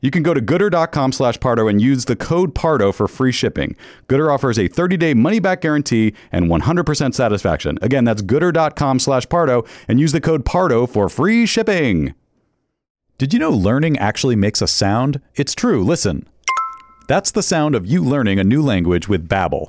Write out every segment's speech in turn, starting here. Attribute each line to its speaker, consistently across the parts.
Speaker 1: You can go to gooder.com slash Pardo and use the code Pardo for free shipping. Gooder offers a 30-day money-back guarantee and 100% satisfaction. Again, that's gooder.com slash Pardo and use the code Pardo for free shipping. Did you know learning actually makes a sound? It's true. Listen. That's the sound of you learning a new language with Babbel.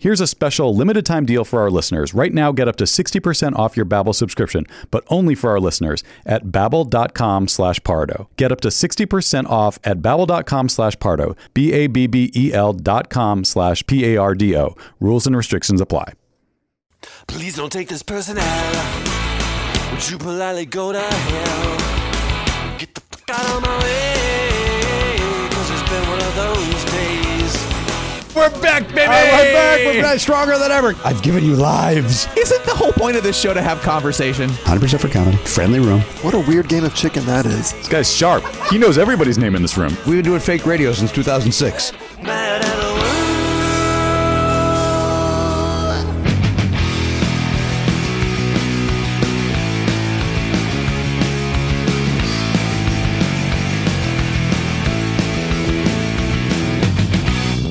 Speaker 1: Here's a special limited time deal for our listeners. Right now, get up to 60% off your Babbel subscription, but only for our listeners at babbel.com slash pardo. Get up to 60% off at babbel.com slash pardo, B-A-B-B-E-L E dot com slash P-A-R-D-O. Rules and restrictions apply.
Speaker 2: Please don't take this person out. Would you politely go to hell? Get the fuck out of my way, cause it's been one of those days.
Speaker 3: We're back, baby.
Speaker 4: we're back. We're back stronger than ever. I've given you lives.
Speaker 3: Isn't the whole point of this show to have conversation?
Speaker 4: 100% for comedy. Friendly room.
Speaker 5: What a weird game of chicken that is.
Speaker 1: This guy's sharp. He knows everybody's name in this room.
Speaker 4: We've been doing fake radio since 2006.
Speaker 2: Mad at the world.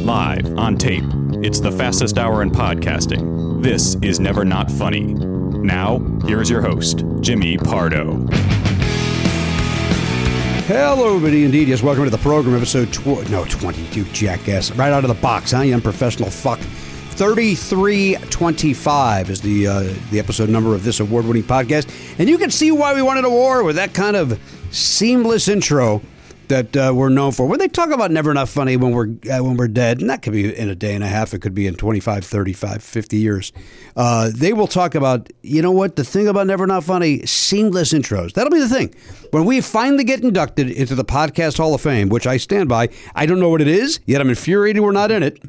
Speaker 1: Live on tape. It's the fastest hour in podcasting. This is Never Not Funny. Now, here's your host, Jimmy Pardo.
Speaker 4: Hello, everybody. Indeed, yes. Welcome to the program, episode tw- no twenty-two, jackass. Right out of the box, huh? You unprofessional fuck. Thirty-three twenty-five is the uh, the episode number of this award-winning podcast, and you can see why we won an award with that kind of seamless intro that uh, we're known for. When they talk about never enough funny when we're uh, when we're dead, and that could be in a day and a half, it could be in 25, 35, 50 years. Uh, they will talk about, you know what, the thing about never enough funny, seamless intros. That'll be the thing. When we finally get inducted into the Podcast Hall of Fame, which I stand by, I don't know what it is, yet I'm infuriated we're not in it.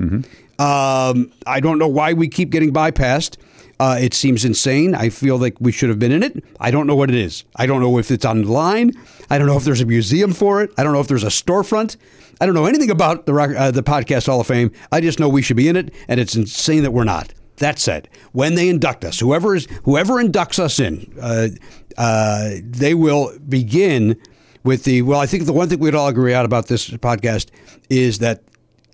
Speaker 4: Um, I don't know why we keep getting bypassed. Uh, it seems insane. I feel like we should have been in it. I don't know what it is. I don't know if it's online. I don't know if there's a museum for it. I don't know if there's a storefront. I don't know anything about the rock, uh, the podcast Hall of Fame. I just know we should be in it, and it's insane that we're not. That said, when they induct us, whoever is whoever inducts us in, uh, uh, they will begin with the. Well, I think the one thing we'd all agree on about this podcast is that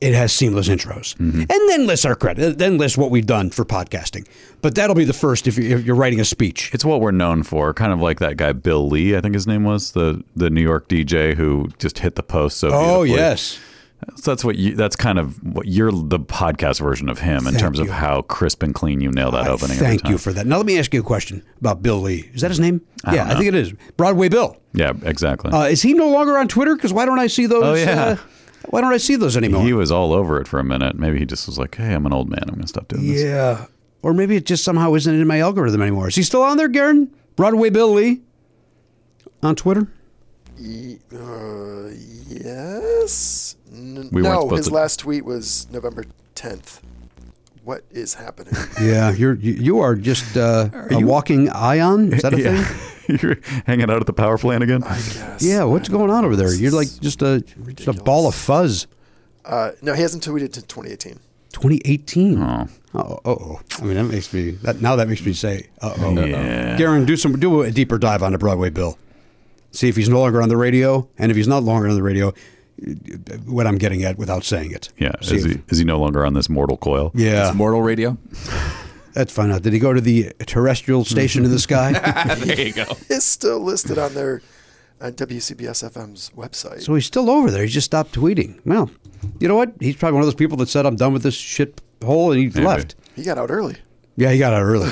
Speaker 4: it has seamless intros,
Speaker 1: Mm-hmm.
Speaker 4: and then list our credit, then list what we've done for podcasting. But that'll be the first if you're, if you're writing a speech.
Speaker 1: It's what we're known for, kind of like that guy Bill Lee, I think his name was the the New York DJ who just hit the post so.
Speaker 4: Oh
Speaker 1: beautifully.
Speaker 4: yes,
Speaker 1: so that's what you. That's kind of what you're the podcast version of him in terms of
Speaker 4: you.
Speaker 1: how crisp and clean you nail that
Speaker 4: I
Speaker 1: opening. every
Speaker 4: thank
Speaker 1: time.
Speaker 4: you for that. Now let me ask you a question about Bill Lee. Is that his name? yeah, I think it is. Broadway Bill.
Speaker 1: Yeah, exactly.
Speaker 4: Uh, is he no longer on Twitter? Because why don't I see those?
Speaker 1: Oh, yeah.
Speaker 4: uh, why don't I see those anymore?
Speaker 1: he was all over it for a minute. Maybe he just was like, "Hey, I'm an old man. I'm going to stop doing this."
Speaker 4: yeah, or maybe it just somehow isn't in my algorithm anymore. Is he still on there, Garen? Broadway Bill Lee on Twitter.
Speaker 5: Uh, yes. N-
Speaker 1: We weren't
Speaker 5: no,
Speaker 1: supposed
Speaker 5: his
Speaker 1: to-
Speaker 5: last tweet was November 10th. What is happening?
Speaker 4: Yeah, you're you, you are just uh, a walking ion. Is that a thing?
Speaker 1: You're hanging out at the power plant again.
Speaker 5: Yes.
Speaker 4: Yeah, what's going on over there? You're like just a just a ball of fuzz.
Speaker 5: Uh, no, he hasn't tweeted since 2018.
Speaker 4: 2018.
Speaker 1: Oh.
Speaker 4: Oh, oh, I mean that makes me that now that makes me say, uh oh.
Speaker 1: Yeah.
Speaker 4: Darren, do some do a deeper dive on the Broadway bill. See if he's no longer on the radio, and if he's not longer on the radio, uh, what I'm getting at without saying it.
Speaker 1: Yeah,
Speaker 4: See
Speaker 1: is
Speaker 4: if-
Speaker 1: he, is he no longer on this mortal coil?
Speaker 4: yeah.
Speaker 3: It's Mortal Radio.
Speaker 4: Let's find out. Did he go to the terrestrial station in the sky?
Speaker 3: there you go.
Speaker 5: It's still listed on their uh, on WCBS FM's website.
Speaker 4: so he's still over there. He just stopped tweeting. Well, you know what? He's probably one of those people that said, "I'm done with this shit hole," and he
Speaker 1: Maybe.
Speaker 4: left.
Speaker 5: he got out early.
Speaker 4: Yeah, he got out early.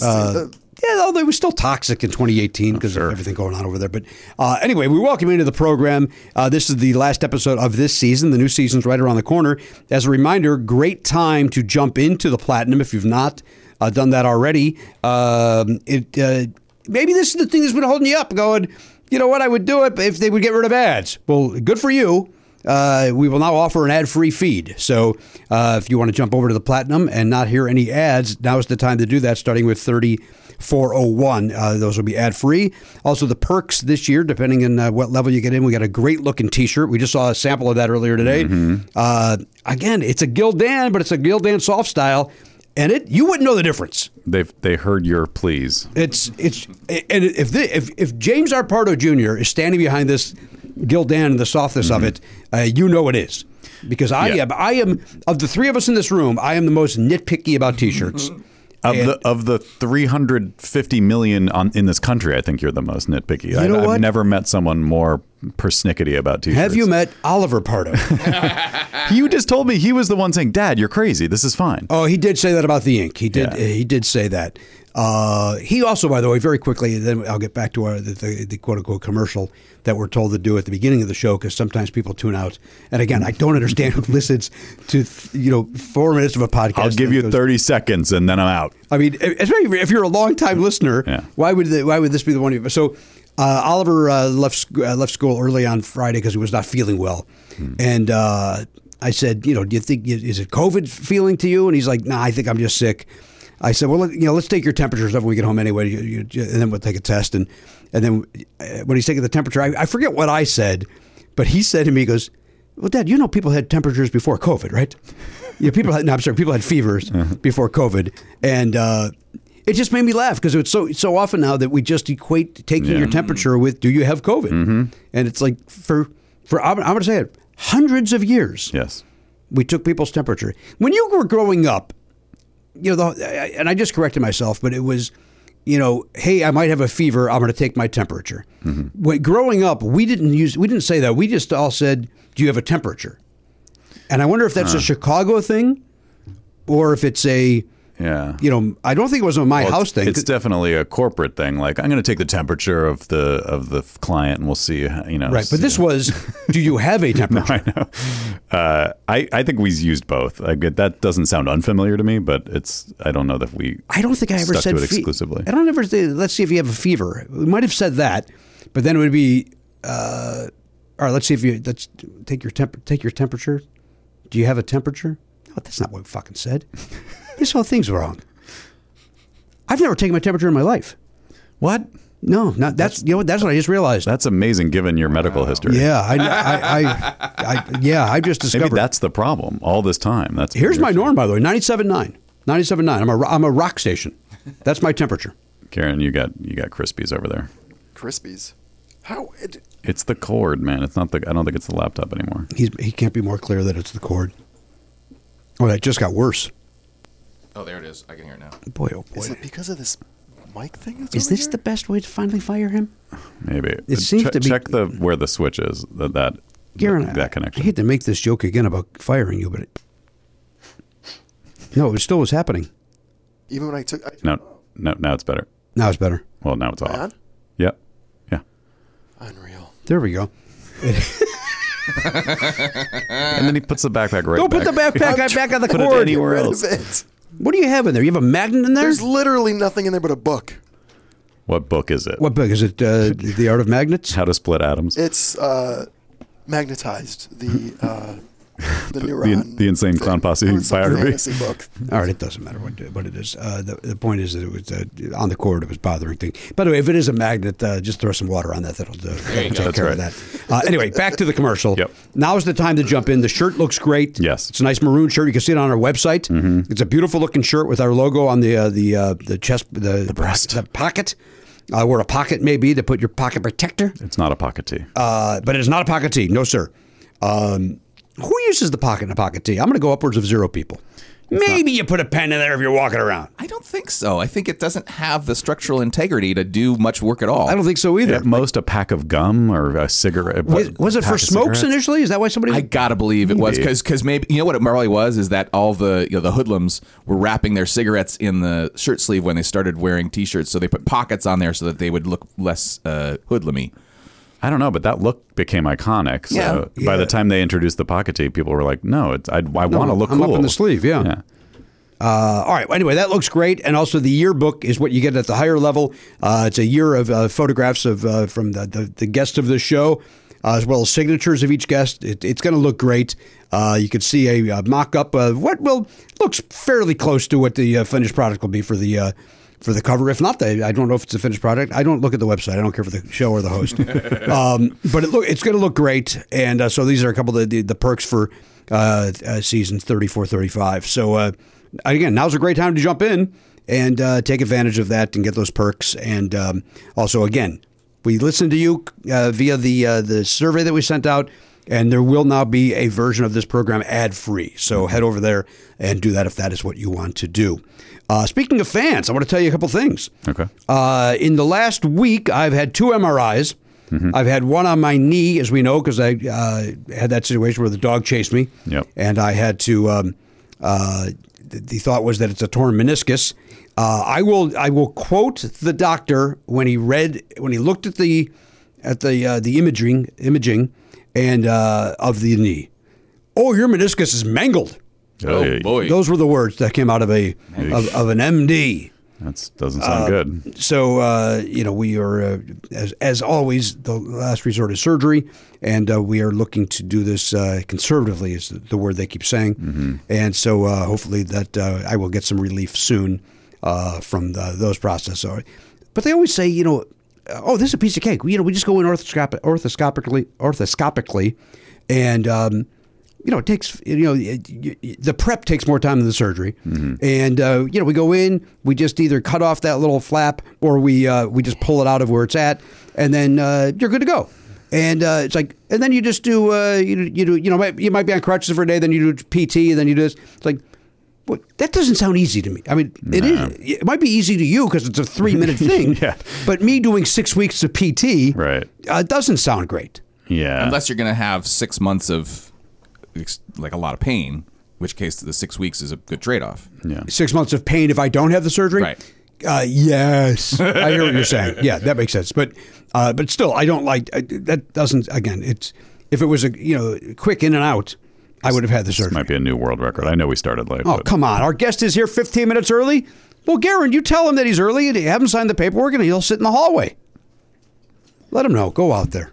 Speaker 5: Uh,
Speaker 4: Yeah, although it was still toxic in 2018 because of everything going on over there. But uh, anyway, we welcome you into the program. Uh, this is the last episode of this season. The new season's right around the corner. As a reminder, great time to jump into the platinum if you've not uh, done that already. Um, it uh, maybe this is the thing that's been holding you up. Going, you know what? I would do it if they would get rid of ads. Well, good for you. Uh, we will now offer an ad-free feed. So uh, if you want to jump over to the platinum and not hear any ads, now is the time to do that. Starting with thirty four oh one, uh, those will be ad-free. Also, the perks this year, depending on uh, what level you get in, we got a great-looking T-shirt. We just saw a sample of that earlier today. Uh, again, it's a Gildan, but it's a Gildan soft style, and it you wouldn't know the difference.
Speaker 1: They've they heard your pleas.
Speaker 4: It's it's and if the, if if James Arpardo Jr. is standing behind this Gildan and the softness of it, uh, you know it is because I
Speaker 1: Yeah.
Speaker 4: am I am of the three of us in this room, I am the most nitpicky about t-shirts.
Speaker 1: Of
Speaker 4: And-
Speaker 1: the of the 350 million on, in this country, I think you're the most nitpicky. I,
Speaker 4: know
Speaker 1: I've
Speaker 4: what?
Speaker 1: never met someone more persnickety about t-shirts.
Speaker 4: Have you met Oliver Pardo?
Speaker 1: You just told me he was the one saying, "Dad, you're crazy. This is fine."
Speaker 4: oh, he did say that about the ink. He did
Speaker 1: Yeah.
Speaker 4: he did say that. Uh, he also, by the way, very quickly. Then I'll get back to our, the, the, the quote unquote commercial that we're told to do at the beginning of the show because sometimes people tune out. And again, I don't understand who listens to you know four minutes of a podcast.
Speaker 1: I'll give
Speaker 4: that
Speaker 1: you
Speaker 4: goes-
Speaker 1: 30 seconds and then I'm out.
Speaker 4: I mean, especially if you're a longtime listener,
Speaker 1: Yeah.
Speaker 4: why would they, why would this be the one? You, so uh, Oliver uh, left sc- uh, left school early on Friday because he was not feeling well,
Speaker 1: Hmm.
Speaker 4: and uh, I said, you know, do you think is it COVID feeling to you? And he's like, nah, I think I'm just sick. I said, well, let, you know, let's take your temperatures up when we get home anyway, you, you, and then we'll take a test. And and then uh, when he's taking the temperature, I, I forget what I said, but he said to me, he goes, well, Dad, you know people had temperatures before COVID, right? Yeah, people had. No, I'm sorry, people had fevers before COVID, and uh, it just made me laugh because it's so so often now that we just equate taking
Speaker 1: Yeah.
Speaker 4: your temperature with "Do you have COVID?" And it's like for for I'm, I'm going to say it, hundreds of years
Speaker 1: Yes.
Speaker 4: we took people's temperature. When you were growing up, you know, the, I- and I just corrected myself, but it was, you know, hey, I might have a fever. I'm going to take my temperature.
Speaker 1: Mm-hmm.
Speaker 4: When, growing up, we didn't use, we didn't say that. We just all said, "Do you have a temperature?" And I wonder if that's a Chicago thing, or if it's a
Speaker 1: Yeah.
Speaker 4: you know, I don't think it was a my
Speaker 1: Well,
Speaker 4: house thing.
Speaker 1: It's definitely a corporate thing. Like I'm going to take the temperature of the of the f- client, and we'll see. how- You know,
Speaker 4: right, but
Speaker 1: see-
Speaker 4: this was, do you have a temperature?
Speaker 1: I know. Uh, I I think we've used both. I get, that doesn't sound unfamiliar to me, but it's I don't know that we.
Speaker 4: I don't think I ever
Speaker 1: Stuck
Speaker 4: said
Speaker 1: to it
Speaker 4: fe-
Speaker 1: exclusively.
Speaker 4: I don't ever say, let's see if you have a fever. We might have said that, but then it would be, uh, all right, let's see if you, let's take your temp, take your temperature. Do you have a temperature? No, that's not what we fucking said. this whole thing's wrong. I've never taken my temperature in my life.
Speaker 1: What?
Speaker 4: No, not, that's, you know what, that's what I just realized.
Speaker 1: That's amazing, given your medical history.
Speaker 4: yeah, I, I, I, I, yeah, I just
Speaker 1: Maybe
Speaker 4: discovered.
Speaker 1: that's the problem. All this time. That's
Speaker 4: Here's my norm, by the way, 97.9. 97.9. I'm a, ro- I'm a rock station. That's my temperature.
Speaker 1: Karen, you got you got crispies over there.
Speaker 5: Crispies. How? It,
Speaker 1: It's the cord, man. It's not the. I don't think it's the laptop anymore.
Speaker 4: He's, he can't be more clear that it's the cord. Oh, that just got worse.
Speaker 3: Oh, there it is. I can hear it now.
Speaker 4: Boy, oh boy.
Speaker 5: is
Speaker 4: Is,
Speaker 5: it because of this mic thing? That's over
Speaker 4: this
Speaker 5: here?
Speaker 4: the best way to finally fire him?
Speaker 1: Maybe
Speaker 4: It seems
Speaker 1: Check-
Speaker 4: to be-
Speaker 1: check the where the switch is that that
Speaker 4: Garen, I-
Speaker 1: that connection.
Speaker 4: I hate to make this joke again about firing you, but it, no, it still was happening.
Speaker 5: Even when I took. I,
Speaker 1: No, no, now it's better.
Speaker 4: Now it's better.
Speaker 1: Well, now it's off.
Speaker 5: Man?
Speaker 1: Yep. Yeah.
Speaker 5: Unreal.
Speaker 4: There we go.
Speaker 1: And then he puts the backpack right
Speaker 4: Don't put
Speaker 1: back.
Speaker 4: the backpack guy back on the
Speaker 1: Put it
Speaker 4: cord.
Speaker 1: anywhere
Speaker 5: Rid
Speaker 1: else.
Speaker 5: of it.
Speaker 4: What do you have in there? You have a magnet in there?
Speaker 5: There's literally nothing in there but a book.
Speaker 1: What book is it?
Speaker 4: what book is it? Uh, the Art of Magnets?
Speaker 1: How to Split Atoms.
Speaker 5: It's uh, magnetized. The uh, the
Speaker 1: the,
Speaker 5: neuron.
Speaker 1: the Insane Clown Posse
Speaker 5: It was a
Speaker 1: biography.
Speaker 5: fantasy book.
Speaker 4: All right, it doesn't matter what what it is. Uh, the, the point is that it was uh, on the cord. It was bothering thing. By the way, if it is a magnet, uh, just throw some water on that. That'll, do, that'll take
Speaker 1: That's
Speaker 4: care of
Speaker 1: right.
Speaker 4: that. Uh, anyway, back to the commercial.
Speaker 1: Yep.
Speaker 4: Now is the time to jump in. The shirt looks great.
Speaker 1: Yes. Mm-hmm.
Speaker 4: it's a nice maroon shirt. You can see it on our website. It's a beautiful looking shirt with our logo on the uh, the uh, the chest the, the
Speaker 1: breast.
Speaker 4: the pocket. Uh, where a pocket may be to put your pocket protector,
Speaker 1: It's not a pocket tee.
Speaker 4: uh, but it is not a pocket tee, no sir. Um, who uses the pocket in a pocket tee? I'm going to go upwards of zero people. Maybe you put a pen in there if you're walking around.
Speaker 3: I don't think so. I think it doesn't have the structural integrity to do much work at all.
Speaker 4: I don't think so either.
Speaker 1: At most, a pack of gum or a cigarette.
Speaker 4: Was, was it for smokes initially? Is that why somebody?
Speaker 3: I gotta believe it was because maybe you know what it probably was is that all the you know the hoodlums were wrapping their cigarettes in the shirt sleeve when they started wearing t-shirts, so they put pockets on there so that they would look less uh, hoodlumy.
Speaker 1: I don't know, but that look became iconic. So
Speaker 4: Yeah.
Speaker 1: by
Speaker 4: Yeah.
Speaker 1: the time they introduced the pocket tee, people were like, "No, it's, I, I want to look
Speaker 4: I'm up
Speaker 1: cool."
Speaker 4: in the sleeve, yeah. Uh, all right. Well, anyway, that looks great, and also the yearbook is what you get at the higher level. Uh, it's a year of uh, photographs of uh, from the, the the guests of the show, uh, as well as signatures of each guest. It, it's going to look great. Uh, you can see a, uh mock up of what will looks fairly close to what the uh, finished product will be for the. Uh, for the cover, if not, the, I don't know if it's a finished product. I don't look at the website. I don't care for the show or the host. um, but it look, it's going to look great. And uh, so these are a couple of the, the perks for uh, uh, seasons 34, 35. So uh, again, now's a great time to jump in and uh, take advantage of that and get those perks. And um, also, again, we listened to you uh, via the uh, the survey that we sent out. And there will now be a version of this program ad free. So head over there and do that if that is what you want to do. Uh, speaking of fans, I want to tell you a couple things.
Speaker 1: Okay.
Speaker 4: Uh, in the last week, I've had two MRIs.
Speaker 1: Mm-hmm.
Speaker 4: I've had one on my knee, as we know, because I uh, had that situation where the dog chased me.
Speaker 1: Yep.
Speaker 4: And I had to. Um, uh, th- the thought was that it's a torn meniscus. Uh, I will. I will quote the doctor when he read when he looked at the at the uh, the imaging imaging and uh, of the knee. Oh, your meniscus is mangled.
Speaker 3: Oh,
Speaker 6: Oh,
Speaker 1: Hey,
Speaker 4: Those were the words that came out of a of, of an MD.
Speaker 1: that doesn't sound good.
Speaker 4: So uh, you know we are, uh, as as always, the last resort is surgery, and uh, we are looking to do this uh, conservatively is the word they keep saying, and so uh, hopefully that uh, I will get some relief soon uh, from the, those processes. So- But they always say, you know, oh, this is a piece of cake. You know, we just go in orthoscopic, orthoscopically, orthoscopically, and. Um, you know, it takes you know it- y- y- the prep takes more time than the surgery,
Speaker 1: Mm-hmm.
Speaker 4: and uh, you know we go in, we just either cut off that little flap or we uh, we just pull it out of where it's at, and then uh, you're good to go. And uh, it's like, and then you just do uh, you you do you know might- you might be on crutches for a day, then you do PT, and then you do this. It's like, well, that doesn't sound easy to me. I mean, it is. It might be easy to you because it's a three minute thing.
Speaker 1: Yeah.
Speaker 4: But me doing six weeks of PT,
Speaker 1: Right.
Speaker 4: uh, doesn't sound great.
Speaker 1: Yeah.
Speaker 3: unless you're gonna have six months of ex- like a lot of pain. which case the six weeks is a good trade off.
Speaker 6: Yeah.
Speaker 4: Six months of pain if I don't have the surgery.
Speaker 3: Right.
Speaker 4: Uh, yes, I hear what you're saying. Yeah, that makes sense. But uh, but still, I don't like I, that. Doesn't again? It's if it was a you know quick in and out, I would have had the surgery.
Speaker 6: Might be a new world record. I know we started late.
Speaker 4: Oh,
Speaker 6: but
Speaker 4: come on. Our guest is here 15 minutes early. Well, Garen, you tell him that he's early and you haven't signed the paperwork and he'll sit in the hallway. Let him know. Go out there.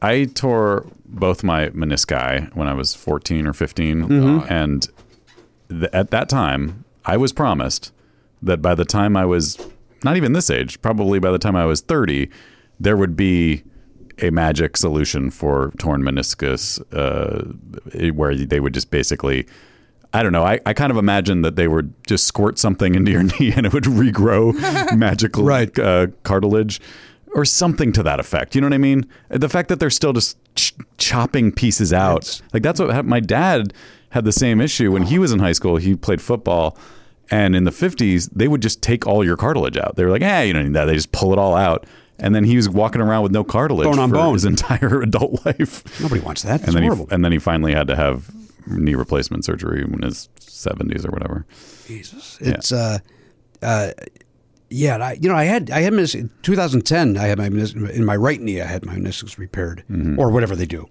Speaker 6: I tore both my menisci when I was 14 or 15.
Speaker 4: Oh,
Speaker 6: And th- at that time, I was promised that by the time I was not even this age, probably by the time I was 30, there would be a magic solution for torn meniscus uh, where they would just basically. I don't know. I, I kind of imagined that they would just squirt something into your knee and it would regrow magical
Speaker 4: Right.
Speaker 6: uh, cartilage or something to that effect. You know what I mean? The fact that they're still just ch- chopping pieces out. like that's what hap- my dad had the same issue when he was in high school. He played football and in the 50s they would just take all your cartilage out. They were like, "Yeah, you don't need that." They just pull it all out. And then he was walking around with no cartilage
Speaker 4: Bone on
Speaker 6: for
Speaker 4: bone.
Speaker 6: his entire adult life.
Speaker 4: Nobody wants that. That's
Speaker 6: and then
Speaker 4: horrible.
Speaker 6: he and then he finally had to have knee replacement surgery in his 70s or whatever.
Speaker 4: It's uh, uh, yeah. and I, you know, I had I had menis- in 2010. I had my menis- in my right knee. I had my meniscus repaired
Speaker 6: Mm-hmm.
Speaker 4: or whatever they do,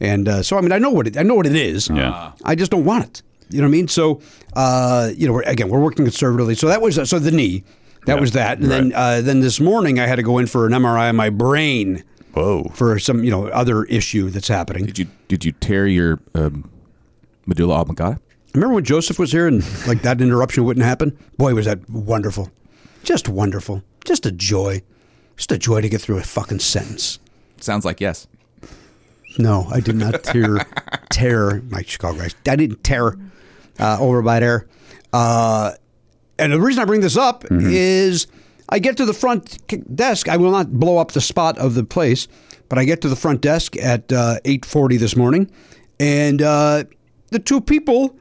Speaker 4: and uh, so I mean, I know what it, I know what it is.
Speaker 6: Yeah.
Speaker 4: I just don't want it. You know what I mean? So uh, you know, we're, again, we're working conservatively. So that was uh, so the knee. That
Speaker 6: Yeah,
Speaker 4: was that, and then uh, then this morning I had to go in for an MRI of my brain
Speaker 6: Whoa.
Speaker 4: for some you know other issue that's happening.
Speaker 3: Did you did you tear your um, medulla oblongata?
Speaker 4: Remember when Joseph was here and like that interruption wouldn't happen? Boy, was that wonderful. Just wonderful. Just a joy. Just a joy to get through a fucking sentence.
Speaker 3: Sounds like yes.
Speaker 4: No, I did not tear, tear my Chicago guys. I didn't tear uh, over by there. Uh, and the reason I bring this up is I get to the front k- desk. I will not blow up the spot of the place, but I get to the front desk at uh, eight forty this morning, and uh, the two people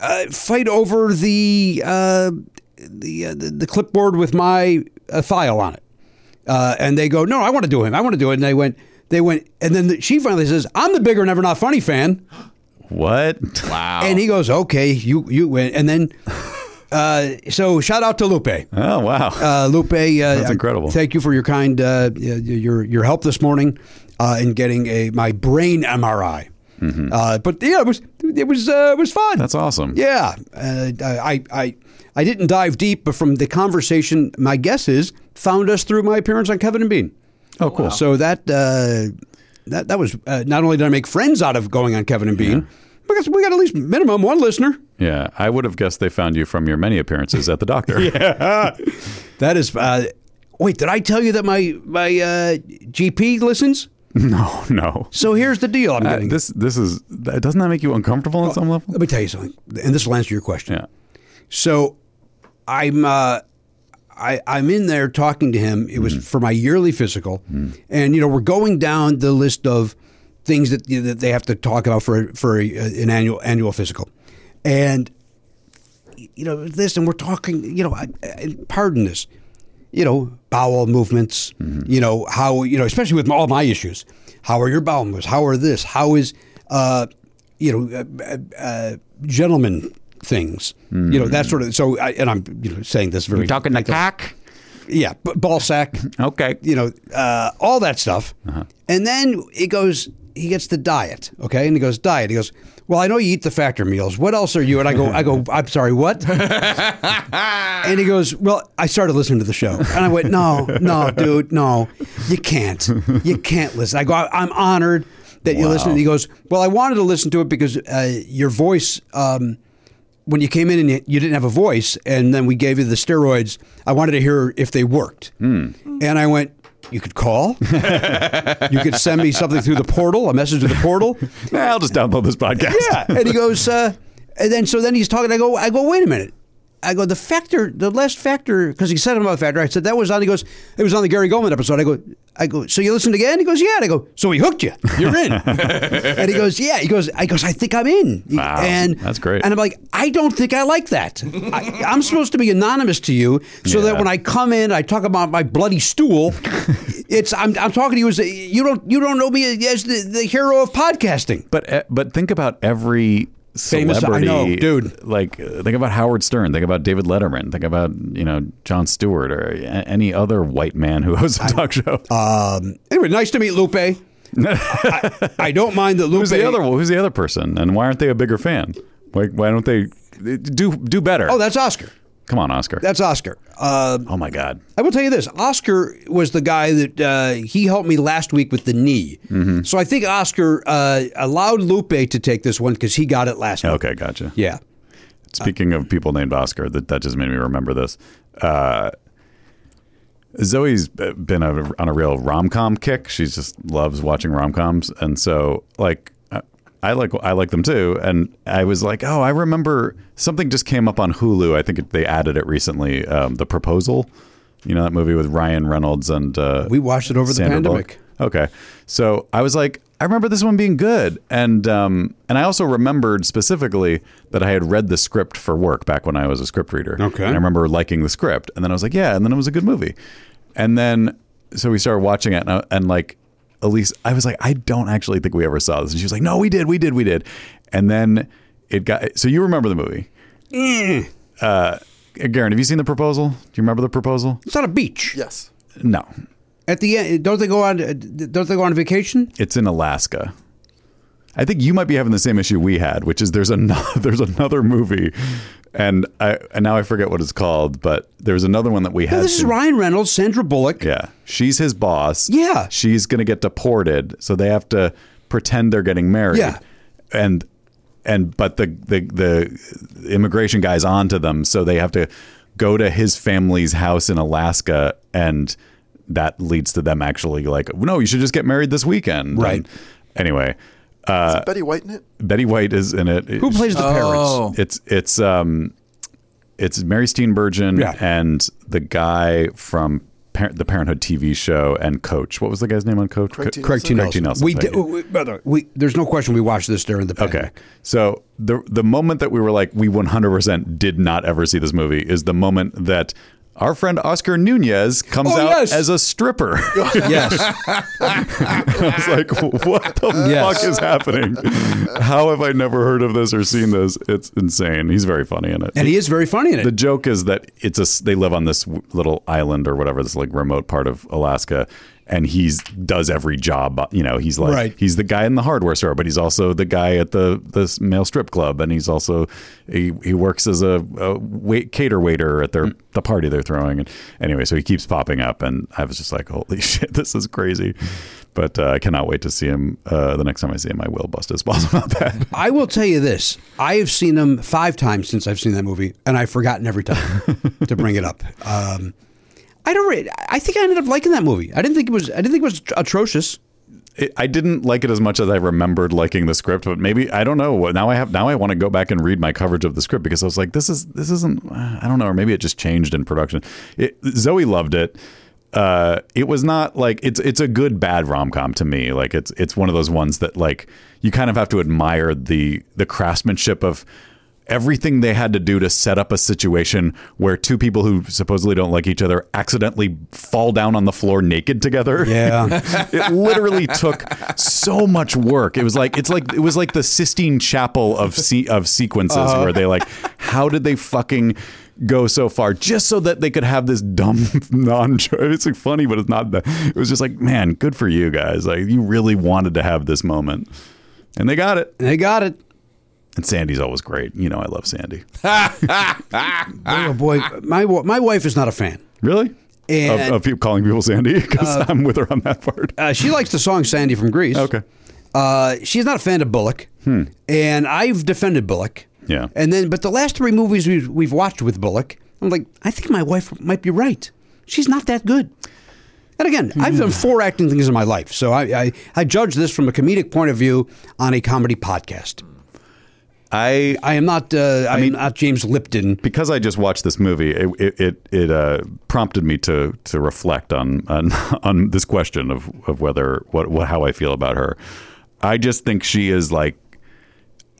Speaker 4: uh, fight over the uh, the, uh, the the clipboard with my uh, file on it uh, and they go, "No, I want to do him. I want to do it." And they went, they went, and then the, she finally says, "I'm the bigger Never Not Funny fan,"
Speaker 6: What?
Speaker 3: Wow.
Speaker 4: and he goes, "Okay, you you win." And then, uh, so shout out to Lupe.
Speaker 6: Oh, wow.
Speaker 4: Uh, Lupe, uh, that's
Speaker 6: incredible.
Speaker 4: Thank you for your kind uh, y- your your help this morning uh, in getting a my brain MRI. Uh, but yeah, it was it was uh, it was fun.
Speaker 6: That's awesome.
Speaker 4: Yeah, uh, I, I I didn't dive deep, but from the conversation, my guess is found us through my appearance on Kevin and Bean. Oh, cool. So that uh, that that was uh, not only did I make friends out of going on Kevin and Bean, because we got at least minimum one listener.
Speaker 6: Yeah, I would have guessed they found you from your many appearances at the doctor. yeah.
Speaker 4: That is. Uh, wait, did I tell you that my my uh, GP listens?
Speaker 6: No, no.
Speaker 4: So here's the deal. I'm
Speaker 6: Uh,
Speaker 4: getting.
Speaker 6: this this is that- doesn't that make you uncomfortable
Speaker 4: Oh.
Speaker 6: on some level?
Speaker 4: Let me tell you something, and this will answer your question.
Speaker 6: Yeah.
Speaker 4: So I'm uh, I, I'm in there talking to him. It was
Speaker 6: Mm.
Speaker 4: for my yearly physical, and you know we're going down the list of things that you know, that they have to talk about for for a, an annual annual physical, and you know this, and we're talking. You know, I, I, pardon this. You know, bowel movements.
Speaker 6: Mm-hmm.
Speaker 4: You know how you know, especially with all my issues. How are your bowel movements? How are this? How is uh, you know, uh, uh, gentlemen things. You know that sort of. So, I, and I'm you know saying this very
Speaker 6: Mm. Talking to cock.
Speaker 4: yeah, b- ball sack.
Speaker 6: Okay.
Speaker 4: You know, uh, all that stuff. And then it goes, he gets the diet, okay? And he goes, diet. He goes, well, I know you eat the factor meals. What else are you? And I go, I go, I'm sorry, what? and he goes, well, I started listening to the show. And I went, no, no, dude, no, you can't. You can't listen. I go, "I- I'm honored that you listen. And he goes, well, I wanted to listen to it because uh, your voice, um, when you came in and you, you didn't have a voice, and then we gave you the steroids, I wanted to hear if they worked. And I went, you could call. you could send me something through the portal, a message to the portal.
Speaker 6: I'll just download this podcast.
Speaker 4: Yeah. And he goes, uh, and then so then he's talking. I go, I go, wait a minute. I go, the factor, the last factor, because he said about the factor. I said, that was on, he goes, it was on the Gary Goldman episode. I go, I go, so you listened again? He goes, yeah. And I go, so he hooked you. You're in. and he goes, yeah. He goes, I goes, I think I'm in. He-
Speaker 6: Wow,
Speaker 4: And
Speaker 6: that's great.
Speaker 4: And I'm like, I don't think I like that. I, I'm supposed to be anonymous to you so that
Speaker 6: Yeah.
Speaker 4: when I come in, I talk about my bloody stool. it's, I'm, I'm talking to you as, a, you don't, you don't know me as the, the hero of podcasting.
Speaker 6: But eh, but think about every
Speaker 4: Famous- I
Speaker 6: celebrity,
Speaker 4: know, dude.
Speaker 6: Like uh, think about Howard Stern, think about David Letterman, think about you know John Stewart or a- any other white man who hosts a talk show.
Speaker 4: Uh, Anyway, nice to meet Lupe. I, I don't mind that Lupe.
Speaker 6: who's the other one? Who's the other person? And why aren't they a bigger fan? Why, why don't they eh, do do better?
Speaker 4: Oh, that's Oscar.
Speaker 6: come on, Oscar.
Speaker 4: That's Oscar. Uh,
Speaker 6: oh my God.
Speaker 4: I will tell you this: Oscar was the guy that uh, he helped me last week with the knee.
Speaker 6: Mm-hmm.
Speaker 4: So I think Oscar uh, allowed Lupe to take this one because he got it last week.
Speaker 6: Okay, gotcha.
Speaker 4: Yeah.
Speaker 6: Speaking of people named Oscar, that, that just made me remember this. Uh, Zoe's been a, on a real rom com kick. She just loves watching rom coms, and so like I- I like I like them too. And I was like, oh, I remember something just came up on Hulu. I think it, they added it recently. Um, the Proposal, you know that movie with Ryan Reynolds and uh,
Speaker 4: We watched it over the
Speaker 6: Sandra Bullock?
Speaker 4: pandemic.
Speaker 6: Okay. So I was like, I remember this one being good, and um, and I also remembered specifically that I had read the script for work back when I was a script reader.
Speaker 4: Okay.
Speaker 6: and I remember liking the script, and then I was like, yeah, and then it was a good movie, and then so we started watching it, and, I, and like Elise, I was like, I don't actually think we ever saw this, and she was like, No, we did, we did, we did, and then it got. So you remember the movie?
Speaker 4: Mm.
Speaker 6: Uh, Garen, have you seen the proposal? Do you remember the proposal?
Speaker 4: It's on a beach.
Speaker 5: Yes.
Speaker 6: No,
Speaker 4: At the end, don't they go on? uh, Don't they go on vacation?
Speaker 6: It's in Alaska. I think you might be having the same issue we had, which is there's another there's another movie, and I and now I forget what it's called, but there's another one that we had.
Speaker 4: No, this is
Speaker 6: seen.
Speaker 4: Ryan Reynolds, Sandra Bullock.
Speaker 6: Yeah, she's his boss.
Speaker 4: Yeah.
Speaker 6: she's gonna get deported, so they have to pretend they're getting married.
Speaker 4: Yeah.
Speaker 6: and and but the the the immigration guy's onto them, so they have to go to his family's house in Alaska, and that leads to them actually like, no, you should just get married this weekend.
Speaker 4: Right.
Speaker 6: And anyway, Uh,
Speaker 5: Is Betty White in it?
Speaker 6: Betty White is in it.
Speaker 4: Who plays the
Speaker 5: Oh.
Speaker 4: parents?
Speaker 6: It's it's um, it's Mary Steenburgen
Speaker 4: Yeah.
Speaker 6: and the guy from Par- the Parenthood TV show and Coach. What was the guy's name on Coach?
Speaker 5: Craig T.
Speaker 6: Co-
Speaker 5: Craig T.
Speaker 6: Craig T. Nelson.
Speaker 4: We,
Speaker 6: thank
Speaker 4: did,
Speaker 6: you.
Speaker 4: we, brother, we there's no question we watched this during the pandemic.
Speaker 6: Okay. So the the moment that we were like we 100% did not ever see this movie is the moment that our friend Oscar Nunez comes
Speaker 4: Oh,
Speaker 6: out
Speaker 4: yes.
Speaker 6: as a stripper.
Speaker 4: Yes.
Speaker 6: I was like, what the
Speaker 4: Yes.
Speaker 6: fuck is happening? How have I never heard of this or seen this? It's insane. He's very funny in it.
Speaker 4: and he is very funny in it.
Speaker 6: the joke is that it's a they live on this w- little island or whatever this like remote part of Alaska and he's does every job uh, you know he's like
Speaker 4: Right.
Speaker 6: he's the guy in the hardware store but he's also the guy at the this male strip club and he's also he, he works as a, a wait, cater waiter at their the party they're throwing and anyway so he keeps popping up and I was just like holy shit this is crazy but uh, I cannot wait to see him uh, the next time I see him I will bust his balls about that
Speaker 4: I will tell you this. I have seen them five times since I've seen that movie, and I've forgotten every time to bring it up. Um, I don't. Re- I think I ended up liking that movie. I didn't think it was. I didn't think it was atrocious.
Speaker 6: it, I didn't like it as much as I remembered liking the script, but maybe I don't know. Now I have now I want to go back and read my coverage of the script because I was like, this is this isn't uh, I don't know, or maybe it just changed in production. It, Zoe loved it. Uh, it was not like it's it's a good bad rom com to me. Like it's it's one of those ones that like you kind of have to admire the the craftsmanship of everything they had to do to set up a situation where two people who supposedly don't like each other accidentally fall down on the floor naked together
Speaker 4: Yeah.
Speaker 6: it literally took so much work. It was like it's like it was like the Sistine Chapel of se- of sequences where they like how did they fucking go so far just so that they could have this dumb non it's like funny but it's not that it was just like man good for you guys like you really wanted to have this moment and they got it
Speaker 4: they got it.
Speaker 6: and Sandy's always great you know I love Sandy
Speaker 4: Oh boy, my wa- my wife is not a fan.
Speaker 6: really
Speaker 4: And-
Speaker 6: of, of people calling people Sandy because I'm with her on that part
Speaker 4: Uh, she likes the song "Sandy" from Greece.
Speaker 6: okay
Speaker 4: Uh, she's not a fan of Bullock, and I've defended Bullock.
Speaker 6: Yeah.
Speaker 4: And then, but the last three movies we've, we've watched with Bullock, I'm like, I think my wife might be right. She's not that good. And again, I've done four acting things in my life, so I, I I judge this from a comedic point of view on a comedy podcast.
Speaker 6: I
Speaker 4: I am not. Uh, I, am not James Lipton.
Speaker 6: because I just watched this movie, it it it, it uh, prompted me to to reflect on on, on this question of, of whether what, what how I feel about her. I just think she is like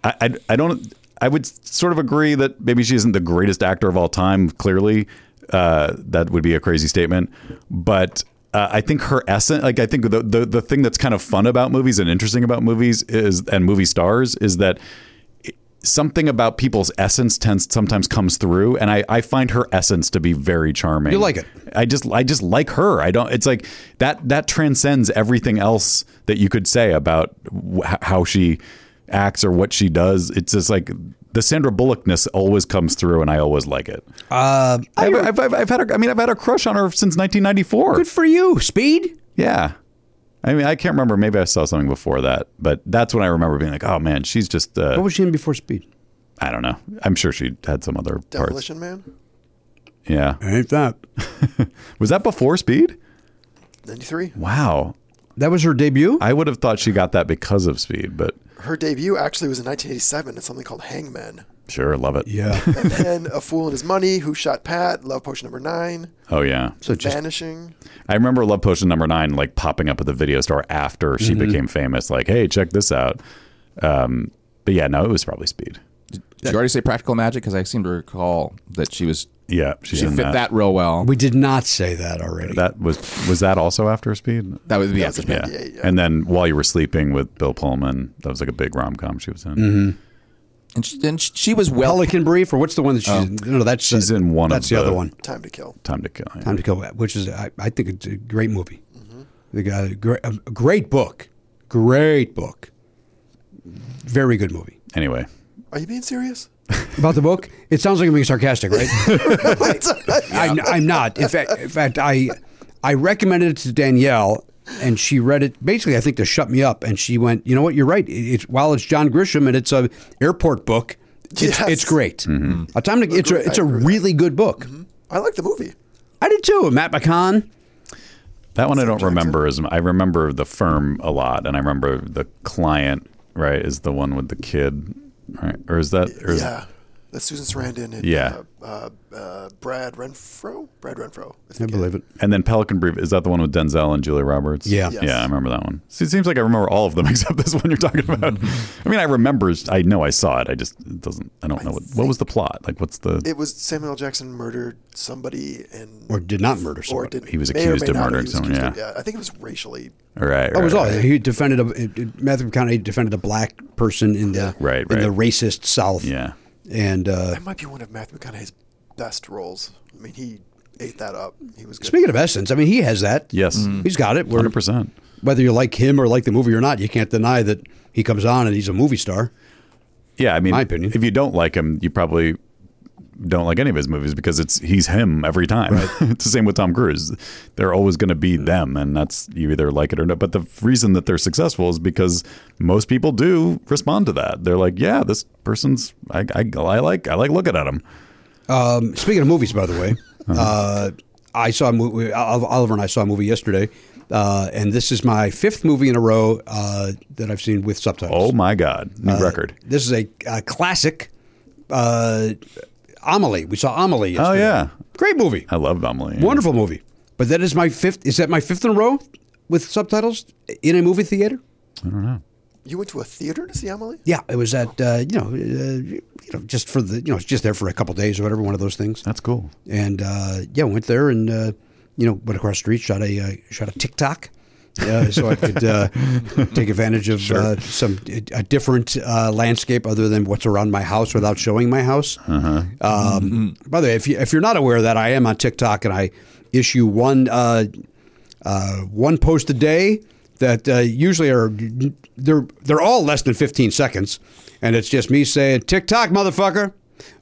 Speaker 6: I, I I don't I would sort of agree that maybe she isn't the greatest actor of all time. Clearly, uh, that would be a crazy statement, but. Uh, I think her essence, like I think the, the the thing that's kind of fun about movies and interesting about movies is and movie stars is that something about people's essence tends sometimes comes through and I, I find her essence to be very charming
Speaker 4: You like it.
Speaker 6: i just i just like her i don't it's like that that transcends everything else that you could say about wh- how she acts or what she does it's just like the Sandra Bullockness always comes through, and I always like it.
Speaker 4: Uh,
Speaker 6: I've, I've, I've, I've had, a, I mean, I've had a crush on her since 1994.
Speaker 4: good for you, Speed.
Speaker 6: Yeah. I mean, I can't remember. Maybe I saw something before that, but that's when I remember being like, "Oh man, she's just." Uh,
Speaker 4: What was she in before Speed?
Speaker 6: I don't know. I'm sure she had some other parts.
Speaker 5: Demolition Man,
Speaker 6: Yeah.
Speaker 4: Ain't that?
Speaker 6: Was that before Speed?
Speaker 5: '93.
Speaker 6: Wow.
Speaker 4: That was her debut.
Speaker 6: I would have thought she got that because of Speed, but
Speaker 5: Her debut actually was in 1987 in something called Hangman,
Speaker 6: sure, love it.
Speaker 4: yeah.
Speaker 5: and then A Fool and His Money, Who Shot Pat, Love Potion Number Nine,
Speaker 6: Oh yeah.
Speaker 4: so just
Speaker 5: Vanishing.
Speaker 6: I remember Love Potion number 9 like popping up at the video store after she became famous like, "Hey, check this out." Um, but yeah, no, it was probably Speed.
Speaker 3: Did you already say practical magic? Because I seem to recall that she was
Speaker 6: Yeah, she's
Speaker 3: she
Speaker 6: in
Speaker 3: fit that. real well.
Speaker 4: we did not say that already.
Speaker 6: That was was that also after Speed?
Speaker 3: that would be yeah,
Speaker 6: Yeah.
Speaker 5: Yeah, yeah.
Speaker 6: And then while you were sleeping with Bill Pullman, that was like a big rom com she was in.
Speaker 3: and she, and she- she was well.
Speaker 4: Pelican Brief, or what's the one that she's? in? No, that's
Speaker 6: Oh. She's in one of
Speaker 4: That's the
Speaker 6: the-
Speaker 4: other one.
Speaker 5: Time to Kill.
Speaker 6: Time to kill. yeah.
Speaker 4: Time to Kill, which is I, I think it's a great movie.
Speaker 6: Mm-hmm.
Speaker 4: They got a great, a great book, great book, very good movie.
Speaker 6: Anyway,
Speaker 5: Are you being serious?
Speaker 4: About the book, it sounds like I'm being sarcastic, right? I'm, I'm not. In fact, in fact, I I recommended it to Danielle, and she read it basically. I think to shut me up, and she went, "You know what? You're right. It- It's while it's John Grisham and it's a airport book. It's,
Speaker 5: Yes.
Speaker 4: it's great.
Speaker 6: Mm-hmm.
Speaker 4: A time to, it's a it's a really good book.
Speaker 5: I like the movie.
Speaker 4: I did too. Matt McCann.
Speaker 6: that one I don't remember as m- I remember the firm a lot, and I remember the client. Right, is the one with the kid, right? Or is that? Or is,
Speaker 5: yeah. That's Susan Sarandon and
Speaker 6: Yeah.
Speaker 5: uh, uh, uh, Brad Renfro. Brad Renfro. I,
Speaker 4: I
Speaker 5: think
Speaker 4: believe it.
Speaker 6: And then Pelican Brief is that the one with Denzel and Julia Roberts?
Speaker 4: Yeah.
Speaker 5: Yes.
Speaker 6: yeah, I remember that one. See, it seems like I remember all of them except this one you're talking about. I mean, I remember. I know I saw it. I just it doesn't. I don't know what what was the plot. Like, what's the?
Speaker 5: It was Samuel L. Jackson murdered somebody and
Speaker 4: Or did not murder
Speaker 5: or
Speaker 4: someone.
Speaker 5: did
Speaker 6: He was
Speaker 5: may or
Speaker 6: accused
Speaker 5: may
Speaker 6: of
Speaker 5: not have,
Speaker 6: murdering
Speaker 5: he was
Speaker 6: someone,
Speaker 5: accused of-
Speaker 6: yeah.
Speaker 5: I think it was racially.
Speaker 6: right, right.
Speaker 4: Oh, it was all
Speaker 6: right.
Speaker 4: he defended a it- it- Matthew McConaughey defended a black person in the
Speaker 6: Right,
Speaker 4: in the
Speaker 6: right.
Speaker 4: racist South.
Speaker 6: Yeah.
Speaker 4: And uh,
Speaker 5: That might be one of Matthew McConaughey's best roles. I mean, he ate that up. He was good.
Speaker 4: speaking of essence, I mean, he has that.
Speaker 6: Yes.
Speaker 4: he's got it. Where,
Speaker 6: Hundred percent.
Speaker 4: whether you like him or like the movie or not, you can't deny that he comes on and he's a movie star.
Speaker 6: Yeah, I mean,
Speaker 4: My opinion.
Speaker 6: If you don't like him, you probably don't like any of his movies because it's he's him every time. it's the same with Tom Cruise; they're always going to be
Speaker 4: Mm.
Speaker 6: them, and that's you either like it or not. But the reason that they're successful is because most people do respond to that. They're like, "Yeah, this person's I, I, I like I like looking at him."
Speaker 4: Um, speaking of movies, by the way,
Speaker 6: Uh-huh.
Speaker 4: uh, I saw a movie. Oliver and I saw a movie yesterday, uh, and this is my fifth movie in a row uh, that I've seen with subtitles.
Speaker 6: Oh my God, new
Speaker 4: Uh,
Speaker 6: record!
Speaker 4: This is a, a classic. Uh, Amelie. We saw Amelie.
Speaker 6: Oh
Speaker 4: yesterday.
Speaker 6: yeah,
Speaker 4: great movie.
Speaker 6: I love Amelie.
Speaker 4: Wonderful movie. But that is my fifth. Is that my fifth in a row with subtitles in a movie theater?
Speaker 5: you went to a theater to see Emily?
Speaker 4: Yeah, it was at uh, you know uh, you know just for the you know it's just there for a couple days or whatever one of those things.
Speaker 6: That's cool.
Speaker 4: And uh, yeah, went there and uh, you know went across the street, shot a uh, shot a TikTok. Uh, so I could uh, take advantage of uh, some a different uh, landscape other than what's around my house without showing my house. Um, By the way, if you if you're not aware of that, I am on TikTok and I issue one uh, uh, one post a day that uh, usually are they're they're all less than 15 seconds, and it's just me saying TikTok motherfucker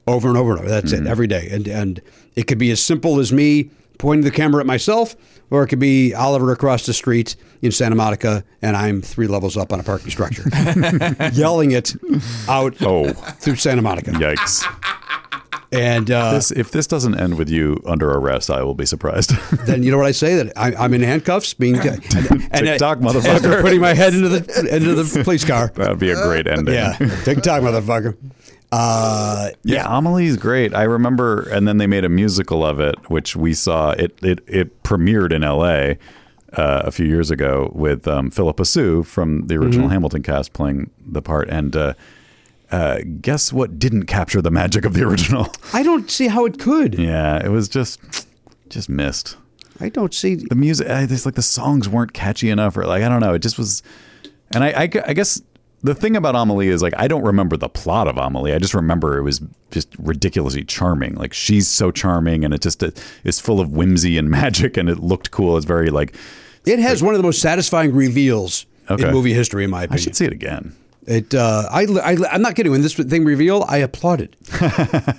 Speaker 4: over and over and over. That's
Speaker 6: Mm-hmm.
Speaker 4: it every day, and and it could be as simple as me pointing the camera at myself, or it could be Oliver across the street in Santa Monica, and I'm three levels up on a parking structure, yelling it out
Speaker 6: Oh.
Speaker 4: through Santa Monica,
Speaker 6: Yikes!
Speaker 4: and uh,
Speaker 6: This, if this doesn't end with you under arrest, I will be surprised.
Speaker 4: then you know what I say that I, I'm in handcuffs, being and, and-
Speaker 6: TikTok,
Speaker 4: and
Speaker 6: motherfucker.
Speaker 4: after putting my head into the into the police car.
Speaker 6: that would be a great ending.
Speaker 4: Yeah, TikTok, motherfucker. Uh,
Speaker 6: Yeah, Amelie is great. I remember, and then they made a musical of it, which we saw. It it it premiered in L.A. Uh, a few years ago with um, Philippa Sue from the original Hamilton cast playing the part, and uh, uh, guess what didn't capture the magic of the original?
Speaker 4: I don't see how it could.
Speaker 6: yeah, it was just just missed
Speaker 4: I don't see.
Speaker 6: the music. I just like the songs weren't catchy enough, or like I don't know. It just was, and I I, gu- I guess. The thing about Amelie is like I don't remember the plot of Amelie. I just remember it was just ridiculously charming. Like she's so charming, and it just it, it's full of whimsy and magic, and it looked cool. It's very like
Speaker 4: It has one of the most satisfying reveals
Speaker 6: Okay.
Speaker 4: in movie history, in my
Speaker 6: I
Speaker 4: opinion.
Speaker 6: should see it again.
Speaker 4: It. Uh, I, I. I'm not kidding. When this thing revealed, I applauded.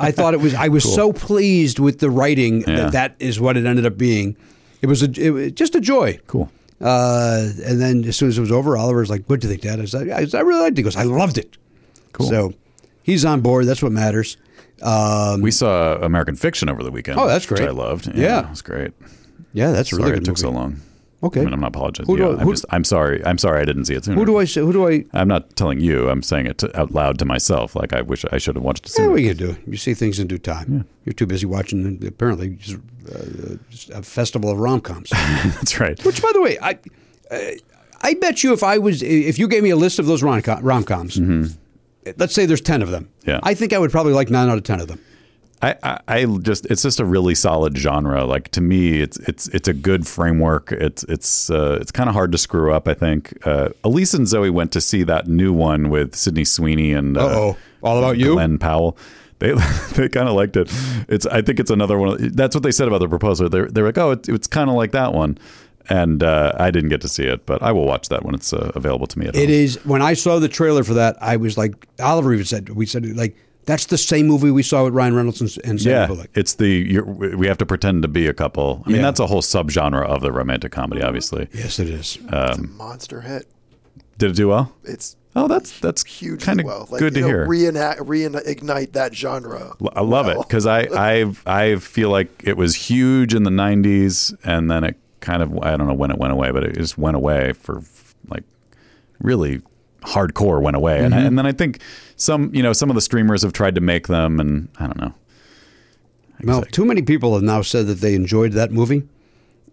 Speaker 4: I thought it was. I was so pleased with the writing
Speaker 6: Yeah.
Speaker 4: that that is what it ended up being. It was a. It, was just a joy.
Speaker 6: Cool.
Speaker 4: Uh, and then as soon as it was over, Oliver was like, "What do you think, Dad?" I was like, "I, I really liked it." He goes, "I loved it."
Speaker 6: Cool.
Speaker 4: So he's on board. That's what matters. Um,
Speaker 6: We saw American Fiction over the weekend.
Speaker 4: Oh, that's
Speaker 6: Which
Speaker 4: great.
Speaker 6: I loved.
Speaker 4: Yeah.
Speaker 6: it was great.
Speaker 4: yeah, that's a
Speaker 6: Sorry
Speaker 4: really good.
Speaker 6: it took
Speaker 4: movie.
Speaker 6: so long.
Speaker 4: Okay.
Speaker 6: I mean, I'm not apologizing.
Speaker 4: Who do
Speaker 6: Yeah,
Speaker 4: I-
Speaker 6: I'm
Speaker 4: who-
Speaker 6: just I'm sorry. I'm sorry I didn't see it sooner.
Speaker 4: Who do I say? Who do I?
Speaker 6: I'm not telling you. I'm saying it to, out loud to myself. Like I wish I should have watched it
Speaker 4: Yeah,
Speaker 6: sooner.
Speaker 4: what are you gonna do? You see things in due time. You're too busy watching apparently just, uh, just a festival of rom coms.
Speaker 6: That's right.
Speaker 4: Which, by the way, I uh, I bet you if I was if you gave me a list of those rom rom coms, let's say there's ten of them.
Speaker 6: Yeah.
Speaker 4: I think I would probably like nine out of ten of them.
Speaker 6: I, I, I just it's just a really solid genre. Like to me, it's it's it's a good framework. It's it's uh, it's kind of hard to screw up. I think uh, Elise and Zoe went to see that new one with Sydney Sweeney and uh,
Speaker 4: Uh-oh. All About You?
Speaker 6: Glenn Powell. They they kind of liked it. It's I think it's another one. of- that's what they said about the proposal. They're they're like oh it, it's kind of like that one, and uh, I didn't get to see it, but I will watch that when it's uh, available to me. At
Speaker 4: It
Speaker 6: home.
Speaker 4: is when I saw the trailer for that, I was like, Oliver even said we said like that's the same movie we saw with Ryan Reynolds and, and Sandra
Speaker 6: Yeah,
Speaker 4: Bullock.
Speaker 6: it's the you're, we have to pretend to be a couple. I mean,
Speaker 4: Yeah.
Speaker 6: that's a whole subgenre of the romantic comedy, obviously.
Speaker 4: Yes, it is.
Speaker 5: It's a monster hit.
Speaker 6: Did it do well?
Speaker 5: It's
Speaker 6: Oh, that's that's
Speaker 5: huge.
Speaker 6: Kind of
Speaker 5: well.
Speaker 6: good to
Speaker 5: it'll
Speaker 6: hear.
Speaker 5: Reignite, reignite that genre.
Speaker 6: L- I love it because I I I feel like it was huge in the '90s, and then it kind of I don't know when it went away, but it just went away for like really hardcore went away, and, I,
Speaker 4: Mm-hmm.
Speaker 6: and then I think some you know some of the streamers have tried to make them, and I don't know.
Speaker 4: Well, too many people have now said that they enjoyed that movie,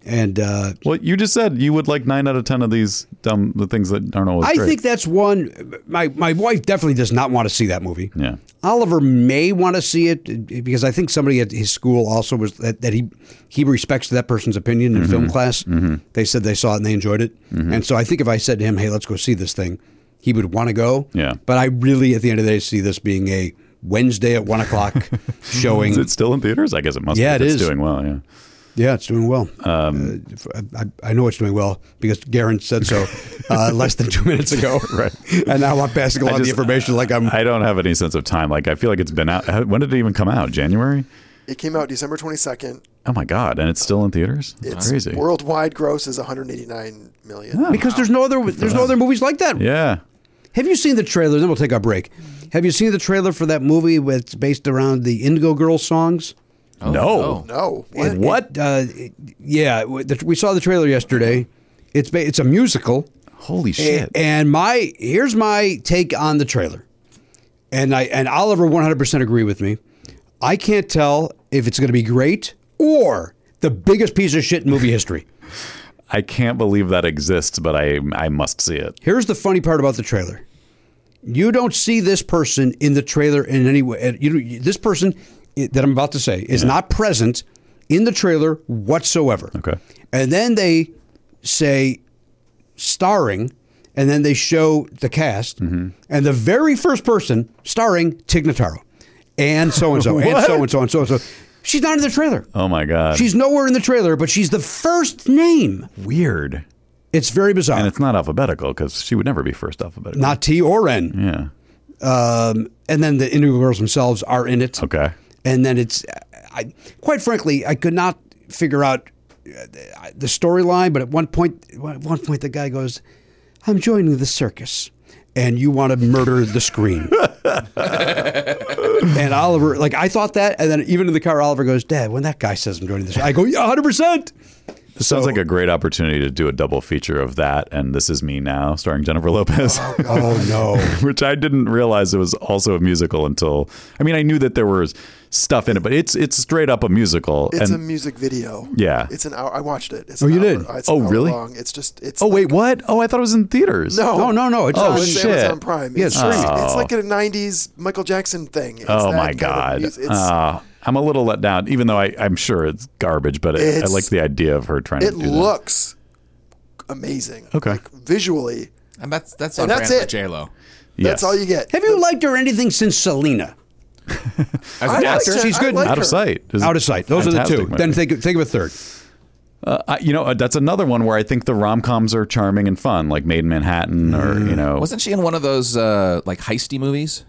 Speaker 4: and uh,
Speaker 6: Well, you just said you would like nine out of ten of these dumb the things that aren't always.
Speaker 4: I
Speaker 6: great.
Speaker 4: think that's one. My my wife definitely does not want to see that movie.
Speaker 6: Yeah.
Speaker 4: Oliver may want to see it uh, because I think somebody at his school also was that, that he he respects that person's opinion in
Speaker 6: Mm-hmm.
Speaker 4: film class. They said they saw it and they enjoyed it, and so I think if I said to him, "Hey, let's go see this thing," he would want to go.
Speaker 6: Yeah.
Speaker 4: but I really, at the end of the day, see this being a Wednesday at one o'clock showing.
Speaker 6: Is it still in theaters? I guess it must.
Speaker 4: Yeah,
Speaker 6: be. if
Speaker 4: it
Speaker 6: it's
Speaker 4: is.
Speaker 6: doing well. Yeah.
Speaker 4: Yeah, it's doing well.
Speaker 6: Um,
Speaker 4: Uh, f- I, I know it's doing well because Garen said so uh, less than two minutes ago.
Speaker 6: Right.
Speaker 4: And now I'm passing
Speaker 6: I
Speaker 4: along the
Speaker 6: just-
Speaker 4: information like I'm.
Speaker 6: I don't have any sense of time. Like I feel like it's been out. how- When did it even come out? January.
Speaker 5: It came out December 22nd.
Speaker 6: Oh my god! And it's still in theaters. That's
Speaker 5: Its
Speaker 6: crazy.
Speaker 5: worldwide gross is 189 million.
Speaker 4: because there's no other there's no other movies like that.
Speaker 6: yeah.
Speaker 4: Have you seen the trailer? Then we'll take our break. Have you seen the trailer for that movie that's based around the Indigo Girls songs?
Speaker 6: no.
Speaker 5: No.
Speaker 4: It- it, uh, it- yeah, w- the- we saw the trailer yesterday. It's ba- it's a musical.
Speaker 6: Holy
Speaker 4: A-
Speaker 6: shit!
Speaker 4: And my here's my take on the trailer. And I and Oliver 100% agree with me. I can't tell if it's going to be great or the biggest piece of shit in movie history.
Speaker 6: I can't believe that exists, but I I must see it.
Speaker 4: Here's the funny part about the trailer. You don't see this person in the trailer in any way. and You, this person i- that I'm about to say is not present in the trailer whatsoever.
Speaker 6: Okay.
Speaker 4: And then they say starring, and then they show the cast,
Speaker 6: Mm-hmm.
Speaker 4: and the very first person starring Tig Notaro, and so and so, and so and so and so and so. She's not in the trailer.
Speaker 6: Oh my god.
Speaker 4: She's nowhere in the trailer, but she's the first name.
Speaker 6: weird,
Speaker 4: It's very bizarre.
Speaker 6: and it's not alphabetical because she would never be first alphabetical.
Speaker 4: not T or N.
Speaker 6: Yeah.
Speaker 4: um, and then the Indigo Girls themselves are in it.
Speaker 6: Okay.
Speaker 4: And then it's, I quite frankly, I could not figure out uh, the storyline. But at one point, at one point, the guy goes, "I'm joining the circus." And you want to murder the screen. and Oliver, like, I thought that. And then even in the car, Oliver goes, Dad, when that guy says I'm joining this, I go, Yeah, 100%.
Speaker 1: This sounds
Speaker 4: So-
Speaker 1: like a great opportunity to do a double feature of that and This Is Me Now, starring Jennifer Lopez.
Speaker 4: Oh no.
Speaker 1: which I didn't realize it was also a musical until I mean I knew that there was stuff in it, but it's it's straight up a musical.
Speaker 5: It's
Speaker 1: and
Speaker 5: a music video.
Speaker 1: Yeah.
Speaker 5: It's an hour. I watched it. It's
Speaker 4: Oh,
Speaker 5: an
Speaker 4: you
Speaker 5: hour-
Speaker 4: did?
Speaker 5: It's an
Speaker 1: Oh,
Speaker 5: hour
Speaker 1: really?
Speaker 5: long. It's just. It's
Speaker 1: oh
Speaker 5: like-
Speaker 1: wait, what? Oh, I thought it was in theaters.
Speaker 5: No.
Speaker 4: No, no, no, it's
Speaker 1: Oh,
Speaker 4: on-
Speaker 5: It's
Speaker 1: shit.
Speaker 5: Amazon Prime.
Speaker 4: Yeah,
Speaker 5: it's,
Speaker 4: streaming.
Speaker 5: streaming. it's like a '90s Michael Jackson thing. It's
Speaker 1: Oh
Speaker 5: that
Speaker 1: my
Speaker 5: kind of
Speaker 1: god.
Speaker 5: music. It's,
Speaker 1: Uh, I'm a little let down, even though I, I'm sure it's garbage, but I- I
Speaker 5: It's-
Speaker 1: like the idea of her trying
Speaker 5: it
Speaker 1: to do
Speaker 5: looks amazing.
Speaker 1: Okay.
Speaker 5: Like, visually,
Speaker 3: And that's that's
Speaker 5: And
Speaker 3: on
Speaker 5: that's
Speaker 3: brand for
Speaker 5: it.
Speaker 3: J Lo.
Speaker 1: that.
Speaker 5: that's all you get.
Speaker 4: Have you liked her anything since Selena?
Speaker 3: As
Speaker 5: I
Speaker 3: an
Speaker 5: liked
Speaker 3: actor,
Speaker 5: her.
Speaker 4: She's
Speaker 5: I
Speaker 4: good.
Speaker 5: liked
Speaker 1: Out
Speaker 5: her.
Speaker 1: of sight. is
Speaker 4: Out of sight. Those are the
Speaker 1: fantastic
Speaker 4: two.
Speaker 1: movie.
Speaker 4: Then think think of a third.
Speaker 1: I, you know, uh, that's another one where I think the rom coms are charming and fun, like Made in Manhattan, or you know,
Speaker 3: wasn't she in one of those uh, like heisty movies?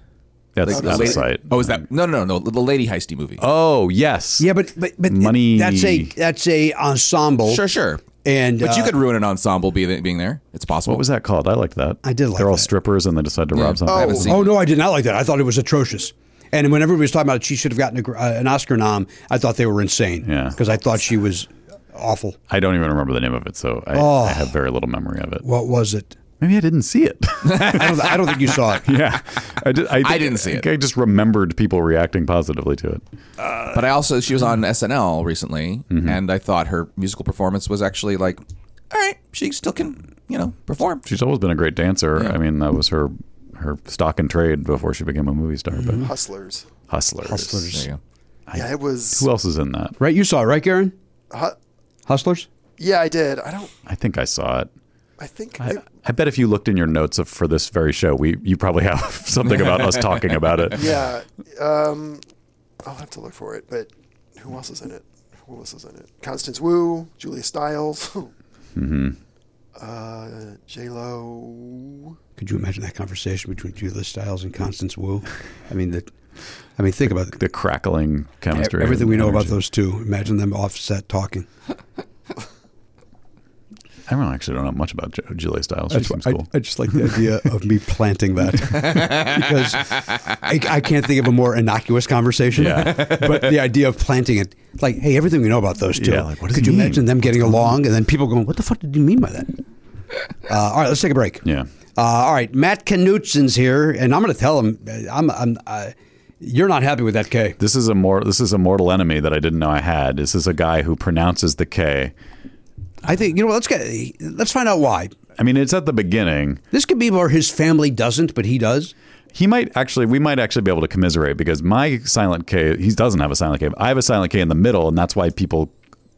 Speaker 1: that's
Speaker 3: Like
Speaker 1: out of
Speaker 3: lady-
Speaker 1: sight.
Speaker 3: Oh, is that no, no, no, no, the lady heisty movie?
Speaker 1: Oh yes,
Speaker 4: Yeah, but but, but
Speaker 1: Money.
Speaker 4: That's a that's a ensemble.
Speaker 3: sure, sure.
Speaker 4: And
Speaker 3: But you
Speaker 4: uh,
Speaker 3: could ruin an ensemble being being there. It's possible.
Speaker 1: What was that called? I liked that.
Speaker 4: I did like
Speaker 1: They're all
Speaker 4: that.
Speaker 1: strippers and they decide to rob something.
Speaker 3: I haven't seen
Speaker 4: Oh
Speaker 3: it.
Speaker 4: no, I did not like that. I thought it was atrocious. And when everybody was talking about it, she should have gotten a, gr- uh, an Oscar nom. I thought they were insane.
Speaker 1: Yeah.
Speaker 4: because I thought she was awful.
Speaker 1: I don't even remember the name of it, so I, I
Speaker 4: Oh.
Speaker 1: have very little memory of it.
Speaker 4: What was it?
Speaker 1: Maybe I didn't see it.
Speaker 4: I don't, I don't think you saw it.
Speaker 1: yeah, I, did, I,
Speaker 3: I didn't see
Speaker 1: think
Speaker 3: it.
Speaker 1: I just remembered people reacting positively to it.
Speaker 3: But I also she was on SNL recently,
Speaker 4: Mm-hmm.
Speaker 3: and I thought her musical performance was actually like, all right, she still can you know perform.
Speaker 1: She's always been a great dancer. I mean, that was her her stock and trade before she became a movie star. But
Speaker 5: Hustlers.
Speaker 1: hustlers.
Speaker 4: Mm-hmm. Hustlers.
Speaker 3: There you go.
Speaker 5: Yeah, it was.
Speaker 1: Who else is in that?
Speaker 4: Right, you saw it, right, Garen?
Speaker 5: Hu-
Speaker 4: Hustlers.
Speaker 5: yeah, I did. I don't.
Speaker 1: I think I saw it.
Speaker 5: I think.
Speaker 1: I,
Speaker 5: I,
Speaker 1: I bet if you looked in your notes of, for this very show, we you probably have something about us talking about it.
Speaker 5: yeah. Um, I'll have to look for it. But who else is in it? Who else is in it? Constance Wu, Julia Stiles,
Speaker 1: Mm-hmm.
Speaker 5: uh, J Lo.
Speaker 4: Could you imagine that conversation between Julia Stiles and Constance Wu? I mean that. I mean, think about
Speaker 1: The crackling chemistry.
Speaker 4: everything we know about
Speaker 1: energy.
Speaker 4: those two. Imagine them offset talking.
Speaker 1: I don't actually don't know much about Ju- Julia Stiles. She seems
Speaker 4: I,
Speaker 1: cool.
Speaker 4: I just like the idea of me planting that because I, I can't think of a more innocuous conversation.
Speaker 1: Yeah.
Speaker 4: but the idea of planting it, like, hey, everything we know about those two.
Speaker 1: Yeah, like, what does
Speaker 4: could
Speaker 1: it
Speaker 4: you
Speaker 1: mean?
Speaker 4: imagine them getting along and then people going, "What the fuck did you mean by that?" Uh, all right, let's take a break.
Speaker 1: Yeah.
Speaker 4: Uh, all right, Matt Knutsen's here, and I'm going to tell him uh, I'm, I'm uh, you're not happy with that K.
Speaker 1: this is a more this is a mortal enemy that I didn't know I had. This is a guy who pronounces the K.
Speaker 4: I think you know. what, Let's get let's find out why.
Speaker 1: I mean, it's at the beginning.
Speaker 4: This could be where his family doesn't, but he does.
Speaker 1: He might actually, we might actually be able to commiserate because my silent K, he doesn't have a silent K. I have a silent K in the middle, and that's why people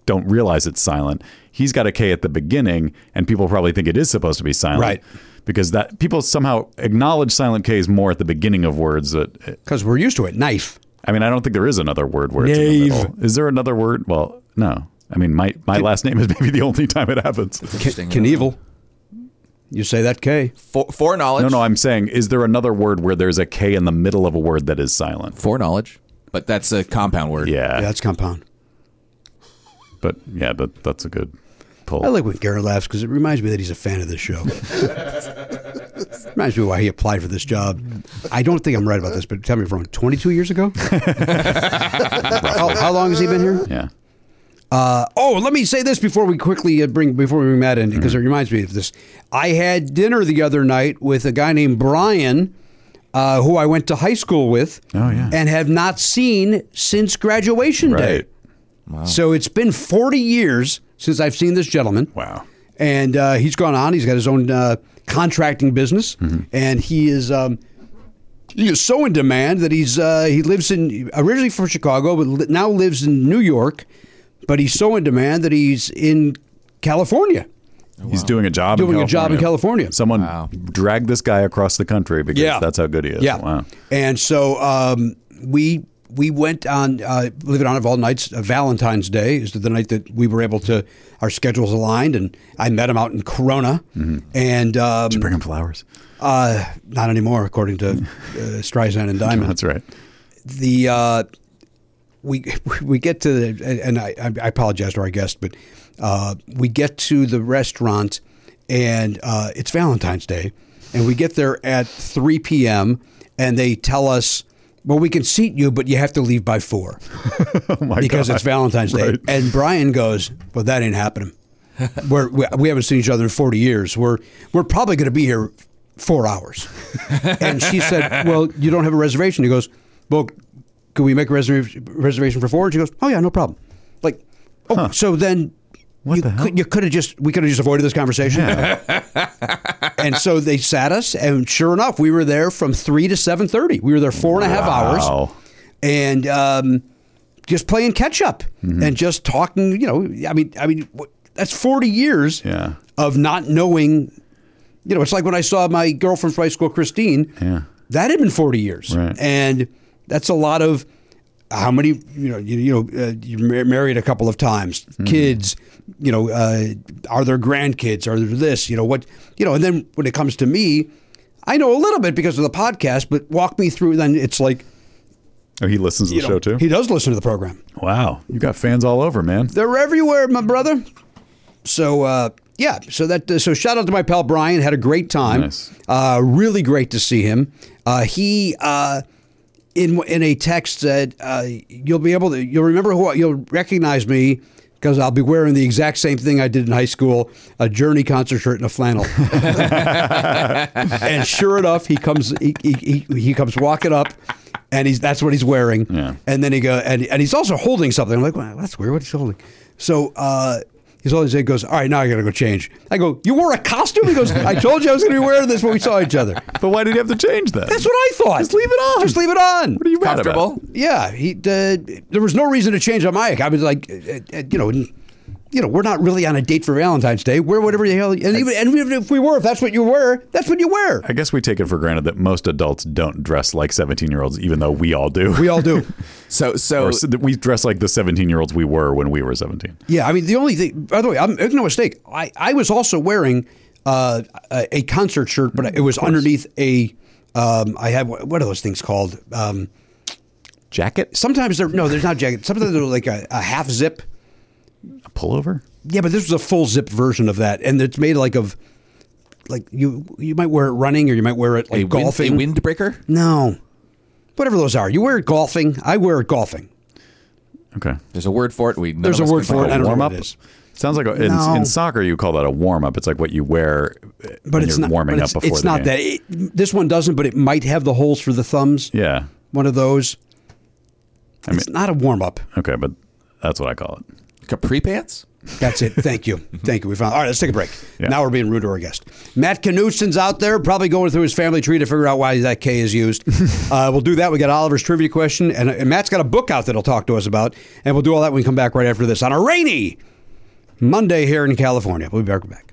Speaker 1: don't realize it's silent. He's got a K at the beginning, and people probably think it is supposed to be silent,
Speaker 4: Right.
Speaker 1: Because that people somehow acknowledge silent K's more at the beginning of words. That
Speaker 4: Because we're used to it. Knife.
Speaker 1: I mean, I don't think there is another word where it's in the
Speaker 4: Knave.
Speaker 1: middle. Is there another word? Well, no. I mean, my my last name is maybe the only time it happens.
Speaker 3: Interesting.
Speaker 4: Knievel. You say that K.
Speaker 3: For, foreknowledge.
Speaker 1: No, no, I'm saying, is there another word where there's a K in the middle of a word that is silent?
Speaker 3: foreknowledge. But that's a compound word.
Speaker 1: Yeah.
Speaker 4: Yeah, that's compound.
Speaker 1: But yeah, but that's a good pull.
Speaker 4: I like when Garrett laughs because it reminds me that he's a fan of this show. reminds me why he applied for this job. I don't think I'm right about this, but tell me if I'm wrong. 22 years ago? how, how long has he been here?
Speaker 1: yeah.
Speaker 4: Oh, let me say this before we quickly uh, bring before we bring Matt in because it reminds me of this. I had dinner the other night with a guy named Brian, uh, who I went to high school with,
Speaker 1: Oh, yeah.
Speaker 4: and have not seen since graduation day.
Speaker 1: Right.
Speaker 4: Oh. So it's been 40 years since I've seen this gentleman.
Speaker 1: Wow.
Speaker 4: And uh, he's gone on. He's got his own uh, contracting business, and he is. Um, he is so in demand that he's uh, he lives in originally from Chicago, but li- now lives in New York. But he's so in demand that he's in California.
Speaker 1: He's doing a job in
Speaker 4: Oh, Doing a job in California.
Speaker 1: Someone dragged this guy across the country because
Speaker 4: Yeah.
Speaker 1: that's how good he is.
Speaker 4: Yeah.
Speaker 1: Wow.
Speaker 4: And so um, we we went on, uh, believe it or not, of all nights, uh, Valentine's Day is the night that we were able to, our schedules aligned, and I met him out in Corona. And um,
Speaker 1: Bring him flowers.
Speaker 4: uh, not anymore, according to uh, Streisand and Diamond.
Speaker 1: That's right.
Speaker 4: the uh, we we get to the and I, I apologize to our guest, but uh, we get to the restaurant and uh, it's Valentine's Day, and we get there at three p.m. and they tell us, well, we can seat you, but you have to leave by four
Speaker 1: Oh my
Speaker 4: because
Speaker 1: God.
Speaker 4: it's Valentine's Day.
Speaker 1: Right.
Speaker 4: And Brian goes, well, that ain't happening. We're, we we haven't seen each other in 40 years. We're we're probably going to be here four hours. and she said, "Well, you don't have a reservation." He goes, "Well, can we make a reserv- reservation for four? And she goes, "Oh yeah, no problem." Like, oh, so then. you,
Speaker 1: the hell?
Speaker 4: Could, you could have just we could have just avoided this conversation, and so they sat us, and sure enough, we were there from three to seven thirty. We were there four and a half hours,
Speaker 1: Wow.
Speaker 4: and um, just playing catch up
Speaker 1: Mm-hmm.
Speaker 4: and just talking. You know, I mean, I mean, wh- that's forty years
Speaker 1: Yeah.
Speaker 4: of not knowing. You know, it's like when I saw my girlfriend from high school, Christine.
Speaker 1: Yeah.
Speaker 4: That had been forty years,
Speaker 1: Right.
Speaker 4: and that's a lot of how many you know you, you know uh, you mar- married a couple of times,
Speaker 1: Mm-hmm.
Speaker 4: kids. You know, uh, are there grandkids? Are there this? You know what? You know, and then when it comes to me, I know a little bit because of the podcast. But walk me through. Then it's like
Speaker 1: Oh, he listens to
Speaker 4: you
Speaker 1: the show
Speaker 4: know,
Speaker 1: too.
Speaker 4: he does listen to the program.
Speaker 1: wow, you got fans all over, man.
Speaker 4: They're everywhere, my brother. So uh, yeah, so that uh, so shout out to my pal Brian. Had a great time.
Speaker 1: Nice.
Speaker 4: Uh, really great to see him. Uh, he uh, in in a text said, uh, "You'll be able to. You'll remember who. I- You'll recognize me." Because I'll be wearing the exact same thing I did in high school, a Journey concert shirt and a flannel. and sure enough, he comes he, he, he, he comes walking up, and he's that's what he's wearing.
Speaker 1: Yeah.
Speaker 4: And then he go and, and he's also holding something. I'm like, wow, that's weird. What he's holding? So uh, he's always he goes, all right, now I gotta go change. I go, you wore a costume? He goes, I told you I was gonna be wearing this when we saw each other.
Speaker 1: But why did he have to change that?
Speaker 4: That's what I thought.
Speaker 1: Just leave it on.
Speaker 4: Just leave it on.
Speaker 1: What are you mad about?
Speaker 3: Comfortable?
Speaker 4: Yeah, he. Uh, there was no reason to change on my account. I was like, uh, uh, you know, n- you know, we're not really on a date for Valentine's Day. We're whatever the hell. And even and even if we were, if that's what you wear, that's what you wear.
Speaker 1: I guess we take it for granted that most adults don't dress like 17 year olds, even though we all do.
Speaker 4: We all do.
Speaker 3: So so
Speaker 1: Or s- that we dress like the 17 year olds we were when we were 17.
Speaker 4: Yeah, I mean the only thing. By the way, I'm make no mistake. I I was also wearing uh, a a concert shirt, but it was underneath a. Um, I had wha- what are those things called? Um,
Speaker 1: Jacket?
Speaker 4: sometimes they're no, there's not jacket. Sometimes they're like a, a half zip.
Speaker 1: A pullover?
Speaker 4: Yeah, but this was a full zip version of that, and it's made like of like you you might wear it running or you might wear it like
Speaker 3: a, wind, a
Speaker 4: golfing.
Speaker 3: windbreaker.
Speaker 4: no, whatever those are. You wear it golfing. I wear it golfing.
Speaker 1: Okay.
Speaker 3: There's a word for it. We none
Speaker 4: There's
Speaker 3: of
Speaker 4: a
Speaker 3: us
Speaker 4: word
Speaker 3: can
Speaker 4: for
Speaker 3: find
Speaker 4: it. I don't know
Speaker 1: warm
Speaker 4: what
Speaker 1: up?
Speaker 4: it is.
Speaker 1: Sounds like a, in,
Speaker 4: No.
Speaker 1: in soccer, you call that a warm up. It's like what you wear uh,
Speaker 4: but
Speaker 1: when
Speaker 4: it's
Speaker 1: you're
Speaker 4: not
Speaker 1: warming
Speaker 4: but
Speaker 1: up
Speaker 4: it's,
Speaker 1: before
Speaker 4: it's
Speaker 1: the
Speaker 4: not
Speaker 1: game.
Speaker 4: that e- it, this one doesn't but it might have the holes for the thumbs
Speaker 1: Yeah.
Speaker 4: one of those it's not a warm-up
Speaker 1: Okay, but that's what I call it.
Speaker 3: Capri pants.
Speaker 4: that's it thank you thank you we found all right let's take a break
Speaker 1: Yeah.
Speaker 4: now we're being rude to our guest matt Knudsen's out there probably going through his family tree to figure out why that k is used uh, we'll do that we got oliver's trivia question and, and matt's got a book out that he'll talk to us about and we'll do all that when we come back right after this on a rainy monday here in california we'll be back back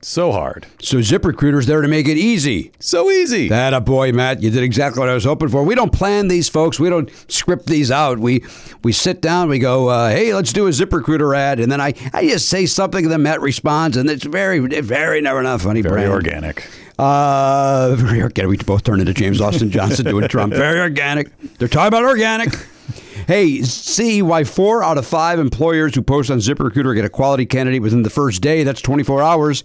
Speaker 1: So hard.
Speaker 4: So ZipRecruiter's there to make it easy.
Speaker 1: So easy.
Speaker 4: That a boy, Matt. You did exactly what I was hoping for. We don't plan these, folks. We don't script these out. We we sit down. We go, uh, hey, let's do a ZipRecruiter ad, and then I, I just say something, and then Matt responds, and it's very very never not funny.
Speaker 1: Very
Speaker 4: brand.
Speaker 1: organic.
Speaker 4: Uh, very organic. We both turned into James Austin Johnson doing Trump. Very organic. They're talking about organic. Hey, see why four out of five employers who post on ZipRecruiter get a quality candidate within the first day. That's 24 hours.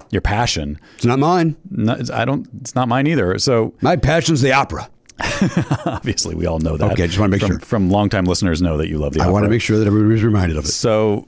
Speaker 1: your passion.
Speaker 4: It's not mine.
Speaker 1: No, it's- I don't. It's not mine either. So
Speaker 4: My passion's the opera.
Speaker 1: obviously, we all know that.
Speaker 4: Okay, just wanna make
Speaker 1: from,
Speaker 4: sure.
Speaker 1: From longtime listeners know that you love the.
Speaker 4: I want to make sure that everybody's reminded of it.
Speaker 1: So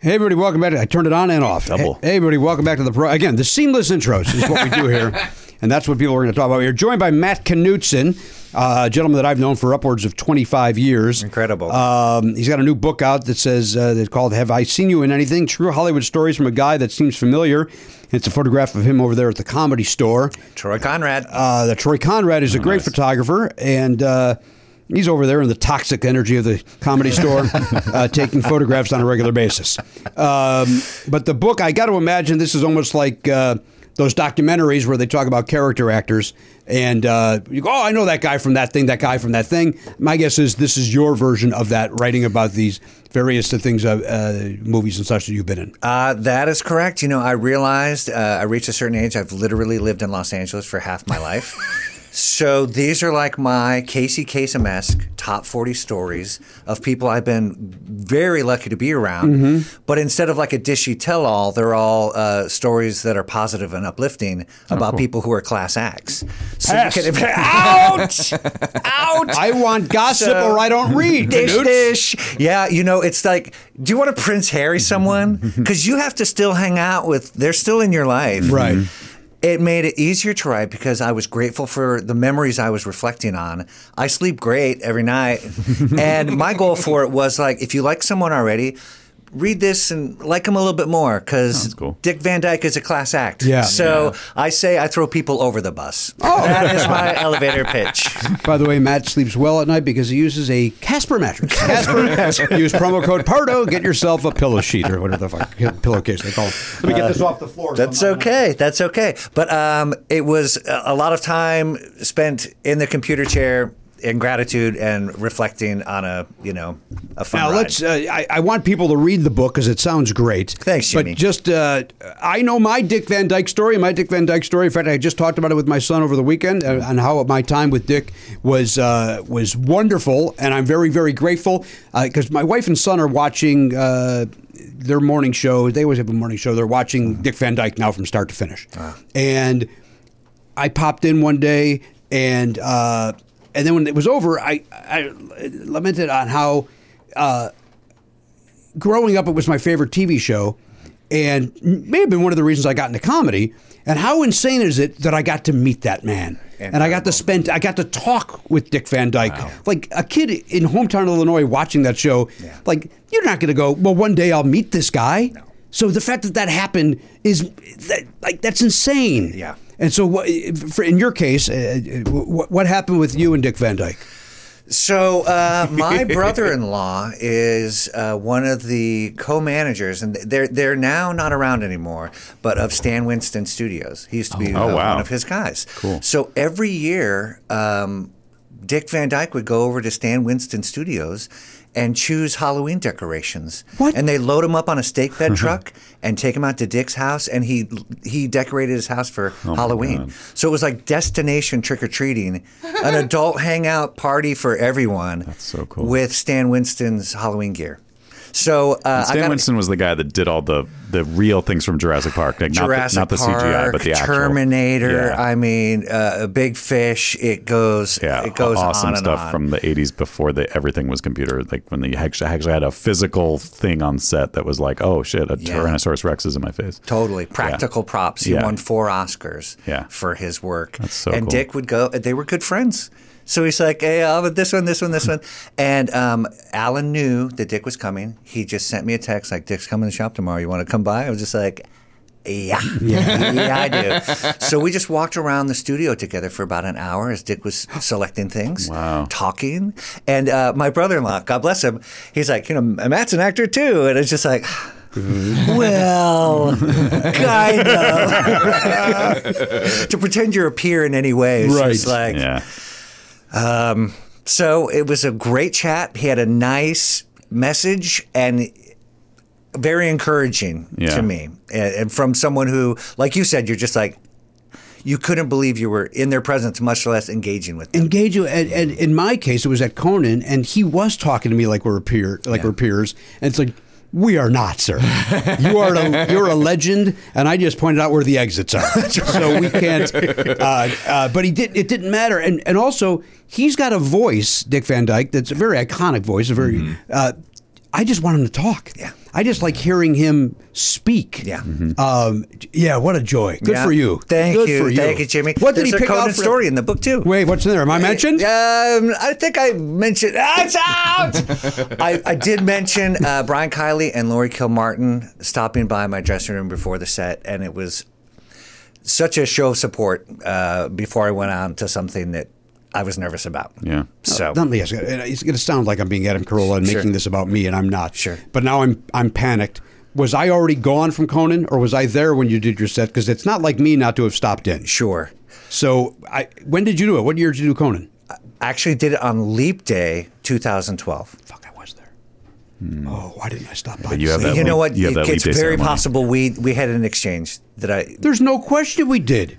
Speaker 4: Hey everybody, welcome back. I turned it on and off.
Speaker 1: Double.
Speaker 4: Hey, hey, everybody, welcome back to the pro. Again, the seamless intros is what we do here, and that's what people are going to talk about. We're joined by Matt Knutson, uh, a gentleman that I've known for upwards of 25 years.
Speaker 7: Incredible.
Speaker 4: Um, he's got a new book out that says uh, that's called "Have I Seen You in Anything?" True Hollywood stories from a guy that seems familiar. It's a photograph of him over there at the comedy store.
Speaker 7: Troy Conrad.
Speaker 4: Uh, the Troy Conrad is a great photographer, and uh, he's over there in the toxic energy of the comedy store, uh, taking photographs on a regular basis. Um, but the book, I got to imagine, this is almost like uh, those documentaries where they talk about character actors, and uh, you go, "Oh, I know that guy from that thing, that guy from that thing." My guess is this is your version of that, writing about these various things, uh, uh, movies and such that you've been in.
Speaker 7: Uh, that is correct. You know, I realized uh, I reached a certain age. I've literally lived in Los Angeles for half my life. so these are like my Casey Kasem-esque top 40 stories of people I've been very lucky to be around. But instead of like a dishy tell-all, they're all uh, stories that are positive and uplifting about people who are class acts. So
Speaker 4: Pass.
Speaker 7: you can, ouch! ouch!
Speaker 4: Uh, I want gossip, or I don't read.
Speaker 7: dish,
Speaker 4: Knut.
Speaker 7: dish. Yeah, you know, it's like, do you want to Prince Harry someone? Because you have to still hang out with, they're still in your life.
Speaker 4: Right.
Speaker 7: It made it easier to write because I was grateful for the memories I was reflecting on. I sleep great every night. and my goal for it was like, if you like someone already, read this and like them a little bit more because
Speaker 1: cool.
Speaker 7: Dick Van Dyke is a class act.
Speaker 4: Yeah.
Speaker 7: So I say I throw people over the bus. Oh. That is my elevator pitch.
Speaker 4: By the way, Matt sleeps well at night because he uses a Casper mattress. Casper. use promo code Pardo. Get yourself a pillow sheet or whatever the fuck pillowcase they call it. Let me get this off the floor.
Speaker 7: That's okay. That's okay. But um, it was a a lot of time spent in the computer chair in gratitude and reflecting on a you know a fun
Speaker 4: Now
Speaker 7: ride.
Speaker 4: let's. Uh, I, I want people to read the book because it sounds great.
Speaker 7: Thanks, Jimmy.
Speaker 4: But just, uh, I know my Dick Van Dyke story. My Dick Van Dyke story. In fact, I just talked about it with my son over the weekend uh, on how my time with Dick was uh, was wonderful, and I'm very very grateful because my wife and son are watching. Uh, their morning show. They always have a morning show. They're watching
Speaker 7: Uh-huh.
Speaker 4: Dick Van Dyke now from start to finish, and I popped in one day, and uh, and then when it was over, I, I lamented on how uh, growing up it was my favorite TV show, and may have been one of the reasons I got into comedy. And how insane is it that I got to meet that man? And, I got to spend, I got to talk with Dick Van Dyke, like a kid in hometown Illinois watching that show. Like you're not going to go, well, one day I'll meet this guy. So the fact that that happened is that, like that's insane.
Speaker 7: Yeah.
Speaker 4: And so, what, for, in your case, uh, what, what happened with you and Dick Van Dyke?
Speaker 7: So uh, my brother-in-law is uh, one of the co-managers, and they're they're now not around anymore, but of Stan Winston Studios. He used to be
Speaker 1: Oh,
Speaker 7: uh,
Speaker 1: wow.
Speaker 7: one of his guys. Cool. So every year, um, Dick Van Dyke would go over to Stan Winston Studios and choose Halloween decorations.
Speaker 4: What?
Speaker 7: And they load him up on a stake bed
Speaker 1: Mm-hmm.
Speaker 7: truck and take him out to Dick's house, and he he decorated his house for
Speaker 1: Oh
Speaker 7: Halloween. So it was like destination trick or treating, an adult hangout party for everyone. That's
Speaker 1: so cool.
Speaker 7: With Stan Winston's Halloween gear. So uh, I
Speaker 1: Stan
Speaker 7: got
Speaker 1: Winston was the guy that did all the the real things from Jurassic Park, like
Speaker 7: Jurassic
Speaker 1: not, the, not the
Speaker 7: Park,
Speaker 1: CGI, but the actual
Speaker 7: Terminator.
Speaker 1: Yeah.
Speaker 7: I mean, uh, a Big Fish. It goes.
Speaker 1: yeah,
Speaker 7: it goes
Speaker 1: awesome
Speaker 7: on and
Speaker 1: stuff
Speaker 7: on.
Speaker 1: from the '80s before the, everything was computer. Like when they actually, actually had a physical thing on set that was like, "Oh shit, a
Speaker 7: Yeah.
Speaker 1: Tyrannosaurus Rex is in my face."
Speaker 7: Totally practical props. He
Speaker 1: Yeah.
Speaker 7: won four Oscars
Speaker 1: Yeah.
Speaker 7: for his work. That's
Speaker 1: so
Speaker 7: And
Speaker 1: cool.
Speaker 7: Dick would go. They were good friends. So he's like, "Hey, I'll have this one, this one, this one." And um, Alan knew that Dick was coming. He just sent me a text like, "Dick's coming to the shop tomorrow. You want to come by?" I was just like. Yeah. yeah, I do. So we just walked around the studio together for about an hour as Dick was selecting things, wow. talking, and uh, my brother-in-law, God bless him, he's like, you know, Matt's an actor too, and it's just like, well, kind of. to pretend you're a peer in any way, is just like
Speaker 1: yeah,
Speaker 7: so. It was a great chat. He had a nice message and very encouraging
Speaker 1: Yeah.
Speaker 7: to me, and, and from someone who, like you said, you're just like. You couldn't believe you were in their presence, much less engaging with them.
Speaker 4: engage you. And, and in my case, it was at Conan, and he was talking to me like we're peer, like we're peers, and it's like. We are not, sir. You are a, you're a legend, and I just pointed out where the exits are, so we can't. Uh, uh, but he did. It didn't matter, and and also he's got a voice, Dick Van Dyke, that's a very iconic voice. A very. Uh, I just want him to talk.
Speaker 7: Mm-hmm. Yeah.
Speaker 4: I just like hearing him speak.
Speaker 7: Yeah.
Speaker 4: Um, yeah. What a joy. Good
Speaker 7: Yeah.
Speaker 4: for you.
Speaker 7: Thank
Speaker 4: Good
Speaker 7: you.
Speaker 4: for
Speaker 7: Thank you, Jimmy.
Speaker 4: What did
Speaker 7: There's
Speaker 4: he
Speaker 7: a
Speaker 4: pick
Speaker 7: Conan
Speaker 4: out? for-
Speaker 7: story in the book too?
Speaker 4: Wait, what's in there? Am I mentioned?
Speaker 7: Um, I think I mentioned. Ah, it's out. I, I did mention uh, Brian Kiley and Lori Kilmartin stopping by my dressing room before the set, and it was such a show of support uh, before I went on to something that I was nervous about.
Speaker 1: yeah.
Speaker 7: So
Speaker 4: Not me. It's gonna- It's going to sound like I'm being Adam Carolla and making this about me, and I'm not.
Speaker 7: Sure.
Speaker 4: But now I'm I'm panicked. Was I already gone from Conan, or was I there when you did your set? Because it's not like me not to have stopped in.
Speaker 7: sure,
Speaker 4: So, I when did you do it? What year did you do Conan?
Speaker 1: Um,
Speaker 7: I actually did it on Leap Day 2012.
Speaker 4: Fuck, I was there. Oh, why didn't I stop by?
Speaker 1: you
Speaker 4: to
Speaker 1: have
Speaker 4: say
Speaker 1: that
Speaker 4: that?
Speaker 7: You know what?
Speaker 1: you have that
Speaker 7: it's
Speaker 1: Leap Day
Speaker 7: very
Speaker 1: ceremony.
Speaker 7: possible we we had an exchange that I
Speaker 4: There's no question we did.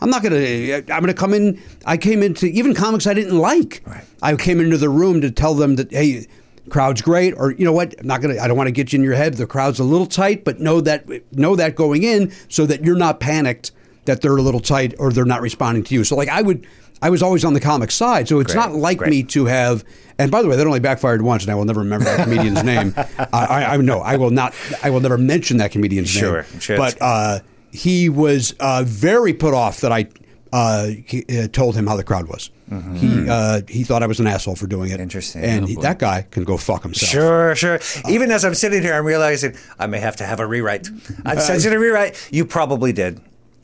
Speaker 4: I'm not gonna. I'm gonna come in. I came into even comics I didn't like.
Speaker 7: Right.
Speaker 4: I came into the room to tell them that hey, crowd's great, or you know what? I'm not gonna. I don't want to get you in your head. The crowd's a little tight, but know that know that going in, so that you're not panicked that they're a little tight or they're not responding to you. So like I would, I was always on the comic side. So it's
Speaker 7: Great,
Speaker 4: not like
Speaker 7: great.
Speaker 4: me to have. And by the way, that only backfired once, and I will never remember that comedian's name. I, I, I no, I will not. I will never mention that comedian's name.
Speaker 7: Sure, sure.
Speaker 4: But uh, he was uh, very put off that I uh, he- uh, told him how the crowd was. He uh, he thought I was an asshole for doing it.
Speaker 7: Mm-hmm. Interesting. Oh,
Speaker 4: And he- that guy can go fuck himself.
Speaker 7: Sure, sure.
Speaker 4: Uh,
Speaker 7: Even as I'm sitting here, I'm realizing I may have to have a rewrite.
Speaker 4: Uh,
Speaker 7: I said a rewrite. You probably did,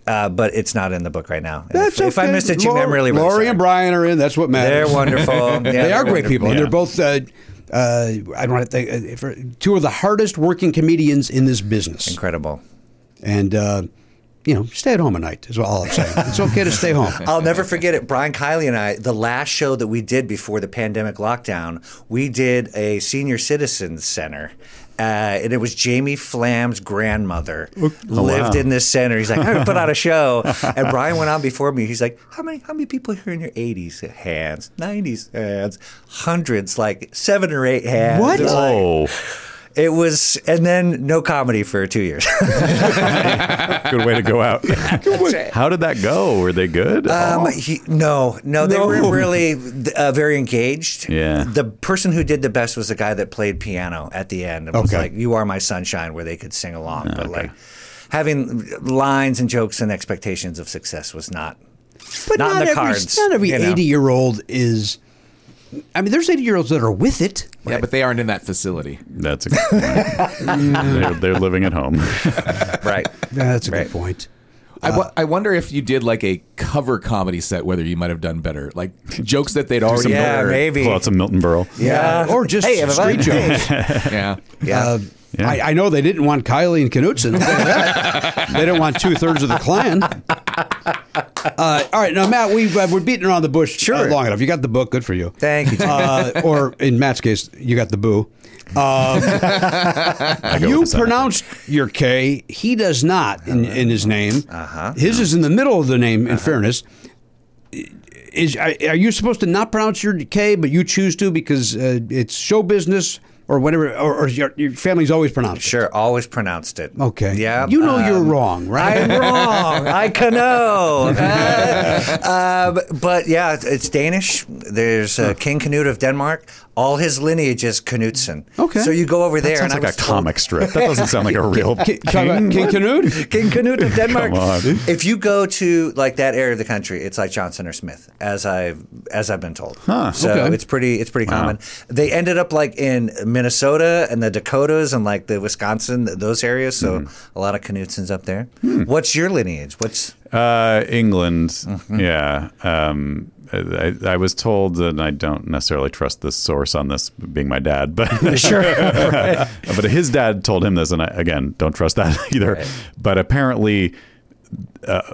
Speaker 7: uh, but it's not in the book right now. And
Speaker 4: That's
Speaker 7: if, if I
Speaker 4: okay.
Speaker 7: missed it, Jimmy, I'm
Speaker 4: Lor-
Speaker 7: really, really
Speaker 4: Laurie
Speaker 7: sorry.
Speaker 4: and Brian are in. That's what matters.
Speaker 7: They're wonderful. Yeah,
Speaker 4: they
Speaker 7: they're
Speaker 4: are great
Speaker 7: wonderful.
Speaker 4: people, and
Speaker 1: Yeah.
Speaker 4: they're both. Uh, uh, I don't know, they, uh, for- two of the hardest working comedians in this business,
Speaker 7: Incredible.
Speaker 4: and uh, you know, stay at home at night is all I'm saying. it's okay to stay home.
Speaker 7: I'll never forget it. Brian Kiley and I, the last show that we did before the pandemic lockdown, we did a senior citizens center. Uh, and it was Jamie Flamm's grandmother lived
Speaker 1: wow.
Speaker 7: in this center. He's like, I'm gonna put on a show. And Brian went on before me. He's like, How many how many people here in your eighties? Hands, nineties hands, hundreds, like seven or eight hands.
Speaker 4: What?
Speaker 7: It was like-
Speaker 1: Oh,
Speaker 7: It was, and then no comedy for two years.
Speaker 6: Good way to go out. How did that go? Were they good?
Speaker 1: Oh,
Speaker 4: Oh.
Speaker 7: Um, he, no, no, they were really uh, very engaged.
Speaker 6: Yeah.
Speaker 7: The person who did the best was the guy that played piano at the end. It was
Speaker 4: Okay. Oh,
Speaker 7: like, You Are My Sunshine, where they could sing along. But like having lines and jokes and expectations of success was not.
Speaker 4: But
Speaker 7: Not in the
Speaker 4: every,
Speaker 7: cards,
Speaker 4: Not every
Speaker 7: you know.
Speaker 4: eighty-year-old is. I mean, there's eighty-year-olds that are with it.
Speaker 3: Yeah, but they aren't in that facility.
Speaker 6: That's a good point. they're, they're living at home.
Speaker 7: Right.
Speaker 4: That's a good point.
Speaker 3: I,
Speaker 4: Uh,
Speaker 3: wo- I wonder if you did like a cover comedy set, whether you might have done better, like jokes that they'd already
Speaker 7: yeah,
Speaker 3: heard.
Speaker 7: maybe.
Speaker 6: Pull out some Milton Berle.
Speaker 7: Yeah.
Speaker 4: Or just
Speaker 7: Hey, everybody.
Speaker 4: street jokes.
Speaker 3: Yeah,
Speaker 7: Yeah.
Speaker 4: Uh,
Speaker 6: Yeah.
Speaker 4: I, I know they didn't want Kylie and Knutson. Look at that. they didn't want two thirds of the clan. Uh, all right, now Matt, we've uh, we're beating around the bush uh,
Speaker 7: Sure.
Speaker 4: long enough. You got the book, good for you.
Speaker 7: Thank you, Jim.
Speaker 4: Uh, or in Matt's case, you got the boo. Um, you
Speaker 6: go with the second.
Speaker 4: pronounced your K. He does not in, in his name. Uh-huh. His is in the middle of the name. In fairness, is are are you supposed to not pronounce your K, but you choose to because uh, it's show business or whatever, or, or your, your family's always pronounced. it?
Speaker 7: Sure, always pronounced it.
Speaker 4: Okay.
Speaker 7: Yeah.
Speaker 4: You know you're
Speaker 7: um,
Speaker 4: wrong, right?
Speaker 7: I'm wrong. I can know. Uh, um, but yeah, it's- it's Danish. There's uh, King Canute of Denmark. All his lineage is Knudsen.
Speaker 4: Okay.
Speaker 7: So you go over there.
Speaker 6: Sounds
Speaker 7: and I
Speaker 6: like a
Speaker 7: was told-
Speaker 6: comic strip. That doesn't sound like a real
Speaker 4: Ki- King,
Speaker 6: king.
Speaker 4: King Canute?
Speaker 7: King Canute of Denmark.
Speaker 6: Come on.
Speaker 7: If you go to like that area of the country, it's like Johnson or Smith, as I've as I've been told. So
Speaker 4: okay.
Speaker 7: it's pretty it's pretty common. They ended up like in Minnesota and the Dakotas and like the Wisconsin those areas. So
Speaker 6: Hmm.
Speaker 7: a lot of Knutsons up there. What's your lineage? What's
Speaker 6: Uh, England. Yeah. Um, I, I was told, and I don't necessarily trust this source on this being my dad, but sure. but his dad told him this, and I, again, don't trust that either. But apparently,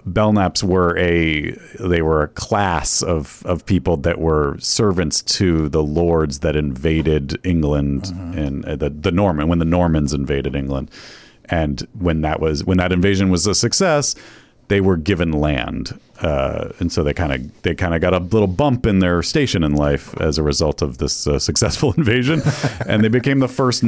Speaker 6: Belknaps were a they were a class of of people that were servants to the lords that invaded England and uh, the the Norman when the Normans invaded England, and when that was when that invasion was a success, they were given land, uh, and so they kind of they kind of got a little bump in their station in life as a result of this uh, successful invasion, and they became the first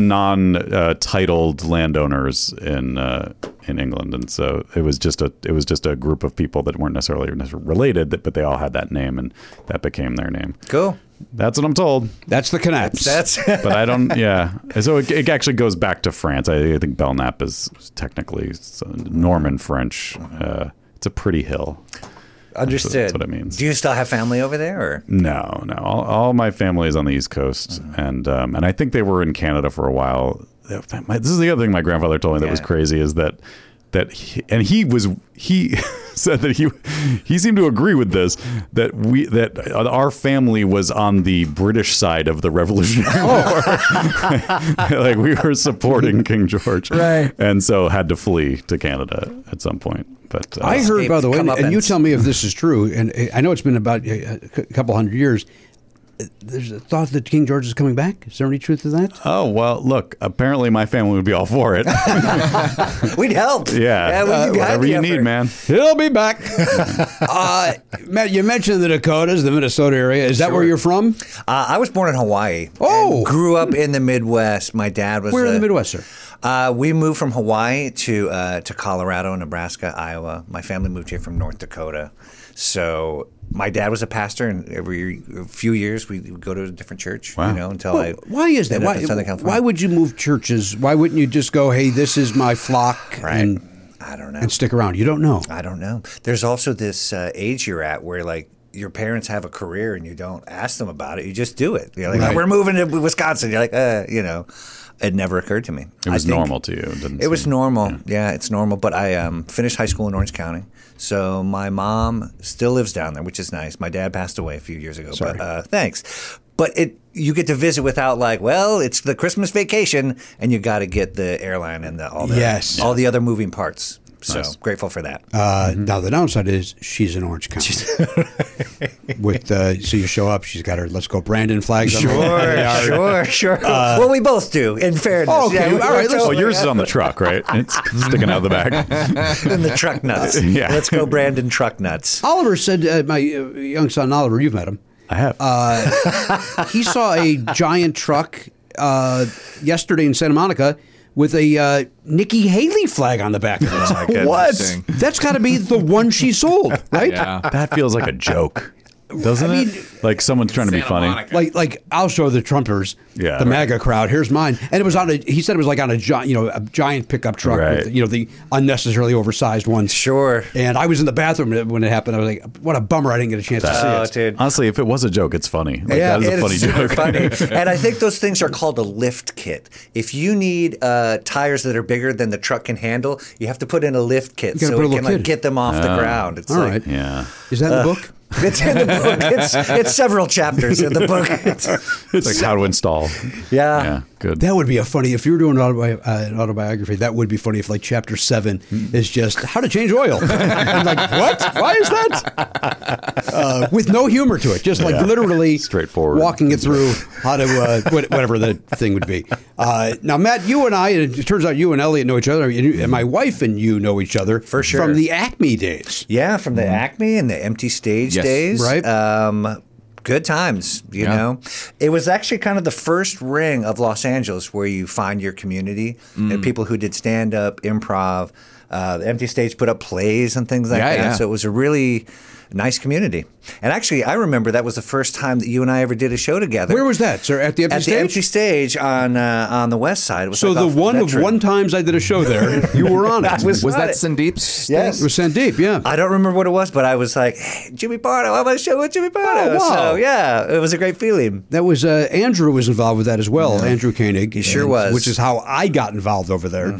Speaker 6: non-titled landowners in uh, in England, and so it was just a it was just a group of people that weren't necessarily related, that, but they all had that name, and that became their name.
Speaker 7: go?
Speaker 6: That's what I'm told,
Speaker 4: That's the Knaps.
Speaker 7: That's
Speaker 6: but I don't. yeah, so it, it actually goes back to France. I, I think Belknap is technically Norman French. Uh, it's a pretty hill.
Speaker 7: understood.
Speaker 6: That's what it means.
Speaker 7: Do you still have family over there? Or?
Speaker 6: No, no. All, all my family is on the East Coast,
Speaker 7: Mm-hmm.
Speaker 6: and um, and I think they were in Canada for a while. My- This is the other thing my grandfather told me that was
Speaker 7: Yeah.
Speaker 6: crazy is that that he, and he was he said that he he seemed to agree with this that we that our family was on the British side of the Revolutionary War, like we were supporting King George,
Speaker 7: Oh. Right.
Speaker 6: And so had to flee to Canada at some point. But uh,
Speaker 4: I heard, by the way, and,
Speaker 7: Escaped
Speaker 4: you
Speaker 7: comeuppance.
Speaker 4: tell me if this is true, and uh, I know it's been about uh, a cou- couple hundred years. uh, There's a thought that King George is coming back. Is there any truth to that?
Speaker 6: oh well, look. Apparently, my family would be all for it.
Speaker 7: We'd help.
Speaker 6: Yeah.
Speaker 7: we'd
Speaker 6: Uh,
Speaker 7: be
Speaker 6: whatever
Speaker 7: happy
Speaker 6: you need,
Speaker 7: effort.
Speaker 6: man.
Speaker 4: He'll be back. uh, Matt, you mentioned the Dakotas, the Minnesota area. Is that where you're from?
Speaker 7: Uh, I was born in Hawaii.
Speaker 4: Oh.
Speaker 7: and grew up in the Midwest. My dad was.
Speaker 4: Where in
Speaker 7: a-
Speaker 4: the Midwest, sir?
Speaker 7: Uh, we moved from Hawaii to uh, to Colorado, Nebraska, Iowa. My family moved here from North Dakota. So my dad was a pastor, and every few years we would go to a different church. You know, until I.
Speaker 4: Well, why is that?
Speaker 7: ended up
Speaker 4: Why,
Speaker 7: in Southern California.
Speaker 4: why would you move churches? Why wouldn't you just go, hey, this is my flock,
Speaker 7: Right.
Speaker 4: and,
Speaker 7: I don't know.
Speaker 4: and stick around? You don't know.
Speaker 7: I don't know. There's also this uh, age you're at where like your parents have a career and you don't ask them about it. You just do it. You're like,
Speaker 4: Right.
Speaker 7: we're moving to Wisconsin. You're like, uh, you know, it never occurred to me.
Speaker 6: It
Speaker 7: I
Speaker 6: was
Speaker 7: think-
Speaker 6: normal to you. It, didn't
Speaker 7: It was
Speaker 6: seem-
Speaker 7: normal. Yeah. it's normal. But I um, finished high school in Orange County. So my mom still lives down there, which is nice. My dad passed away a few years ago. But uh, thanks. But it you get to visit without like, well, it's the Christmas vacation and you got to get the airline and the, all the
Speaker 4: Yes.
Speaker 7: all the other moving parts. So grateful for that.
Speaker 4: Uh, Now the downside is she's in Orange County. With uh, so you show up, she's got her "Let's Go Brandon" flags. on her- There they
Speaker 7: Sure,
Speaker 4: are.
Speaker 7: sure, sure. well, we both do, in fairness.
Speaker 4: Okay,
Speaker 7: we-
Speaker 4: all
Speaker 7: we're
Speaker 4: right, let's-
Speaker 6: Oh,
Speaker 7: totally-
Speaker 6: yours is on the truck, right? It's sticking out the back.
Speaker 7: in the truck nuts.
Speaker 6: Yeah.
Speaker 7: Let's go, Brandon. Truck nuts.
Speaker 4: Oliver said, uh, "My uh, young son Oliver, you've met him.
Speaker 6: I have.
Speaker 4: He saw a giant truck uh, yesterday in Santa Monica with a uh, Nikki Haley flag on the back of it.
Speaker 1: Oh my goodness.
Speaker 3: What?
Speaker 4: That's got to be the one she sold, right?
Speaker 1: That feels like a joke, doesn't it? Like someone's trying to be
Speaker 3: Santa
Speaker 1: funny.
Speaker 3: Monica.
Speaker 4: Like, like I'll show the Trumpers,
Speaker 1: Yeah,
Speaker 4: the
Speaker 1: right.
Speaker 4: MAGA crowd. Here's mine, and it was on a. He said it was like on a giant, you know, a giant pickup truck,
Speaker 1: Right.
Speaker 4: with, you know, the unnecessarily oversized ones.
Speaker 7: Sure.
Speaker 4: And I was in the bathroom when it happened. I was like, "What a bummer! I didn't get a chance to see
Speaker 7: Oh,
Speaker 4: it."
Speaker 7: dude.
Speaker 1: Honestly, if it was a joke, it's funny. Like, that is a
Speaker 7: it
Speaker 1: funny
Speaker 7: super
Speaker 1: joke.
Speaker 7: funny. and I think those things are called a lift kit. If you need uh, tires that are bigger than the truck can handle, you have to put in a lift kit
Speaker 4: gotta
Speaker 7: so
Speaker 4: put a
Speaker 7: it
Speaker 4: little
Speaker 7: can like
Speaker 4: kit.
Speaker 7: get them off the ground. It's
Speaker 4: All
Speaker 7: like,
Speaker 4: right.
Speaker 1: yeah.
Speaker 4: Is that in the book?
Speaker 7: It's in the book. It's, it's several chapters in the book. It's-
Speaker 1: It's like how to install.
Speaker 7: yeah.
Speaker 1: Yeah. Good.
Speaker 4: That would be a funny if you were doing an, autobi- uh, an autobiography. That would be funny if like chapter seven is just how to change oil. I'm like, what? Why is that? Uh, with no humor to it, just like literally
Speaker 1: Straightforward.
Speaker 4: walking it through how to uh, what, whatever the thing would be. Uh, now, Matt, you and I, and it turns out you and Elliot know each other, and you- and my wife and you know each other for
Speaker 7: sure.
Speaker 4: from the Acme days.
Speaker 7: Yeah, from the
Speaker 4: Mm-hmm.
Speaker 7: Acme and the empty stage
Speaker 3: Yes.
Speaker 7: days.
Speaker 4: Right.
Speaker 7: Um, good times, you know? It was actually kind of the first ring of Los Angeles where you find your community
Speaker 4: Mm.
Speaker 7: and people who did stand up, improv. Uh, the empty stage put up plays and things like
Speaker 3: Yeah,
Speaker 7: that.
Speaker 3: yeah.
Speaker 7: So it was a really nice community. And actually, I remember that was the first time that you and I ever did a show together.
Speaker 4: Where was that, sir? At the empty
Speaker 7: At the
Speaker 4: stage.
Speaker 7: empty stage on uh, on the west side. It was
Speaker 4: so
Speaker 7: like
Speaker 4: the
Speaker 7: off
Speaker 4: one of
Speaker 7: Veteran.
Speaker 4: one times I did a show there, you were on it.
Speaker 3: Was
Speaker 7: not
Speaker 3: that
Speaker 7: it.
Speaker 3: Sandeep's?
Speaker 4: it was Sandeep, yeah.
Speaker 7: I don't remember what it was, but I was like, hey, Jimmy Pardo, I want to show with Jimmy Pardo.
Speaker 4: Oh, wow.
Speaker 7: So yeah, it was a great feeling.
Speaker 4: That was uh, Andrew was involved with that as well. Andrew Koenig, he
Speaker 7: sure was.
Speaker 4: which is how I got involved over there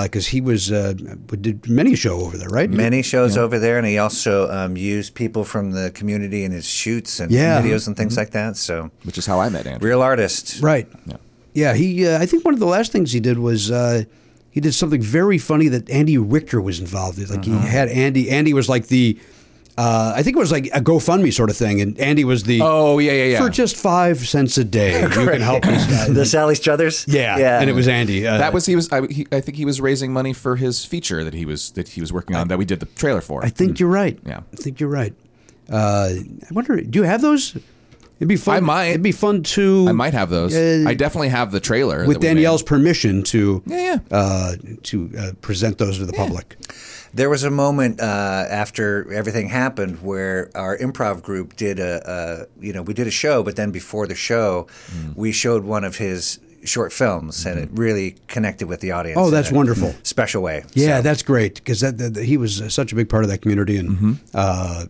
Speaker 4: because he was uh, did many a show over there, right?
Speaker 7: Many shows over there, and he also um, used people from the community in his shoots and
Speaker 4: Yeah. Mm-hmm.
Speaker 7: videos and things like that. So
Speaker 3: Which is how I met Andrew.
Speaker 7: real artist.
Speaker 4: right. Yeah, he. Uh, I think one of the last things he did was. Uh, he did something very funny that Andy Richter was involved in. Like he had Andy. Andy was like the, uh, I think it was like a GoFundMe sort of thing, and Andy was the.
Speaker 3: Oh, yeah, yeah, yeah.
Speaker 4: For just five cents a day, you can help this guy.
Speaker 7: The Sally Struthers.
Speaker 4: yeah. and it was Andy. Uh,
Speaker 3: That was he was. I, he, I think he was raising money for his feature that he was that he was working on that we did the trailer for.
Speaker 4: I think you're right.
Speaker 3: Mm. Yeah.
Speaker 4: I think you're right. Uh, I wonder, do you have those? It'd be fun.
Speaker 3: I might.
Speaker 4: It'd be fun to.
Speaker 3: I might have those.
Speaker 4: Uh,
Speaker 3: I definitely have the trailer
Speaker 4: with
Speaker 3: that we made.
Speaker 4: Danielle's permission to.
Speaker 3: Yeah, yeah.
Speaker 4: Uh, to uh, present those to the public.
Speaker 7: There was a moment uh, after everything happened where our improv group did a, a, you know, we did a show, but then before the show,
Speaker 4: Mm.
Speaker 7: we showed one of his short films, and it really connected with the audience.
Speaker 4: Mm-hmm. Oh,
Speaker 7: in
Speaker 4: that's
Speaker 7: a
Speaker 4: wonderful.
Speaker 7: Special way.
Speaker 4: Yeah,
Speaker 7: So-
Speaker 4: that's great because that, that, that- he was uh, such a big part of that community and.
Speaker 3: Mm-hmm.
Speaker 4: Uh,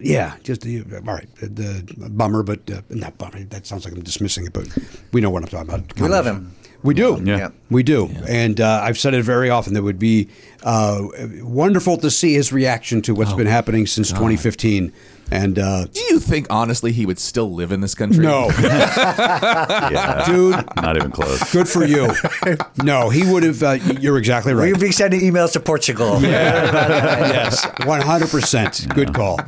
Speaker 4: yeah, just uh, all right. The, the bummer, but uh, not bummer. That sounds like I'm dismissing it, but we know what I'm talking about.
Speaker 7: we love him.
Speaker 4: We do.
Speaker 1: Yeah.
Speaker 7: Yeah.
Speaker 4: We do. And uh, I've said it very often. That it would be uh, wonderful to see his reaction to
Speaker 1: Oh,
Speaker 4: what's been happening since 2015. And uh,
Speaker 3: Do you think honestly he would still live in this country?
Speaker 4: no,
Speaker 1: Yeah.
Speaker 4: dude,
Speaker 1: Not even close.
Speaker 4: good for you. No, he would have. Uh, you're exactly right.
Speaker 7: We've been sending emails to Portugal.
Speaker 4: yes, 100%. Good call.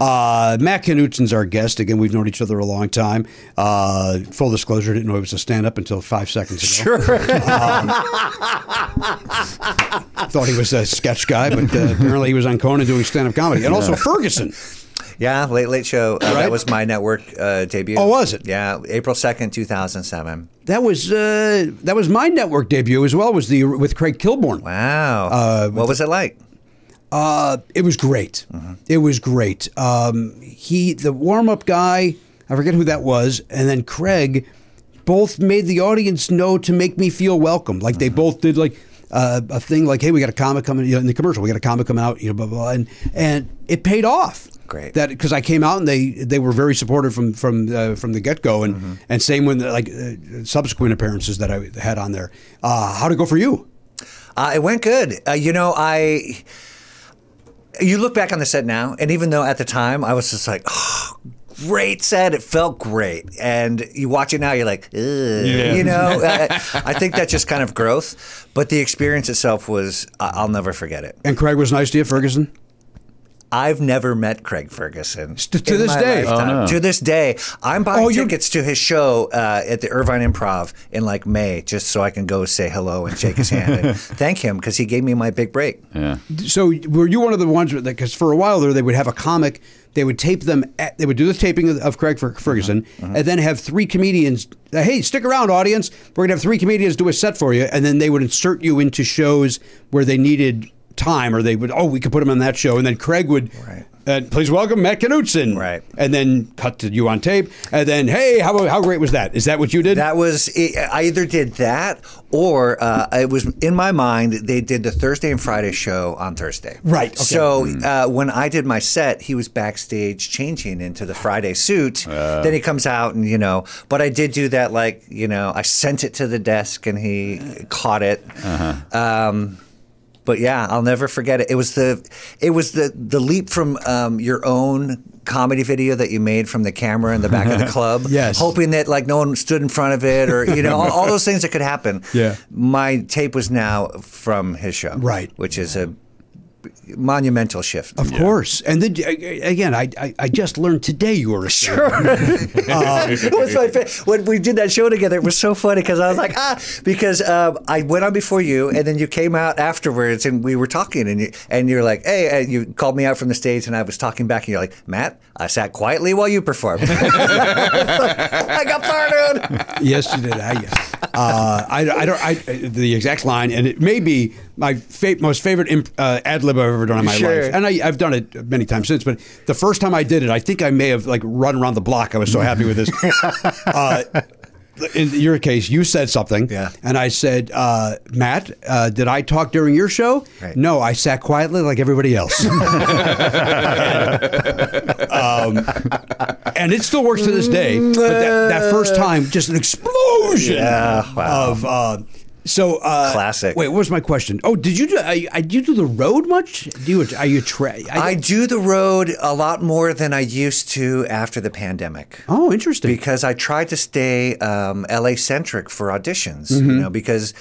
Speaker 4: Uh, Matt Knutsen's our guest. Again, we've known each other a long time. Uh, full disclosure, didn't know he was a stand up until five seconds ago. Um,
Speaker 7: Sure.
Speaker 4: Thought he was a sketch guy, but uh, apparently he was on Conan doing stand up comedy. And also Ferguson.
Speaker 7: Yeah, Late Late Show. Uh,
Speaker 4: Right?
Speaker 7: That was my network uh, debut.
Speaker 4: Oh, was it?
Speaker 7: Yeah, April second, two thousand seven.
Speaker 4: That was uh, that was my network debut as well. Was the with Craig Kilborn.
Speaker 7: Wow. what was it like?
Speaker 4: Uh, it was great. It was great. Um, he the warm up guy. I forget who that was, and then Craig, both made the audience know to make me feel welcome. Like they both did like uh, a thing like, "Hey, we got a comic coming you know, in the commercial. We got a comic coming out." You know, blah blah, blah. and and it paid off.
Speaker 7: Great.
Speaker 4: That because I came out and they they were very supportive from from uh, from the get go, and and same when the, like uh, subsequent appearances that I had on there. Uh, How'd it go for you?
Speaker 7: Uh, it went good. Uh, you know, I. You look back on the set now, and even though at the time I was just like, oh, great set, it felt great. And you watch it now, you're like, Ugh. you know, uh, I think that's just kind of growth. But the experience itself was, I- I'll never forget it.
Speaker 4: And Craig was nice to you, Ferguson.
Speaker 7: I've never met Craig Ferguson
Speaker 4: to
Speaker 7: in
Speaker 4: this
Speaker 7: my
Speaker 4: day.
Speaker 7: lifetime. To this day, I'm buying
Speaker 4: Oh, you're-
Speaker 7: tickets to his show uh, at the Irvine Improv in like May, just so I can go say hello and shake his hand and thank him because he gave me my big break.
Speaker 4: So were you one of the ones because for a while there they would have a comic, they would tape them, at, they would do the taping of, of Craig Fer- Ferguson,
Speaker 7: Uh-huh,
Speaker 4: and then have three comedians. uh, Hey, stick around, audience. We're gonna have three comedians do a set for you, and then they would insert you into shows where they needed time, or they would oh we could put him on that show, and then Craig would.
Speaker 7: Right.
Speaker 4: Uh, please welcome Matt Knutson.
Speaker 7: Right.
Speaker 4: And then cut to you on tape. And then, hey, how, how great was that? Is that what you did?
Speaker 7: That was I either did that or uh, it was in my mind they did the Thursday and Friday show on Thursday.
Speaker 4: Right, okay. Hmm.
Speaker 7: So uh, when I did my set, he was backstage changing into the Friday suit. then he comes out and you know, but I did do that like you know I sent it to the desk and he caught it.
Speaker 4: Uh-huh.
Speaker 7: Um, but yeah, I'll never forget it. It was the it was the the leap from um, your own comedy video that you made from the camera in the back of the club,
Speaker 4: Yes.
Speaker 7: hoping that like no one stood in front of it or you know all, all those things that could happen.
Speaker 4: Yeah.
Speaker 7: my tape was now from his show,
Speaker 4: Right.
Speaker 7: which is a monumental shift.
Speaker 4: Of course. And then a- a- again, I, I, I just learned today you were a sure.
Speaker 7: It was my fa- when we did that show together, it was so funny because I was like, ah, because um, I went on before you, and then you came out afterwards, and we were talking, and you and you're like, hey, and you called me out from the stage, and I was talking back, and you're like, Matt, I sat quietly while you performed. I got pardoned.
Speaker 4: yes, you did. I, uh, I, I don't. I, the exact line, and it may be my fa- most favorite imp- uh, ad lib I've ever done in my
Speaker 7: Sure.
Speaker 4: life, and I, I've done it many times since. But the first time I did it, I think I may have like run around the block. I was so happy with this. uh, in your case, you said something,
Speaker 7: Yeah.
Speaker 4: and I said, uh, "Matt, uh, did I talk during your show?
Speaker 7: Right.
Speaker 4: No, I sat quietly like everybody else." um, and it still works to this day. But that, that first time, just an explosion
Speaker 7: Yeah, wow.
Speaker 4: of. Uh, so uh,
Speaker 7: Classic.
Speaker 4: Wait, what was my question? Oh, did you do? I, I did you do the road much? Do you? Are you tra-
Speaker 7: I do the road a lot more than I used to after the pandemic.
Speaker 4: oh, interesting.
Speaker 7: because I tried to stay um, LA centric for auditions, you know, because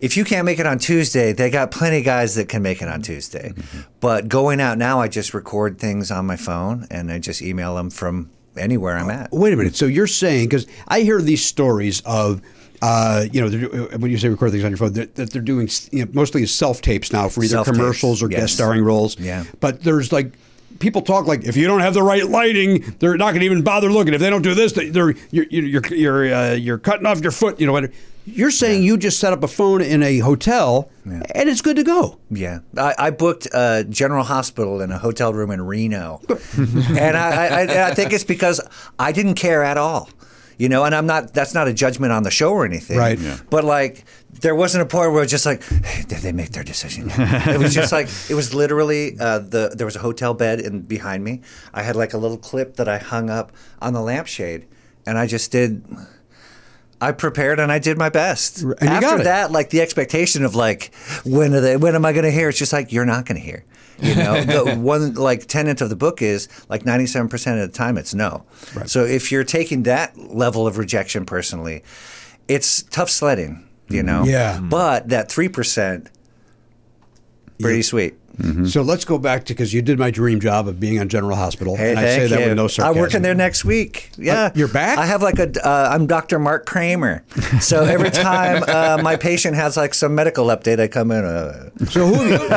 Speaker 7: if you can't make it on Tuesday, they got plenty of guys that can make it on Tuesday. But going out now, I just record things on my phone and I just email them from anywhere I'm at.
Speaker 4: Wait a minute. So you're saying because I hear these stories of. Uh, you know, they're- when you say record things on your phone, that, that they're doing you know, mostly is self tapes now for either
Speaker 7: Self-tapes,
Speaker 4: commercials or
Speaker 7: yes.
Speaker 4: guest starring roles.
Speaker 7: Yeah.
Speaker 4: But there's like people talk like if you don't have the right lighting, they're not going to even bother looking. If they don't do this, they- they're you're you're you're, you're, uh, you're cutting off your foot. You know what? You're saying you just set up a phone in a hotel and it's good to go.
Speaker 7: Yeah, I, I booked a General Hospital in a hotel room in Reno, and I, I, and I think it's because I didn't care at all, you know. And I'm not. That's not a judgment on the show or anything,
Speaker 4: Right. Yeah.
Speaker 7: But like, there wasn't a point where it was just like, did they make their decision? yet?" it was just like it was literally uh, the there was a hotel bed in behind me. I had like a little clip that I hung up on the lampshade, and I just did. I prepared and I did my best.
Speaker 4: you
Speaker 7: After
Speaker 4: got it.
Speaker 7: that, like the expectation of like when are they, when am I going to hear? It's just like you're not going to hear. You know, the one like tenant of the book is like 97% of the time it's no. So if you're taking that level of rejection personally, it's tough sledding, you know.
Speaker 4: Mm, Yeah.
Speaker 7: But that 3% pretty sweet.
Speaker 4: So let's go back to because you did my dream job of being on General Hospital,
Speaker 7: Hey,
Speaker 4: and I
Speaker 7: thank
Speaker 4: say that
Speaker 7: you.
Speaker 4: with no sarcasm. Uh,
Speaker 7: I'm working there next week. Yeah,
Speaker 4: you're back?
Speaker 7: I have like a. Uh, I'm Dr. Mark Kramer. So every time uh, my patient has like some medical update, I come in. Uh,
Speaker 4: So who, who, who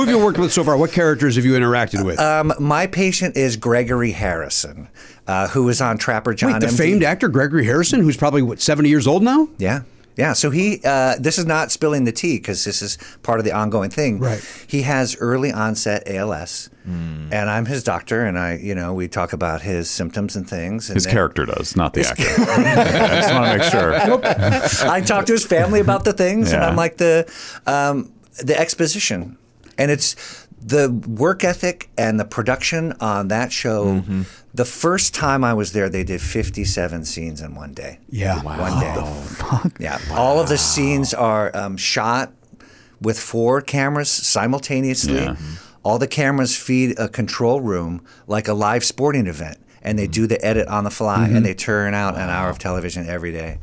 Speaker 4: have you worked with so far? What characters have you interacted with?
Speaker 7: um, my patient is Gregory Harrison, uh, who was on Trapper John.
Speaker 4: Wait, the
Speaker 7: MD.
Speaker 4: famed actor Gregory Harrison, who's probably what seventy years old now.
Speaker 7: Yeah. Yeah. So he, uh, this is not spilling the tea because this is part of the ongoing thing.
Speaker 4: Right. Hmm.
Speaker 7: He has early onset ALS, and I'm his doctor, and I, you know, we talk about his symptoms and things. And
Speaker 1: His
Speaker 7: then-
Speaker 1: character does, not the actor. I just want to make sure.
Speaker 7: I talk to his family about the things, and
Speaker 1: Yeah.
Speaker 7: I'm like the um, the exposition, and it's the work ethic and the production on that show.
Speaker 1: Mm-hmm.
Speaker 7: The first time I was there, they did 57 scenes in one day.
Speaker 4: Yeah.
Speaker 1: Oh,
Speaker 7: one day. Yeah, all of the scenes are um, shot with four cameras simultaneously.
Speaker 1: Yeah.
Speaker 7: All the cameras feed a control room like a live
Speaker 1: Mm-hmm.
Speaker 7: sporting event, and they do the edit on the fly, and they turn out an hour of television every day.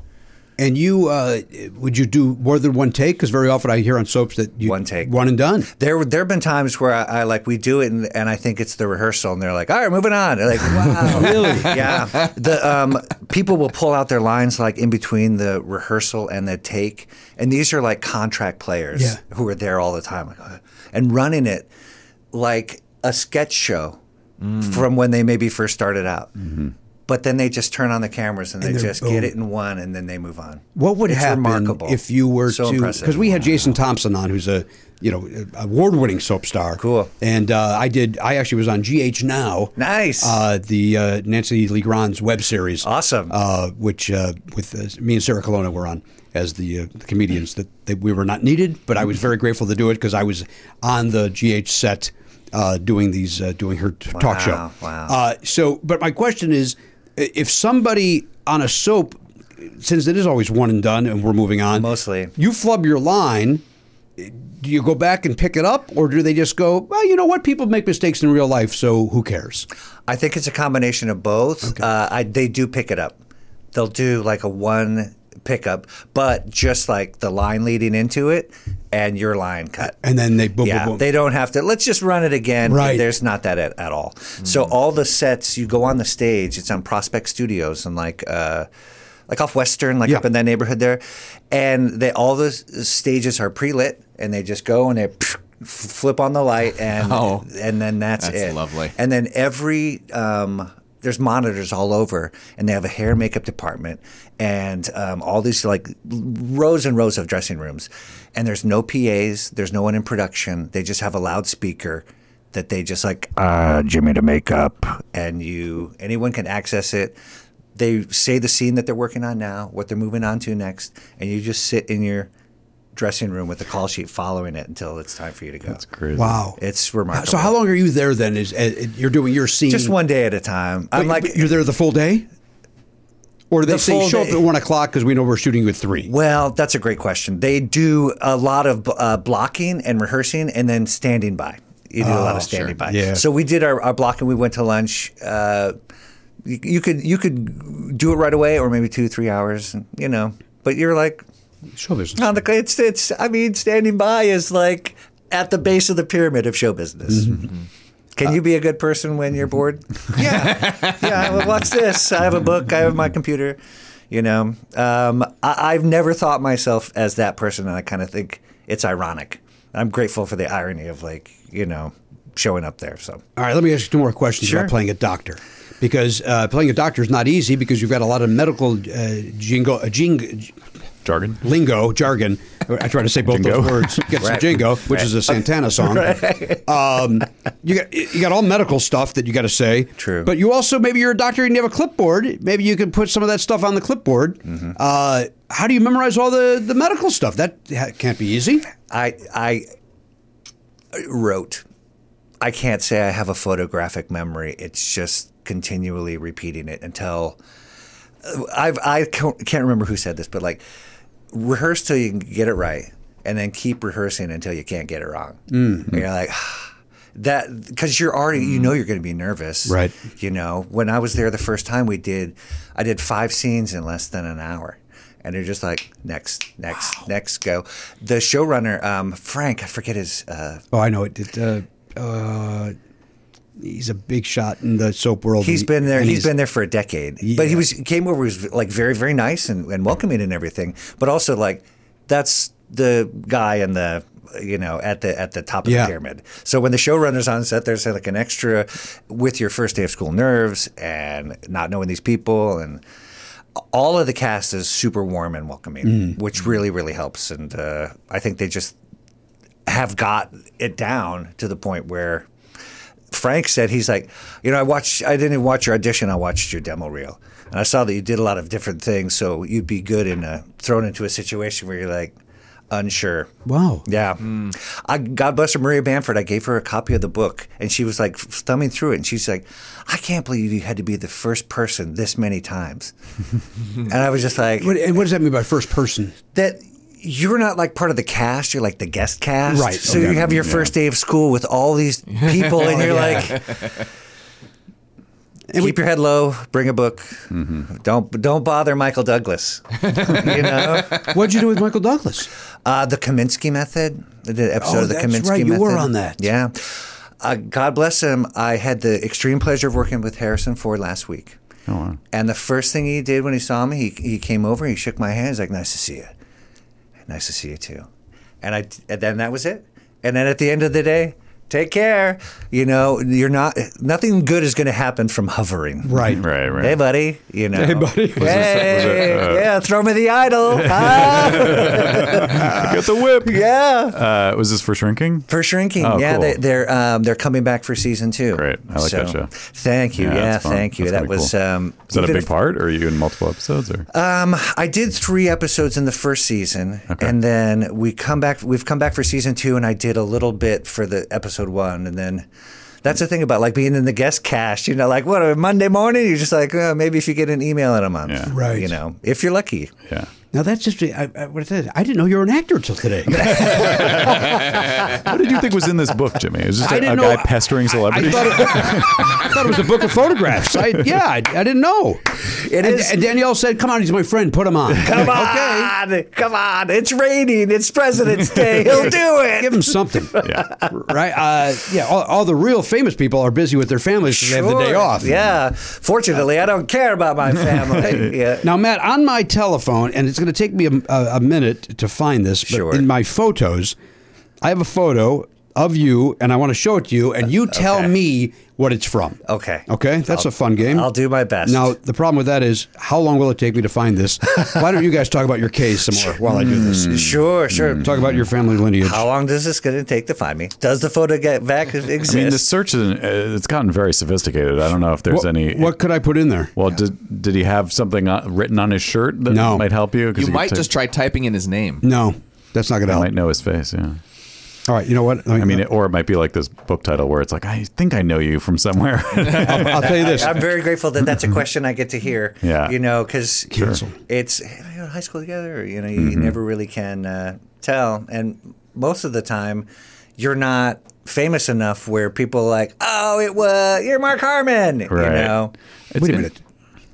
Speaker 4: And you uh, would you do more than one take? Because very often I hear on soaps that you
Speaker 7: One take.
Speaker 4: one and done.
Speaker 7: There, there have been times where I, I like we do it, and, and I think it's the rehearsal, and they're like, "All right, moving on." They're like, "Wow, really? Yeah." The um, people will pull out their lines like in between the rehearsal and the take, and these are like contract players
Speaker 4: Yeah.
Speaker 7: who are there all the time, like, uh, and running it like a sketch show from when they maybe first started out. But then they just turn on the cameras and, they
Speaker 4: they're-
Speaker 7: just get it in one, and then they move on.
Speaker 4: What would
Speaker 7: It's
Speaker 4: happen
Speaker 7: remarkable.
Speaker 4: if you were
Speaker 7: so
Speaker 4: to?
Speaker 7: impressive.
Speaker 4: Because we had Jason Thompson on, who's a you know award-winning soap star.
Speaker 7: Cool.
Speaker 4: And uh, I did. I actually was on GH now.
Speaker 7: Nice.
Speaker 4: Uh, the uh, Nancy Legrand's web series.
Speaker 7: Awesome.
Speaker 4: Uh, which uh, with uh, me and Sarah Colonna were on as the, uh, the comedians that, that we were not needed, but I was very grateful to do it because I was on the GH set uh, doing these uh, doing her t- talk show.
Speaker 7: Wow, wow.
Speaker 4: Uh, so, but my question is, i- if somebody on a soap, since it is always one and done, and we're moving on,
Speaker 7: Mostly.
Speaker 4: you flub your line. Do you go back and pick it up, or do they just go? Well, you know what? People make mistakes in real life, so who cares?
Speaker 7: I think it's a combination of both. Uh, I, they do pick it up. They'll do like a one pickup, but just like the line leading into it and your line cut.
Speaker 4: And then they boom,
Speaker 7: Yeah,
Speaker 4: boom, boom.
Speaker 7: they don't have to. Let's just run it again.
Speaker 4: Right. Mm.
Speaker 7: There's not that at, at all. So all the sets you go on the stage. It's on Prospect Studios and like. Uh, like off Western, like
Speaker 4: Yeah.
Speaker 7: up in that neighborhood there, and they all the s- stages are pre lit, and they just go and they f- flip on the light, and
Speaker 3: Oh.
Speaker 7: and then that's,
Speaker 3: That's
Speaker 7: it.
Speaker 3: lovely.
Speaker 7: And then every um, there's monitors all over, and they have a hair and makeup department, and um, all these like rows and rows of dressing rooms, and there's no PAs, there's no one in production. They just have a loudspeaker that they just like uh, Jimmy to make up, and you anyone can access it. They say the scene that they're working on now, what they're moving on to next, and you just sit in your dressing room with the call sheet following it until it's time for you to go. That's
Speaker 1: Crazy.
Speaker 4: Wow,
Speaker 7: It's remarkable.
Speaker 4: So how long are you there then? Is uh, you're doing your scene?
Speaker 7: Just one day at a time.
Speaker 4: But-
Speaker 7: I'm like,
Speaker 4: but you're there the full day, or they
Speaker 7: The
Speaker 4: say
Speaker 7: full
Speaker 4: show up
Speaker 7: day.
Speaker 4: at one o'clock because we know we're shooting you at three.
Speaker 7: well, that's a great question. They do a lot of uh, blocking and rehearsing and then standing by. You do a lot of standing by.
Speaker 4: Oh, Yeah.
Speaker 7: So we did our, our blocking. We went to lunch. Uh, you, you could you could do it right away or maybe two three hours. You know, but you're like
Speaker 4: Show business.
Speaker 7: on the it's it's. I mean, standing by is like at the base of the pyramid of show business. Can you be a good person when you're bored? Yeah, yeah. Well, watch this. I have a book. I have my computer. You know, um, I, I've never thought myself as that person, and I kind of think it's ironic. I'm grateful for the irony of like you know showing up there. So
Speaker 4: All right, let me ask you two more questions
Speaker 7: Sure.
Speaker 4: about playing a doctor, because uh, playing a doctor is not easy because you've got a lot of medical uh, jingo, uh, jing,
Speaker 1: Jargon.
Speaker 4: lingo jargon. I try to say both
Speaker 1: Jingo.
Speaker 4: those words. Get some
Speaker 7: Right.
Speaker 4: jingo, which is a Santana song. Um, you got you got all medical stuff that you got to say.
Speaker 7: True.
Speaker 4: But you also maybe you're a doctor and you have a clipboard. Maybe you can put some of that stuff on the clipboard.
Speaker 7: Mm-hmm.
Speaker 4: Uh, how do you memorize all the the medical stuff? That ha- can't be easy.
Speaker 7: I I wrote. I can't say I have a photographic memory. It's just continually repeating it until uh, I've I can't can't remember who said this, but like rehearse till you can get it right, and then keep rehearsing until you can't get it wrong. And You're like that because you're already you know you're going to be nervous,
Speaker 4: Right.
Speaker 7: You know, when I was there the first time, we did I did five scenes in less than an hour. And they're just like next, next, next, go. The showrunner, um, Frank, I forget his uh,
Speaker 4: Oh, I know it. it uh, uh, he's a big shot in the soap world.
Speaker 7: He's
Speaker 4: and-
Speaker 7: been there.
Speaker 4: and
Speaker 7: he's been there for a decade. But he was he came over. He was like very, very nice and, and welcoming and everything. But also like that's the guy in the you know at the at the top of
Speaker 4: Yeah.
Speaker 7: the pyramid. So when the showrunners on set, there's like an extra with your first day of school nerves and not knowing these people and all of the cast is super warm and welcoming, which really really helps. And uh, I think they just have got it down to the point where Frank said he's like, you know, I watched, I didn't even watch your audition. I watched your demo reel, and I saw that you did a lot of different things. So you'd be good in a, thrown into a situation where you're like unsure.
Speaker 4: Wow.
Speaker 7: Yeah. I, God bless her, Maria Bamford. I gave her a copy of the book, and she was like thumbing through it, and she's like, I can't believe you had to be the first person this many times, and I was just like,
Speaker 4: What, and what does that mean by first person?
Speaker 7: that you're not like part of the cast, you're like the guest cast.
Speaker 4: Right,
Speaker 7: So
Speaker 4: okay.
Speaker 7: you have your first day of school with all these people and you're like Keep your head low. Bring a book. Don't don't bother Michael Douglas. you know,
Speaker 4: What'd you do with Michael Douglas?
Speaker 7: uh, the Kaminsky method. The episode
Speaker 4: Oh,
Speaker 7: of the
Speaker 4: that's
Speaker 7: Kaminsky
Speaker 4: right. You
Speaker 7: method.
Speaker 4: were on that.
Speaker 7: Yeah. Uh, God bless him. I had the extreme pleasure of working with Harrison Ford last week. Oh, wow. And the first thing he did when he saw me, he, he came over, he shook my hand. He's like, "Nice to see you. Nice to see you too." And I and then that was it. And then at the end of the day, take care. You know, you're not nothing good is going to happen from hovering.
Speaker 4: Right.
Speaker 1: Right, right.
Speaker 7: Hey, buddy. You know.
Speaker 4: Hey, buddy. Was this- was
Speaker 7: Hey,
Speaker 1: it, uh,
Speaker 7: yeah, throw me the idol. Ah.
Speaker 1: Get the whip.
Speaker 7: yeah.
Speaker 1: Uh, was this for shrinking?
Speaker 7: For shrinking,
Speaker 1: Oh,
Speaker 7: yeah,
Speaker 1: cool.
Speaker 7: they, they're um, they're coming back for season two.
Speaker 1: Great. I like that show.
Speaker 7: Thank you.
Speaker 1: Yeah,
Speaker 7: Yeah,
Speaker 1: that's fun.
Speaker 7: thank you.
Speaker 1: That's
Speaker 7: that
Speaker 1: kinda
Speaker 7: was.
Speaker 1: cool.
Speaker 7: Um,
Speaker 1: Is that a
Speaker 7: even
Speaker 1: big
Speaker 7: if-
Speaker 1: part, or are you in multiple episodes? Or
Speaker 7: Um, I did three episodes in the first season, and then we come back. We've come back for season two, and I did a little bit for the episode one, and then. That's the thing about like being in the guest cast, you know, like what a Monday morning, you're just like, oh, maybe if you get an email in a month,
Speaker 1: Yeah.
Speaker 4: Right.
Speaker 7: You know, if you're lucky.
Speaker 1: yeah,
Speaker 4: Now that's just I, I, what I said. I didn't know you were an actor until today.
Speaker 1: what did you think was in this book, Jimmy? It was just
Speaker 4: I
Speaker 1: a,
Speaker 4: didn't
Speaker 1: a
Speaker 4: know-
Speaker 1: guy pestering
Speaker 4: I
Speaker 1: celebrities.
Speaker 4: thought, it, I thought it was a book of photographs. I, yeah, I, I didn't know.
Speaker 7: It
Speaker 4: and,
Speaker 7: is-
Speaker 4: and Danielle said, "Come on, he's my friend. Put him on.
Speaker 7: Come on, come on, it's raining, it's President's Day, he'll do it.
Speaker 4: Give him something."
Speaker 1: yeah.
Speaker 4: Right? Uh, yeah. All, all the real famous people are busy with their families. so They have the day
Speaker 7: Sure.
Speaker 4: off.
Speaker 7: Yeah. Fortunately, I don't care about my family. yeah.
Speaker 4: Now, Matt, on my telephone, and it's going to take me a, a- a minute to find this, but
Speaker 7: Sure.
Speaker 4: in my photos, I have a photo of you, and I want to show it to you, and you tell
Speaker 7: Uh, okay.
Speaker 4: me what it's from.
Speaker 7: Okay.
Speaker 4: Okay, that's a fun game.
Speaker 7: I'll do my best.
Speaker 4: Now, the problem with that is, how long will it take me to find this? Why don't you guys talk about your case some more while I do this?
Speaker 7: Sure, sure.
Speaker 4: Talk about your family lineage.
Speaker 7: How long does this going to take to find me? Does the photo get back exist?
Speaker 1: I mean, the search is, uh, it's gotten very sophisticated. I don't know if there's
Speaker 4: what,
Speaker 1: any.
Speaker 4: what could I put in there?
Speaker 1: well, did did he have something uh, written on his shirt that
Speaker 4: No.
Speaker 1: might help you? 'Cause
Speaker 3: You
Speaker 1: he
Speaker 3: might
Speaker 1: took-
Speaker 3: just try typing in his name.
Speaker 4: No, that's not going to
Speaker 1: I
Speaker 4: help.
Speaker 1: might know his face. Yeah.
Speaker 4: All right, you know what?
Speaker 1: I mean, it, or it might be like this book title where it's like, I think I know you from somewhere.
Speaker 4: I'll, I'll tell you this.
Speaker 7: I'm very grateful that that's a question I get to hear.
Speaker 1: Yeah.
Speaker 7: You know, because
Speaker 4: Cancel.
Speaker 7: it's hey, we were in high school together. You know, you
Speaker 4: Mm-hmm.
Speaker 7: never really can uh, tell. And most of the time, you're not famous enough where people are like, oh, it was, you're Mark Harmon.
Speaker 1: Right.
Speaker 7: You know?
Speaker 1: It's
Speaker 4: Wait a
Speaker 1: in-
Speaker 4: minute.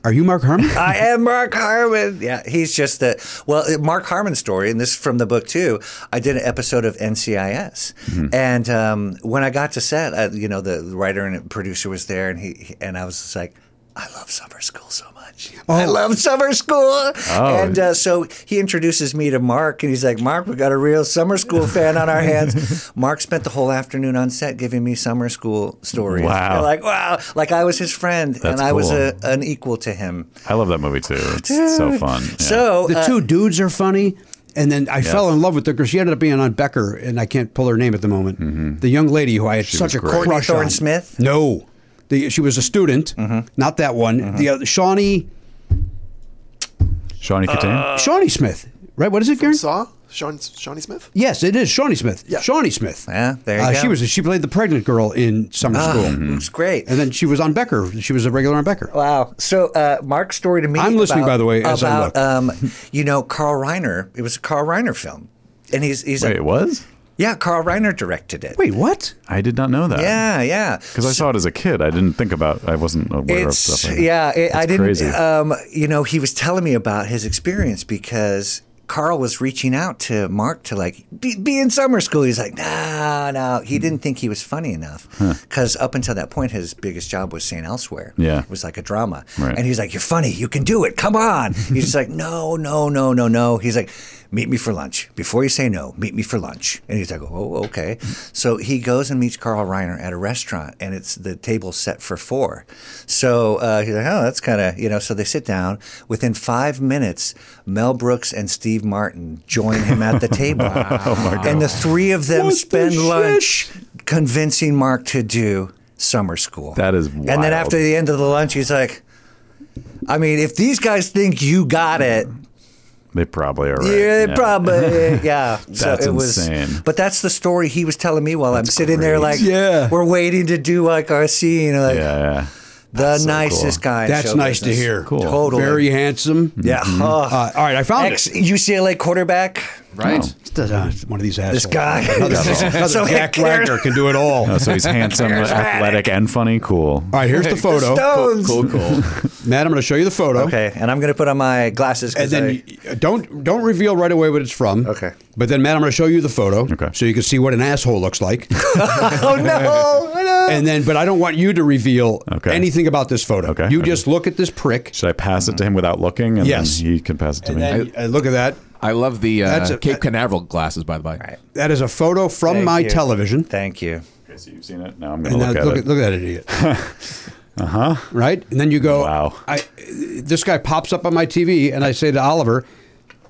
Speaker 4: Are you Mark Harmon?
Speaker 7: I am Mark Harmon. Yeah, he's just the well, it- Mark Harmon's story, and this is from the book too. I did an episode of NCIS,
Speaker 1: Mm-hmm.
Speaker 7: and um, when I got to set, uh, you know, the writer and producer was there, and he, he- and I was just like. I love summer school so much.
Speaker 1: Oh.
Speaker 7: I love summer school. And uh, so he introduces me to Mark, and he's like, Mark, we got a real summer school fan on our hands. Mark spent the whole afternoon on set giving me summer school stories.
Speaker 1: Wow.
Speaker 7: They're Like, wow. Like I was his friend, and I was
Speaker 1: cool.
Speaker 7: a, an equal to him.
Speaker 1: I love that movie too. It's so fun. Yeah.
Speaker 7: So
Speaker 4: the
Speaker 7: uh,
Speaker 4: two dudes are funny. And then I fell in love with her because she ended up being on Becker, and I can't pull her name at the moment. The young lady who I had such a
Speaker 1: Mm-hmm. great.
Speaker 4: crush on.
Speaker 7: Thorne Smith?
Speaker 4: No, the, she was a student. Not that one. The other Shawnee
Speaker 1: Shawnee Katane.
Speaker 4: Shawnee Smith, right? What is it, Karen?
Speaker 5: Saw Sean Shawnee Smith.
Speaker 4: Yes, it is Shawnee Smith.
Speaker 5: Yeah.
Speaker 4: Shawnee Smith.
Speaker 7: Yeah, there you
Speaker 4: uh,
Speaker 7: go. Ah. Mm-hmm.
Speaker 4: She was she played the pregnant girl in summer school,
Speaker 1: Mm-hmm.
Speaker 7: It's great.
Speaker 4: and then she was on Becker. She was a regular on Becker.
Speaker 7: wow. So uh, Mark's story to me.
Speaker 4: I'm listening,
Speaker 7: about-
Speaker 4: by the way, as I
Speaker 7: about
Speaker 4: look.
Speaker 7: um, you know Carl Reiner. It was a Carl Reiner film, and he's he's
Speaker 1: Wait,
Speaker 7: a,
Speaker 1: it was?
Speaker 7: yeah Carl Reiner directed it.
Speaker 4: Wait, what?
Speaker 1: I did not know that.
Speaker 7: Yeah, yeah.
Speaker 1: Because I saw it as a kid. I didn't think about. I wasn't aware of
Speaker 7: It's
Speaker 1: stuff. Like
Speaker 7: yeah. It, I
Speaker 1: That's
Speaker 7: didn't.
Speaker 1: Crazy.
Speaker 7: Um, you know, he was telling me about his experience because Carl was reaching out to Mark to like be, be in summer school. He's like, no, no.
Speaker 1: Hmm.
Speaker 7: He didn't think he was funny enough because up until that point, his biggest job was St. Elsewhere.
Speaker 1: Yeah.
Speaker 7: it was like a drama.
Speaker 1: Right.
Speaker 7: And he's like, you're funny. You can do it. Come on. He's just like, no, no, no, no, no. He's like. Meet me for lunch. Before you say no, meet me for lunch. And he's like, oh, okay. So he goes and meets Carl Reiner at a restaurant, and it's the table set for four. So uh, he's like, oh, that's kind of, you know, so they sit down. Within five minutes, Mel Brooks and Steve Martin join him at the table. And the three of them
Speaker 4: Oh What the
Speaker 7: spend
Speaker 4: shit?
Speaker 7: lunch convincing Mark to do summer school.
Speaker 1: That is
Speaker 7: And
Speaker 1: wild.
Speaker 7: then after the end of the lunch, he's like, I mean, if these guys think you got it,
Speaker 1: they probably are. Right.
Speaker 7: yeah, probably. Yeah.
Speaker 1: That's
Speaker 7: so it was,
Speaker 1: insane.
Speaker 7: But that's the story he was telling me while I'm sitting there,
Speaker 1: great.
Speaker 7: like,
Speaker 4: Yeah.
Speaker 7: we're waiting to do like our scene, like
Speaker 1: Yeah, yeah.
Speaker 7: the
Speaker 1: so
Speaker 7: nicest
Speaker 1: cool.
Speaker 7: guy. in
Speaker 4: That's
Speaker 7: show
Speaker 4: nice
Speaker 7: business. Mm-hmm.
Speaker 4: to hear.
Speaker 1: Cool.
Speaker 7: Totally.
Speaker 4: Very handsome.
Speaker 7: yeah.
Speaker 4: Uh, all right, I found
Speaker 7: Ex
Speaker 4: it.
Speaker 7: UCLA quarterback.
Speaker 3: right?
Speaker 4: Just, uh, one of these assholes.
Speaker 7: This guy.
Speaker 4: Another
Speaker 7: So
Speaker 4: Jack
Speaker 7: who cares?
Speaker 4: Wagner can do it all.
Speaker 1: Uh, so he's handsome, athletic, and funny. Cool.
Speaker 4: All right, here's the photo.
Speaker 7: Stones.
Speaker 3: Cool, cool.
Speaker 4: Matt, I'm going to show you the photo.
Speaker 7: Okay, and I'm gonna put on my glasses.
Speaker 4: And
Speaker 7: 'cause
Speaker 4: then
Speaker 7: I-
Speaker 4: you- don't don't reveal right away what it's from.
Speaker 7: Okay.
Speaker 4: But then, Matt, I'm going to show you the photo,
Speaker 1: Okay.
Speaker 4: so you can see what an asshole looks like.
Speaker 7: oh no, oh, no.
Speaker 4: and then, but I don't want you to reveal
Speaker 1: Okay.
Speaker 4: anything about this photo.
Speaker 1: Okay,
Speaker 4: You
Speaker 1: okay.
Speaker 4: just look at this prick.
Speaker 1: Should I pass it to him without looking? And
Speaker 4: Yes.
Speaker 1: Then he can pass it to
Speaker 4: And
Speaker 1: me.
Speaker 4: then uh, look at that.
Speaker 3: I love the
Speaker 4: That's
Speaker 3: uh,
Speaker 4: a-
Speaker 3: Cape Canaveral glasses, by the way.
Speaker 7: Right.
Speaker 4: That is a photo from
Speaker 7: Thank
Speaker 4: my
Speaker 7: you.
Speaker 4: television.
Speaker 7: Thank you.
Speaker 1: okay, so you've seen it. Now I'm going
Speaker 4: And
Speaker 1: to
Speaker 4: now
Speaker 1: look at
Speaker 4: look
Speaker 1: it.
Speaker 4: at look at that idiot. uh huh. Right, and then you go.
Speaker 1: Wow.
Speaker 4: I, this guy pops up on my TV, and I say to Oliver,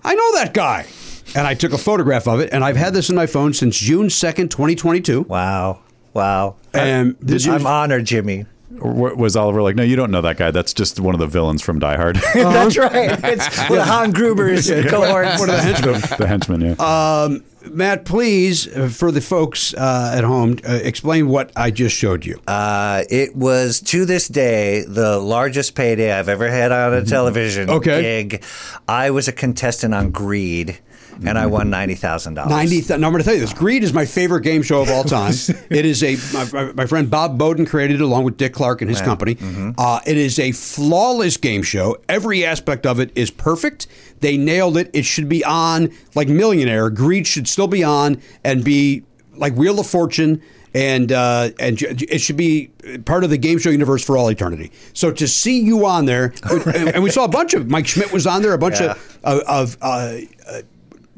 Speaker 4: "I know that guy," and I took a photograph of it, and I've had this in my phone since June second, twenty twenty two.
Speaker 7: Wow, wow.
Speaker 4: Um, did you-
Speaker 7: I'm honored, Jimmy.
Speaker 1: Wa- was Oliver like, no, you don't know that guy. That's just one of the villains from Die Hard.
Speaker 4: Uh-huh.
Speaker 7: That's right. It's one of Han Gruber's cohorts.
Speaker 4: One of the henchmen.
Speaker 1: the henchman, yeah.
Speaker 4: Uh, Matt, please, uh, for the folks uh, at home, uh, explain what I just showed you.
Speaker 7: Uh, it was to this day the largest payday I've ever had on a television
Speaker 4: Mm-hmm. Okay.
Speaker 7: gig. I was a contestant on Greed, and I won ninety thousand dollars.
Speaker 4: Ninety. Th- now I'm going to tell you this. Greed is my favorite game show of all time. it is a my, my- my friend Bob Bowden created it along with Dick Clark and his company. Uh, it is a flawless game show. Every aspect of it is perfect. They nailed it. It should be on like Millionaire. Greed should still be on and be like Wheel of Fortune. And uh, and j- it should be part of the game show universe for all eternity. So to see you on there, and and we saw a bunch of Mike Schmidt was on there, a bunch of of, of uh,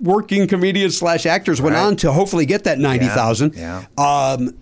Speaker 4: working comedians slash actors went
Speaker 7: Right.
Speaker 4: on to hopefully get that ninety thousand.
Speaker 7: Yeah,
Speaker 4: Um,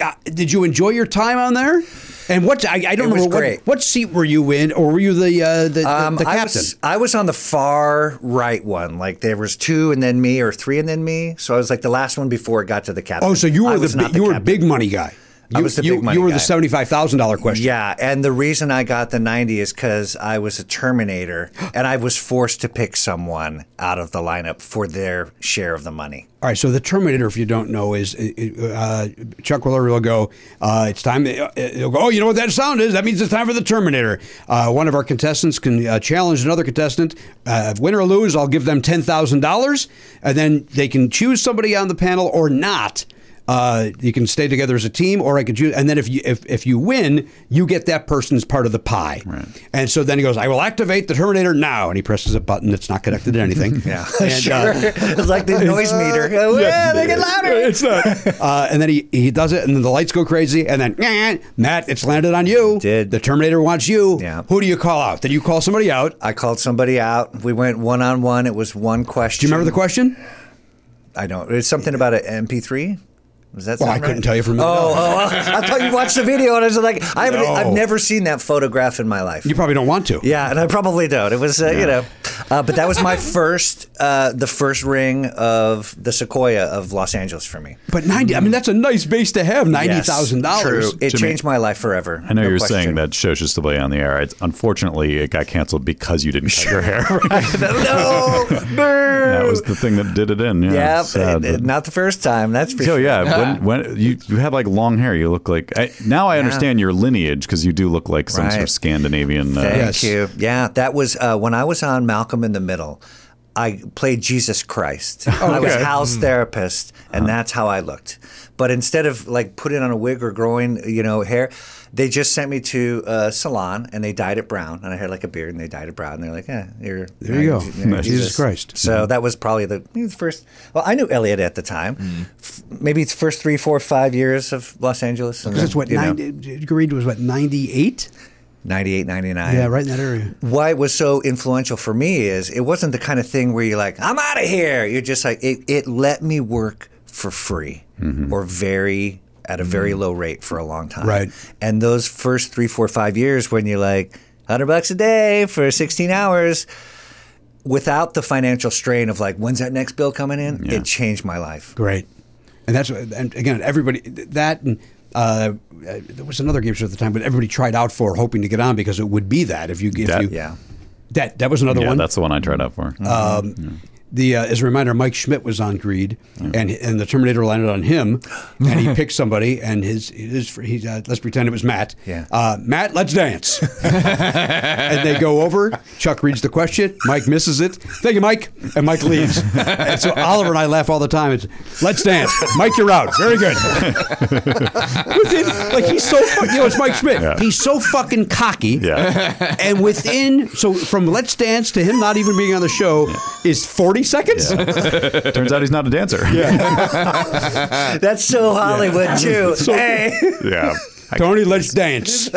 Speaker 4: uh, did you enjoy your time on there? And what I, I don't
Speaker 7: It was
Speaker 4: remember
Speaker 7: great. Um,
Speaker 4: what, what seat were you in, or were you the uh, the, the- the
Speaker 7: I
Speaker 4: captain?
Speaker 7: was, I was on the far right one. Like there was two, and then me, or three, and then me. So I was like the last one before it got to the captain.
Speaker 4: oh, so you
Speaker 7: I
Speaker 4: were the,
Speaker 7: was
Speaker 4: bi-
Speaker 7: not
Speaker 4: you were
Speaker 7: captain.
Speaker 4: big money guy. You,
Speaker 7: I was the
Speaker 4: you,
Speaker 7: big money
Speaker 4: You were the
Speaker 7: guy.
Speaker 4: seventy five thousand dollar question.
Speaker 7: Yeah, and the reason I got the 90 is because I was a Terminator and I was forced to pick someone out of the lineup for their share of the money.
Speaker 4: All right, so the Terminator, if you don't know, is uh, Chuck Willery will go. Uh, it's time. uh, He'll go. Oh, you know what that sound is? That means it's time for the Terminator. Uh, one of our contestants can uh, challenge another contestant. Uh, if win or lose, I'll give them ten thousand dollars, and then they can choose somebody on the panel or not. Uh, you can stay together as a team, or I could choose. And then if you if, if you win, you get that person's part of the pie. Right. And so then he goes, "I will activate the Terminator now," and he presses a button that's not connected to anything. uh, yeah,
Speaker 7: sure. it's like the noise meter. yeah, they get louder.
Speaker 4: it's not. Uh, and then he, he does it, and then the lights go crazy, and then "Nyeh, Matt, it's landed on you.
Speaker 7: did.
Speaker 4: the Terminator wants you?
Speaker 7: Yeah.
Speaker 4: Who do you call out? Did you call somebody out? Do
Speaker 7: I called somebody out. We went one on one. It was one question.
Speaker 4: you remember the question?
Speaker 7: I don't. It's something about an MP3. Was that?
Speaker 4: Well, I
Speaker 7: sound
Speaker 4: couldn't
Speaker 7: right?
Speaker 4: tell you from the-
Speaker 7: Oh, oh, I thought you watched the video, and I was like, I haven't,
Speaker 4: No.
Speaker 7: I've never seen that photograph in my life.
Speaker 4: You probably don't want to.
Speaker 7: Yeah, and I probably don't. It was, uh, you know, uh, but that was my first, uh, the first ring of the Sequoia of Los Angeles for me.
Speaker 4: But ninety. I mean, that's a nice base to have. Ninety thousand dollars.
Speaker 7: True. It changed my life forever.
Speaker 1: I know
Speaker 7: No
Speaker 1: you're
Speaker 7: question.
Speaker 1: saying that show should still be on the air. It's, unfortunately, it got canceled because you didn't cut your hair.
Speaker 7: no, burn.
Speaker 1: That was the thing that did it in. Yeah,
Speaker 7: Yeah,
Speaker 1: it's sad,
Speaker 7: it- it-
Speaker 1: but-
Speaker 7: not the first time. That's for
Speaker 1: So
Speaker 7: sure.
Speaker 1: yeah, when, when you you had like long hair, you look like I, now I understand your lineage because you do look like some sort
Speaker 7: Right.
Speaker 1: of Scandinavian. Uh,
Speaker 7: Thank
Speaker 4: Oh, Yes.
Speaker 7: you. Yeah, that was uh, when I was on Malcolm in the Middle. I played Jesus Christ. I was house
Speaker 4: Hmm.
Speaker 7: therapist, and that's how I looked. But instead of like putting on a wig or growing, you know, hair, they just sent me to a salon and they dyed it brown, and I had like a beard and they dyed it brown. And they're like, yeah, you're
Speaker 4: There you go. Nice. Jesus Christ. Mm-hmm.
Speaker 7: So that was probably the the first. Well, I knew Elliot at the time.
Speaker 4: Mm.
Speaker 7: F- maybe it's first three, four, five years of Los Angeles. and
Speaker 4: That's what
Speaker 7: you know,
Speaker 4: ninety. Greed was what ninety eight.
Speaker 7: 98, 99
Speaker 4: Yeah, right in that area.
Speaker 7: why it was so influential for me is it wasn't the kind of thing where you're like, I'm out of here. You're just like, it, it let me work for free or very, at a very low rate for a long time.
Speaker 4: Right.
Speaker 7: And those first three, four, five years when you're like, 100 bucks a day for 16 hours without the financial strain of like, when's that next bill coming in? It changed my life.
Speaker 4: Great. And that's and again, everybody that and uh, there was another game show at the time, but everybody tried out for hoping to get on because it would be that if you if
Speaker 1: That-
Speaker 4: you
Speaker 7: Yeah.
Speaker 4: that that was another
Speaker 1: yeah,
Speaker 4: one.
Speaker 1: that's the one I tried out for.
Speaker 4: Um, the uh, as a reminder, Mike Schmidt was on Greed, and and the Terminator landed on him, and he picked somebody, and his his he, uh, let's pretend it was Matt.
Speaker 7: Yeah.
Speaker 4: Uh, Matt, let's dance. and they go over. Chuck reads the question. Mike misses it. Thank you, Mike. And Mike leaves. and so Oliver and I laugh all the time. It's let's dance. Mike, you're out. Very good. within, like he's so fu- you know it's Mike Schmidt. He's so fucking cocky.
Speaker 1: Yeah.
Speaker 4: And within so from Let's Dance to him not even being on the show is 40 seconds.
Speaker 1: Turns out he's not a dancer. Yeah.
Speaker 7: That's so Hollywood too. hey,
Speaker 1: yeah. I-
Speaker 4: Tony, let's dance.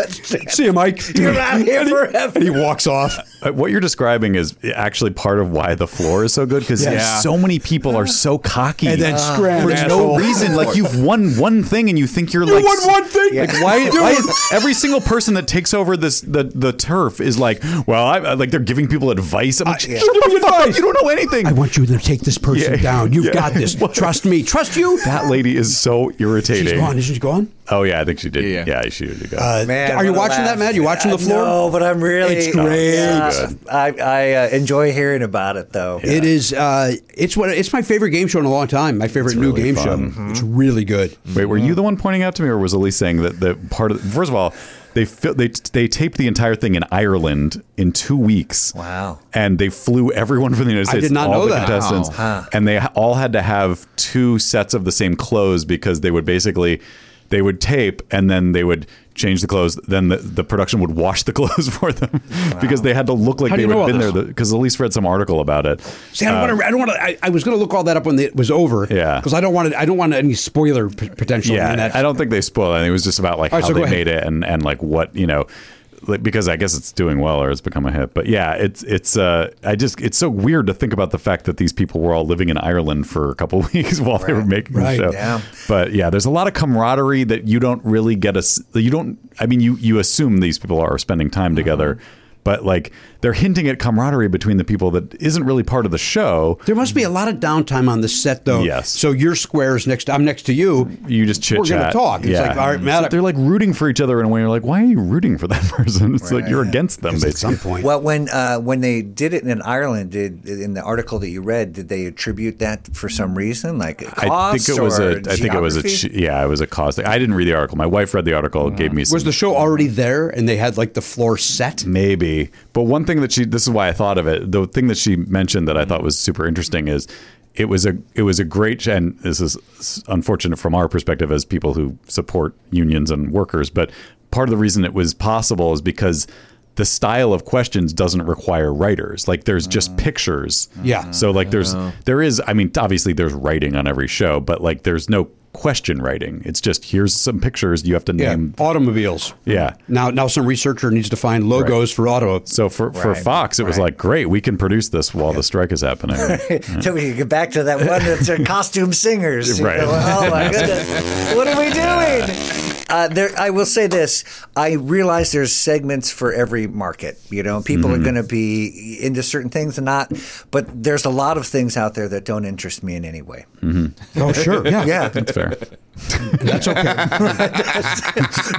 Speaker 4: See you, Mike.
Speaker 7: you're out here forever.
Speaker 4: And he walks off.
Speaker 1: Uh, What you're describing is actually part of why the floor is so good because
Speaker 3: Yeah.
Speaker 1: so many people are so cocky Uh,
Speaker 4: And then scram,
Speaker 1: for no
Speaker 4: asshole.
Speaker 1: reason. Like you've won one thing and you think you're like
Speaker 4: won
Speaker 1: s-
Speaker 4: one thing?
Speaker 1: Like why, why? Every single person that takes over this the the turf is like, well, I I- like they're giving people advice. I'm like,
Speaker 4: Uh, yeah.
Speaker 1: shut the fuck up. You don't know anything.
Speaker 4: I want you to take this person
Speaker 1: Yeah.
Speaker 4: down. You've
Speaker 1: Yeah.
Speaker 4: got this.
Speaker 1: What?
Speaker 4: Trust me. Trust you.
Speaker 1: that lady is so irritating.
Speaker 4: She's gone. Uh, Isn't she gone?
Speaker 1: Oh yeah, I think she did.
Speaker 3: Yeah,
Speaker 1: Yeah,
Speaker 3: yeah.
Speaker 1: she did. Go.
Speaker 7: Uh, Man,
Speaker 4: Are you
Speaker 7: what a
Speaker 4: watching
Speaker 7: laugh.
Speaker 4: that, Matt? You watching the
Speaker 7: Uh,
Speaker 4: floor?
Speaker 7: No, but I'm really.
Speaker 4: It's great.
Speaker 7: Yeah, I, I uh, enjoy hearing about it though.
Speaker 4: It is. Uh, it's what. It's my favorite game show in a long time. My favorite new
Speaker 1: really
Speaker 4: game
Speaker 1: fun.
Speaker 4: show. It's really good.
Speaker 1: Wait, were you the one pointing out to me, or was Elise saying that the part of first of all, they fil- they they taped the entire thing in Ireland in two weeks.
Speaker 7: Wow.
Speaker 1: And they flew everyone from the United
Speaker 4: I
Speaker 1: States.
Speaker 4: did not
Speaker 1: all
Speaker 4: know
Speaker 1: the
Speaker 4: that.
Speaker 1: Contestants,
Speaker 3: Wow.
Speaker 1: And they ha- all had to have two sets of the same clothes because they would basically they would tape and then they would change the clothes. Then the, the production would wash the clothes for them because they had to look like
Speaker 4: How do you
Speaker 1: they would
Speaker 4: know
Speaker 1: have
Speaker 4: all
Speaker 1: been
Speaker 4: this?
Speaker 1: there. Because Elise read some article about it.
Speaker 4: See, I don't want to. I don't want to. I, I was going to look all that up when it was over.
Speaker 1: Yeah.
Speaker 4: Because I don't want to. I don't want any spoiler p- potential. in
Speaker 1: Yeah,
Speaker 4: that.
Speaker 1: I don't think they spoiled. anything. it was just about like
Speaker 4: All right,
Speaker 1: how
Speaker 4: so
Speaker 1: they
Speaker 4: go ahead.
Speaker 1: made it and and like what you know, like, because I guess it's doing well or it's become a hit. But yeah, it's it's uh, I just it's so weird to think about the fact that these people were all living in Ireland for a couple weeks while they were making
Speaker 4: Right,
Speaker 1: the show.
Speaker 7: yeah.
Speaker 1: But yeah, there's a lot of camaraderie that you don't really get. A s- you don't. I mean, you you assume these people are spending time together.
Speaker 4: Uh-huh.
Speaker 1: But like they're hinting at camaraderie between the people that isn't really part of the show.
Speaker 4: There must be a lot of downtime on the set, though.
Speaker 1: Yes.
Speaker 4: So your square's next. I'm next to you.
Speaker 1: you just
Speaker 4: We're
Speaker 1: chit
Speaker 4: gonna
Speaker 1: chat.
Speaker 4: talk. It's like, all right, Matt, I-
Speaker 1: they're like rooting for each other in a way. You're like, why are you rooting for that person? It's like you're against them.
Speaker 4: At some
Speaker 1: Basically.
Speaker 4: point.
Speaker 7: Well, when uh, when they did it in Ireland, did in the article that you read, did they attribute that for some reason, like
Speaker 1: I
Speaker 7: cost
Speaker 1: think it was
Speaker 7: or
Speaker 1: a. I think it was a.
Speaker 7: geography?
Speaker 1: ch- Yeah, it was a cost. I didn't read the article. My wife read the article. Gave me some.
Speaker 4: was the show already there and they had like the floor set?
Speaker 1: Maybe. But one thing that she this is why I thought of it. The thing that she mentioned that I thought was super interesting is it was a it was a great and this is unfortunate from our perspective as people who support unions and workers, but part of the reason it was possible is because the style of questions doesn't require writers. Like there's just pictures.
Speaker 4: Yeah.
Speaker 1: So like there's there is I mean obviously there's writing on every show, but like there's no question writing. It's just here's some pictures you have to
Speaker 4: Yeah.
Speaker 1: name.
Speaker 4: Automobiles.
Speaker 1: Yeah.
Speaker 4: Now, now some researcher needs to find logos for auto.
Speaker 1: So for, for
Speaker 7: Right,
Speaker 1: Fox, it was
Speaker 7: right.
Speaker 1: like, great, we can produce this while the strike is happening.
Speaker 7: Till we get back to that one that's a costume singers. you
Speaker 1: Right.
Speaker 7: know, oh my goodness. What are we doing? Uh, there, I will say this. I realize there's segments for every market. You know, people
Speaker 4: Mm-hmm.
Speaker 7: are going to be into certain things and not, but there's a lot of things out there that don't interest me in any way.
Speaker 4: Oh, sure. Yeah.
Speaker 7: Yeah.
Speaker 1: That's fair.
Speaker 4: That's okay.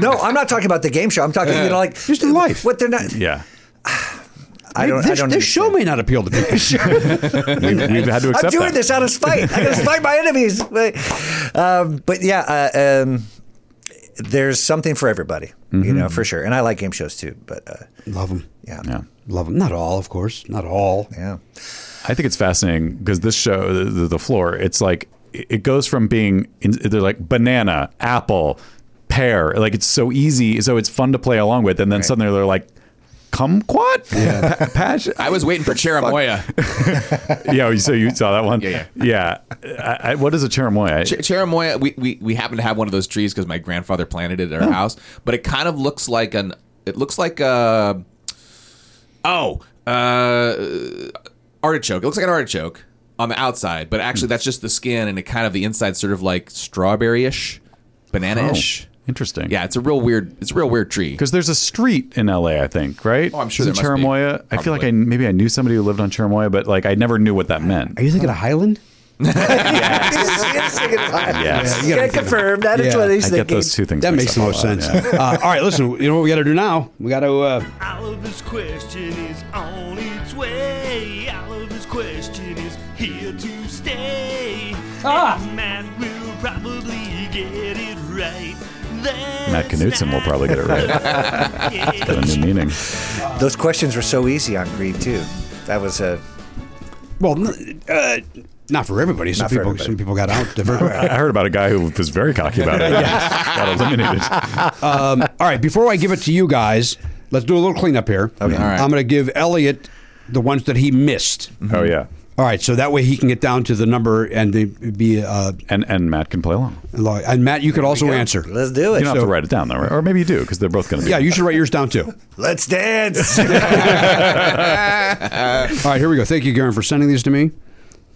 Speaker 7: no, I'm not talking about the game show. I'm talking, you know, like
Speaker 4: Just in life.
Speaker 7: What they're not.
Speaker 1: Yeah.
Speaker 7: I don't.
Speaker 4: this
Speaker 7: I don't
Speaker 4: this show
Speaker 7: understand.
Speaker 4: may not appeal to people.
Speaker 1: We've, we've had to
Speaker 7: I'm
Speaker 1: accept
Speaker 7: doing
Speaker 1: that.
Speaker 7: this out of spite. I gotta spite my enemies. But, um, but yeah, uh, um, there's something for everybody, you
Speaker 1: Mm-hmm.
Speaker 7: know, for sure. And I like game shows too. But uh,
Speaker 4: Love them.
Speaker 7: yeah,
Speaker 1: Yeah.
Speaker 4: Love them. Not all, of course. Not all.
Speaker 7: yeah.
Speaker 1: I think it's fascinating because this show, the, the floor, it's like, it it goes from being, in, they're like banana, apple, pear. Like it's so easy. So it's fun to play along with. And then suddenly they're like, kumquat? Yeah. patch?
Speaker 3: I was waiting for Cherimoya.
Speaker 1: yeah. So you saw that one?
Speaker 3: Yeah,
Speaker 1: Yeah. yeah. I, I, what is a cherimoya?
Speaker 3: Ch- Cherimoya, we, we, we happen to have one of those trees because my grandfather planted it at our house, but it kind of looks like an. It looks like a. Oh, uh, artichoke. It looks like an artichoke on the outside, but actually that's just the skin, and it kind of the inside sort of like strawberry ish, banana ish.
Speaker 1: Interesting.
Speaker 3: Yeah, it's a real weird. It's a real weird tree.
Speaker 1: Because there's a street in LA, I think, right?
Speaker 3: Oh, I'm sure
Speaker 1: Isn't
Speaker 3: there must be.
Speaker 1: Cherimoya. I feel like
Speaker 3: Probably.
Speaker 1: I maybe I knew somebody who lived on Cherimoya, but like I never knew what that meant.
Speaker 4: Are you thinking of Highland?
Speaker 1: Yes.
Speaker 4: you
Speaker 7: yeah,
Speaker 4: gotta-
Speaker 7: confirmed. That is
Speaker 4: Yeah.
Speaker 7: what he's
Speaker 1: I
Speaker 7: thinking.
Speaker 1: get those two things.
Speaker 4: That makes
Speaker 1: mixed
Speaker 4: the
Speaker 1: up a
Speaker 4: most
Speaker 1: lot,
Speaker 4: sense.
Speaker 1: yeah.
Speaker 4: Uh, all right, listen. You know what we got to do now? We got to. Uh,
Speaker 8: Oliver's question is on its way. way. Oliver's question is here to stay.
Speaker 4: Ah!
Speaker 8: And Matt will probably get it right.
Speaker 1: Matt Knudsen will probably get it right.
Speaker 8: right.
Speaker 1: Got a new meaning.
Speaker 7: Those questions were so easy on Greed too. That was a
Speaker 4: Well, n- uh, not for everybody. Some
Speaker 7: Not for
Speaker 4: people,
Speaker 7: everybody.
Speaker 4: some people got out.
Speaker 1: I I heard about a guy who was very cocky about it. Got eliminated.
Speaker 4: um, all right, before I give it to you guys, let's do a little cleanup here. Okay.
Speaker 3: All right.
Speaker 4: I'm going to give Elliot the ones that he missed.
Speaker 1: Oh yeah.
Speaker 4: All right, so that way he can get down to the number and the, be uh,
Speaker 1: And and Matt can play along.
Speaker 4: lo- and Matt, you could also answer.
Speaker 7: let's do
Speaker 1: You
Speaker 7: it.
Speaker 1: don't have to write it down though, right? Or maybe you do because they're both going to be.
Speaker 4: Yeah, you should write yours down too.
Speaker 7: Let's dance.
Speaker 4: All right, here we go. Thank you, Garen, for sending these to me.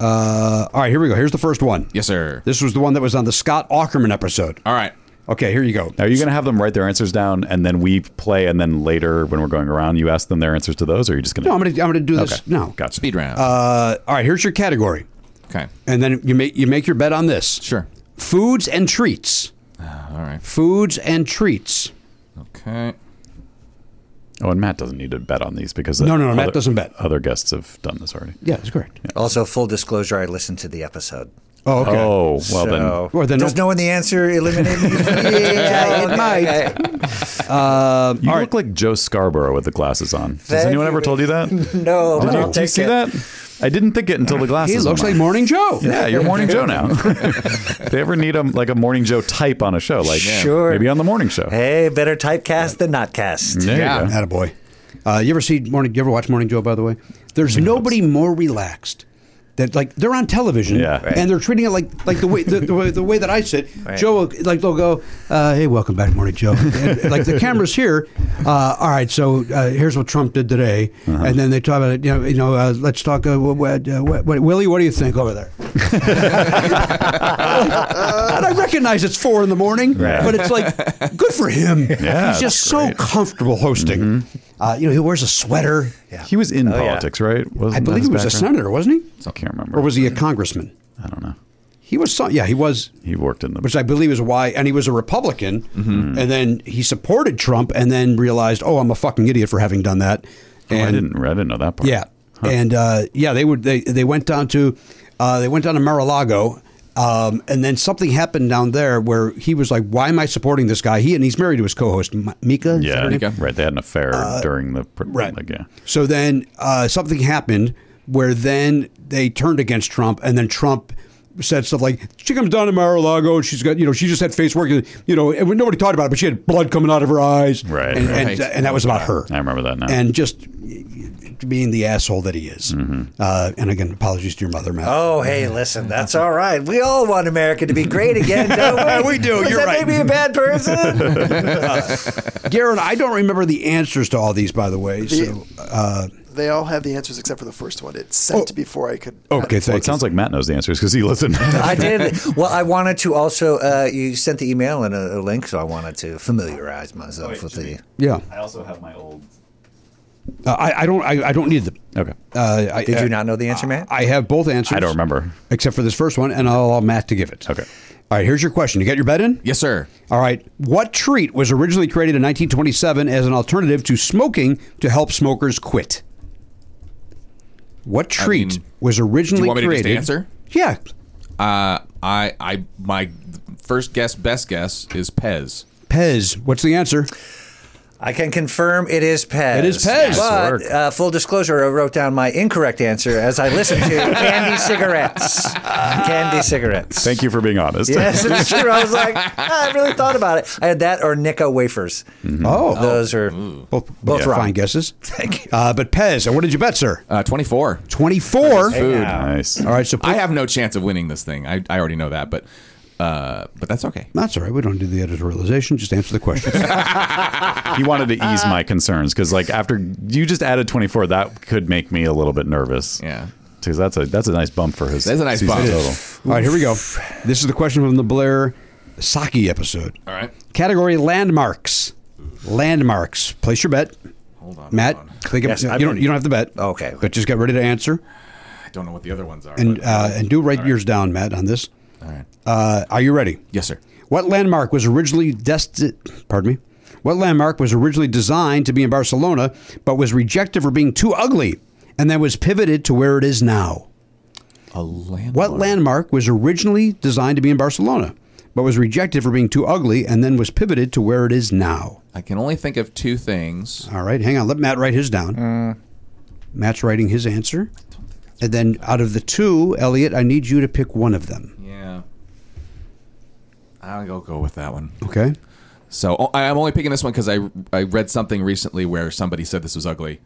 Speaker 4: Uh, all right, here we go. Here's the first one.
Speaker 3: Yes, sir.
Speaker 4: This was the one that was on the Scott Ackerman episode.
Speaker 3: All right.
Speaker 4: Okay, here you go.
Speaker 1: Are you going to have them write their answers down and then we play and then later when we're going around you ask them their answers to those? Or are you just going
Speaker 4: No, I'm gonna I'm gonna do this now.
Speaker 1: Gotcha.
Speaker 3: Speed round.
Speaker 4: Uh, all right, here's your category,
Speaker 3: okay.
Speaker 4: and then you make you make your bet on this.
Speaker 3: Sure.
Speaker 4: Foods and treats.
Speaker 3: All right.
Speaker 4: Foods and treats.
Speaker 3: Okay.
Speaker 1: Oh, and Matt doesn't need to bet on these because
Speaker 4: No, no, no, Matt
Speaker 1: other-
Speaker 4: doesn't bet.
Speaker 1: Other guests have done this already.
Speaker 4: Yeah, that's correct.
Speaker 7: also, full disclosure, I listened to the episode.
Speaker 4: Oh, okay.
Speaker 1: Oh well then.
Speaker 4: Well, then
Speaker 7: does
Speaker 4: no-
Speaker 7: knowing the answer eliminate me? yeah, it might.
Speaker 1: You look like Joe Scarborough with the glasses on. Has
Speaker 7: Thank
Speaker 1: anyone ever
Speaker 7: you.
Speaker 1: told you that? Did
Speaker 7: No,
Speaker 1: you,
Speaker 7: I'll
Speaker 1: did you
Speaker 7: take
Speaker 1: see
Speaker 7: it.
Speaker 1: that? I didn't think it until the glasses.
Speaker 4: he looks
Speaker 1: went
Speaker 4: like
Speaker 1: on.
Speaker 4: Morning Joe.
Speaker 1: Yeah, you're Morning Joe now. If they ever need a like a Morning Joe type on a show, like
Speaker 7: Sure.
Speaker 1: maybe on the morning show.
Speaker 7: Hey, better typecast than not cast.
Speaker 1: There you go.
Speaker 4: Attaboy. Uh, you ever see Morning? You ever watch Morning Joe? By the way, there's nobody more relaxed. That like they're on television,
Speaker 1: Yeah. Right.
Speaker 4: and they're treating it like like the way the, the way the way that I sit. Joe, will, like they'll go, uh, "Hey, welcome back, Morning Joe." And, like the camera's here. Uh, all right, so uh, here's what Trump did today,
Speaker 1: Uh-huh.
Speaker 4: and then they talk about it. You know, you know, uh, let's talk. Uh, what, uh, what, what, Willie, what do you think over there? and I recognize it's four in the morning,
Speaker 1: Right.
Speaker 4: but it's like good for him.
Speaker 1: Yeah, Mm-hmm.
Speaker 4: He's just so comfortable hosting. Uh, you know, he wears a sweater.
Speaker 1: He was in politics, right?
Speaker 4: Oh, I
Speaker 1: Wasn't that
Speaker 4: believe
Speaker 1: his
Speaker 4: he was a
Speaker 1: background?
Speaker 4: senator, wasn't he?
Speaker 1: I can't remember.
Speaker 4: Or was he a congressman?
Speaker 1: I don't know.
Speaker 4: He was. Some, yeah, he was.
Speaker 1: He worked in the.
Speaker 4: Which I believe is why, and he was a Republican,
Speaker 1: Mm-hmm.
Speaker 4: and then he supported Trump, and then realized, oh, I'm a fucking idiot for having done that.
Speaker 1: Oh,
Speaker 4: And
Speaker 1: I didn't. I didn't know that part.
Speaker 4: Yeah, and uh, yeah, they would. They they went down to, uh, they went down to Mar-a-Lago, um, and then something happened down there where he was like, why am I supporting this guy? He and he's married to his co-host M- Mika. is that
Speaker 1: Yeah.
Speaker 4: her name?
Speaker 1: Right. They had an affair
Speaker 4: Uh,
Speaker 1: during the. pr- Like, yeah.
Speaker 4: So then uh, something happened where then they turned against Trump, and then Trump said stuff like, "She comes down to Mar-a-Lago, and she's got you know she just had face work, you know, and nobody talked about it, but she had blood coming out of her eyes,
Speaker 1: Right,
Speaker 4: And,
Speaker 3: right.
Speaker 4: And, and that was about her.
Speaker 1: I remember that now.
Speaker 4: And just being the asshole that he is.
Speaker 1: Mm-hmm.
Speaker 4: Uh, and again, apologies to your mother, Matt.
Speaker 7: Oh, hey, listen, that's all right. We all want America to be great again, don't we?
Speaker 4: We do,
Speaker 7: Was
Speaker 4: you're
Speaker 7: that
Speaker 4: right.
Speaker 7: Maybe a bad person. Oh.
Speaker 4: Garrett, I don't remember the answers to all these, by the way.
Speaker 5: The-
Speaker 4: So, uh,
Speaker 5: They all have the answers except for the first one. It's
Speaker 1: Oh.
Speaker 5: sent before I could.
Speaker 4: okay,
Speaker 1: well, it
Speaker 4: thank you.
Speaker 1: sounds like Matt knows the answers because he listened.
Speaker 7: I did. Well, I wanted to also. Uh, you sent the email and a, a link, so I wanted to familiarize myself with the.
Speaker 4: Yeah,
Speaker 1: I also have my old.
Speaker 4: uh, I, I don't. I, I don't need them.
Speaker 1: Okay.
Speaker 4: Uh, I,
Speaker 7: Did
Speaker 4: I-
Speaker 7: you not know the answer, Matt?
Speaker 4: I have both answers.
Speaker 1: I don't remember.
Speaker 4: except for this first one, and I'll allow Matt to give it.
Speaker 1: Okay.
Speaker 4: All right, here's your question. You got your bet in?
Speaker 3: Yes, sir.
Speaker 4: All right. What treat was originally created in 1927 as an alternative to smoking to help smokers quit? What treat
Speaker 3: mean,
Speaker 4: was originally
Speaker 3: do you want me to just
Speaker 4: created?
Speaker 3: answer?
Speaker 4: Yeah.
Speaker 3: Uh, I, I, my first guess, best guess is Pez.
Speaker 4: Pez. What's the answer?
Speaker 7: I can confirm it is Pez.
Speaker 4: It is Pez. Nice
Speaker 7: But
Speaker 1: work.
Speaker 7: uh, full disclosure, I wrote down my incorrect answer as I listened to Candy Cigarettes. Candy Cigarettes.
Speaker 1: Thank you for being honest.
Speaker 7: Yes, it's true. I was like, "Ah, I really thought about it. I had that or Nico wafers.
Speaker 3: Mm-hmm.
Speaker 4: Oh,
Speaker 3: Uh,
Speaker 7: Those are
Speaker 4: both, both
Speaker 7: Both
Speaker 4: fine
Speaker 7: wrong.
Speaker 4: guesses.
Speaker 7: Thank you.
Speaker 4: Uh, but Pez, and what did you bet, sir?
Speaker 3: Uh, 24.
Speaker 4: 24.
Speaker 3: Food.
Speaker 1: nice.
Speaker 4: All right, so
Speaker 3: I have no chance of winning this thing. I, I already know that, but, uh, but that's okay.
Speaker 4: that's all right. We don't do the editorialization. Just answer the question.
Speaker 1: He wanted to ease my concerns because, like, after you just added 24, that could make me a little bit nervous.
Speaker 3: Yeah.
Speaker 1: Because that's a that's a nice bump for his.
Speaker 3: That's a nice
Speaker 1: season
Speaker 3: bump.
Speaker 1: Total.
Speaker 4: All right, here we go. This is the question from the Blair Saki episode.
Speaker 3: All right.
Speaker 4: Category landmarks. Landmarks. Place your bet. Hold
Speaker 3: on,
Speaker 4: Matt.
Speaker 3: hold on.
Speaker 4: Think of-
Speaker 7: Yes,
Speaker 4: you
Speaker 7: I'm
Speaker 4: don't.
Speaker 7: ready.
Speaker 4: You don't have to bet.
Speaker 3: Oh,
Speaker 7: Okay.
Speaker 4: But just get ready to answer
Speaker 3: I don't know what the other ones are.
Speaker 4: and
Speaker 3: but-
Speaker 4: uh, and do write yours down, Matt. On this.
Speaker 3: all right.
Speaker 4: Uh, are you ready?
Speaker 3: Yes, sir.
Speaker 4: What landmark was originally destined? Pardon me. What landmark was originally designed to be in Barcelona, but was rejected for being too ugly and then was pivoted to where it is now.
Speaker 3: A landmark.
Speaker 4: What landmark was originally designed to be in Barcelona, but was rejected for being too ugly and then was pivoted to where it is now?
Speaker 3: I can only think of two things.
Speaker 4: All right, hang on. Let Matt write his down. Matt's writing his answer. And then out of the two, Elliot, I need you to pick one of them.
Speaker 3: Yeah. I'll go, go with that one.
Speaker 4: Okay?
Speaker 3: So o- I- I'm only picking this one because I, I read something recently where somebody said this was ugly.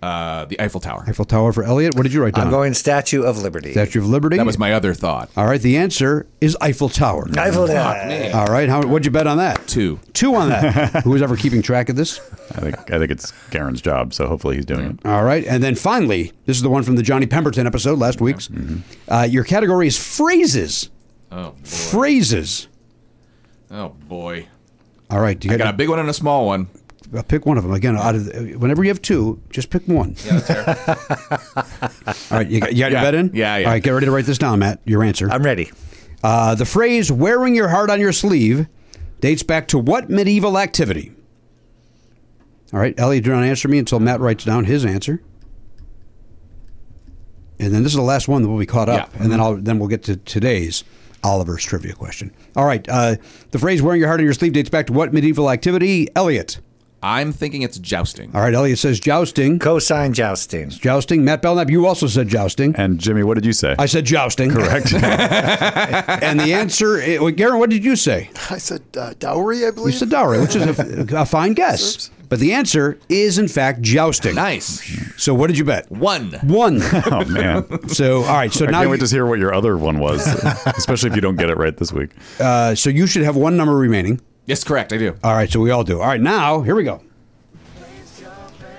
Speaker 3: Uh, the Eiffel Tower.
Speaker 4: Eiffel Tower for Elliot. What did you write down?
Speaker 7: I'm going Statue of Liberty.
Speaker 4: Statue of Liberty.
Speaker 3: That was my other thought.
Speaker 4: All right, the answer is Eiffel Tower.
Speaker 7: Eiffel Tower.
Speaker 4: Uh, All right, how, what'd you bet on that?
Speaker 3: Two.
Speaker 4: Two on that. Who's ever keeping track of this?
Speaker 1: I think I think it's Karen's job, so hopefully he's doing it.
Speaker 4: All right, and then finally, this is the one from the Johnny Pemberton episode last week's. Uh, your category is phrases.
Speaker 3: Mm-hmm. Oh boy.
Speaker 4: Phrases.
Speaker 3: Oh boy.
Speaker 4: All right, do you
Speaker 3: I got a
Speaker 4: got
Speaker 3: big one and a small one.
Speaker 4: to pick one of them again. Out of the, whenever you have two, just pick one. All right, you got, you got your
Speaker 3: Yeah,
Speaker 4: bet in.
Speaker 3: yeah, yeah.
Speaker 4: All right, get ready to write this down, Matt. Your answer.
Speaker 7: I'm ready.
Speaker 4: Uh, the phrase "wearing your heart on your sleeve" dates back to what medieval activity? All right, Ellie, do not answer me until Matt writes down his answer, and then this is the last one that will be caught up,
Speaker 3: Yeah.
Speaker 4: and then I'll then we'll get to today's Oliver's trivia question. All right, uh, the phrase "wearing your heart on your sleeve" dates back to what medieval activity? Elliot.
Speaker 3: I'm thinking it's jousting.
Speaker 4: All right, Elliot says jousting.
Speaker 7: Cosine jousting.
Speaker 4: jousting. Matt Belknap, you also said jousting.
Speaker 1: And Jimmy, what did you say?
Speaker 4: I said jousting. Correct. and the answer, it, Garen, what did you say?
Speaker 5: I said uh, dowry, I believe.
Speaker 4: It's a dowry, which is a, a fine guess. But the answer is, in fact, jousting.
Speaker 3: Nice.
Speaker 4: So what did you bet?
Speaker 3: One.
Speaker 4: One.
Speaker 1: oh man.
Speaker 4: So all right. So
Speaker 1: I
Speaker 4: now,
Speaker 1: can't wait
Speaker 4: you-
Speaker 1: to hear what your other one was, especially if you don't get it right this week.
Speaker 4: uh, so you should have one number remaining.
Speaker 3: Yes, correct. I do.
Speaker 4: All right. So we all do. All right. Now here we go.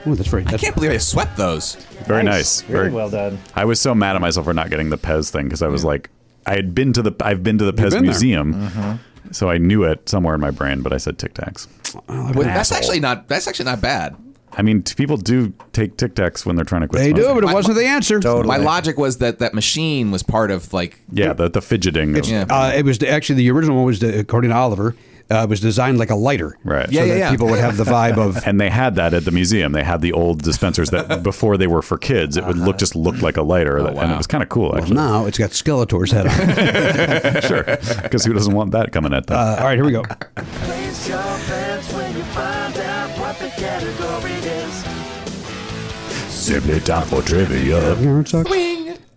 Speaker 4: Oh, that's right.
Speaker 3: I
Speaker 4: That's,
Speaker 3: can't believe I swept those.
Speaker 1: Very nice.
Speaker 7: Really
Speaker 1: Very
Speaker 7: well done.
Speaker 1: I was so mad at myself for not getting the Pez thing because I was like, I had been to the I've been to the
Speaker 4: been
Speaker 1: Pez
Speaker 4: there.
Speaker 1: Museum, so I knew it somewhere in my brain, but I said Tic Tacs.
Speaker 3: Well, that's actually not. That's actually not bad.
Speaker 1: I mean, t- people do take Tic Tacs when they're trying to quit.
Speaker 4: they do,
Speaker 1: smoking.
Speaker 4: but it wasn't the answer.
Speaker 3: My logic was that that machine was part of like.
Speaker 1: yeah, the, the fidgeting. of-
Speaker 3: Yeah.
Speaker 4: Uh, it was the, actually the original one was, de- according to Oliver, uh, was designed like a lighter.
Speaker 1: Right.
Speaker 4: So
Speaker 3: Yeah, yeah,
Speaker 4: that
Speaker 3: yeah.
Speaker 4: people would have the vibe of.
Speaker 1: And they had that at the museum. They had the old dispensers that before they were for kids, it would look just looked like a lighter, and it
Speaker 3: wow.
Speaker 1: was kind of cool actually.
Speaker 4: Now it's got Skeletor's head on. it.
Speaker 1: sure, because who doesn't want that coming at them?
Speaker 4: Uh, all right, here we go.
Speaker 8: Place your bets when you find out what the category is.
Speaker 1: Simply time for trivia.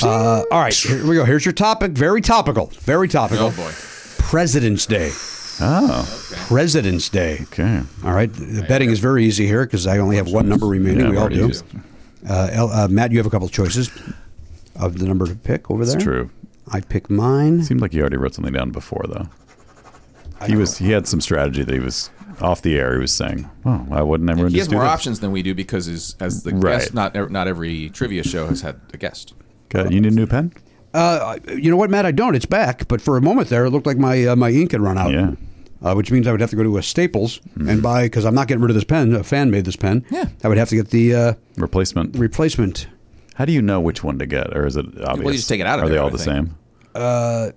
Speaker 4: Uh, all right, here we go. Here's your topic. Very topical. Very topical.
Speaker 3: Oh boy.
Speaker 4: President's Day.
Speaker 1: Oh,
Speaker 4: President's Day.
Speaker 1: okay.
Speaker 4: All right. The betting is very easy here because I only have one number remaining.
Speaker 1: Yeah,
Speaker 4: we all
Speaker 1: very
Speaker 4: do.
Speaker 1: easy.
Speaker 4: Uh, El, uh, Matt, you have a couple choices of the number to pick over there.
Speaker 1: It's true.
Speaker 4: I pick mine.
Speaker 1: Seemed like he already wrote something down before, though. He was he had some strategy that he was off the air. He was saying, "Oh, why wouldn't everyone
Speaker 3: He
Speaker 1: just
Speaker 3: has
Speaker 1: do
Speaker 3: more
Speaker 1: this?"
Speaker 3: options than we do because, as, as the
Speaker 1: Right.
Speaker 3: guest, not ev- not every trivia show has had a guest.
Speaker 1: Okay, you need a new pen?
Speaker 4: Uh, you know what, Matt? I don't. It's back. But for a moment there, it looked like my uh, my ink had run out.
Speaker 1: Yeah. Mm-hmm.
Speaker 4: Uh, which means I would have to go to a Staples and buy because I'm not getting rid of this pen. A fan made this pen.
Speaker 3: Yeah.
Speaker 4: I would have to get the uh,
Speaker 1: Replacement.
Speaker 4: replacement.
Speaker 1: How do you know which one to get, or is it obvious?
Speaker 3: just take it out of
Speaker 1: Are they
Speaker 3: there,
Speaker 1: all
Speaker 3: I
Speaker 1: the
Speaker 3: think.
Speaker 1: same?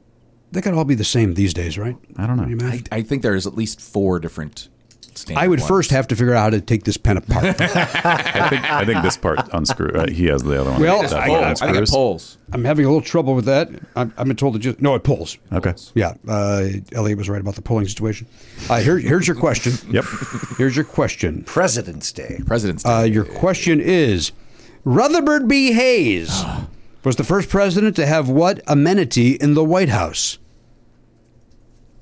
Speaker 4: They could all be the same these days, right?
Speaker 1: I don't know.
Speaker 4: Pretty much.
Speaker 3: I, I think there is at least four different. Standard
Speaker 4: I would
Speaker 3: ones.
Speaker 4: first have to figure out how to take this pen apart.
Speaker 1: I think I think this part unscrew. Uh, he has the other one.
Speaker 4: Well,
Speaker 1: That
Speaker 3: I,
Speaker 4: I
Speaker 3: think
Speaker 1: one
Speaker 3: I
Speaker 1: unscrews.
Speaker 3: think it polls.
Speaker 4: I'm having a little trouble with that. I'm, I've been told to just no, it pulls.
Speaker 1: Okay.
Speaker 4: Yeah, uh, Elliot was right about the pulling situation. Uh, here, here's your question.
Speaker 1: Yep.
Speaker 4: Here's your question.
Speaker 7: President's Day.
Speaker 3: President's Day.
Speaker 4: Uh, your question is: Rutherford B. Hayes was the first president to have what amenity in the White House?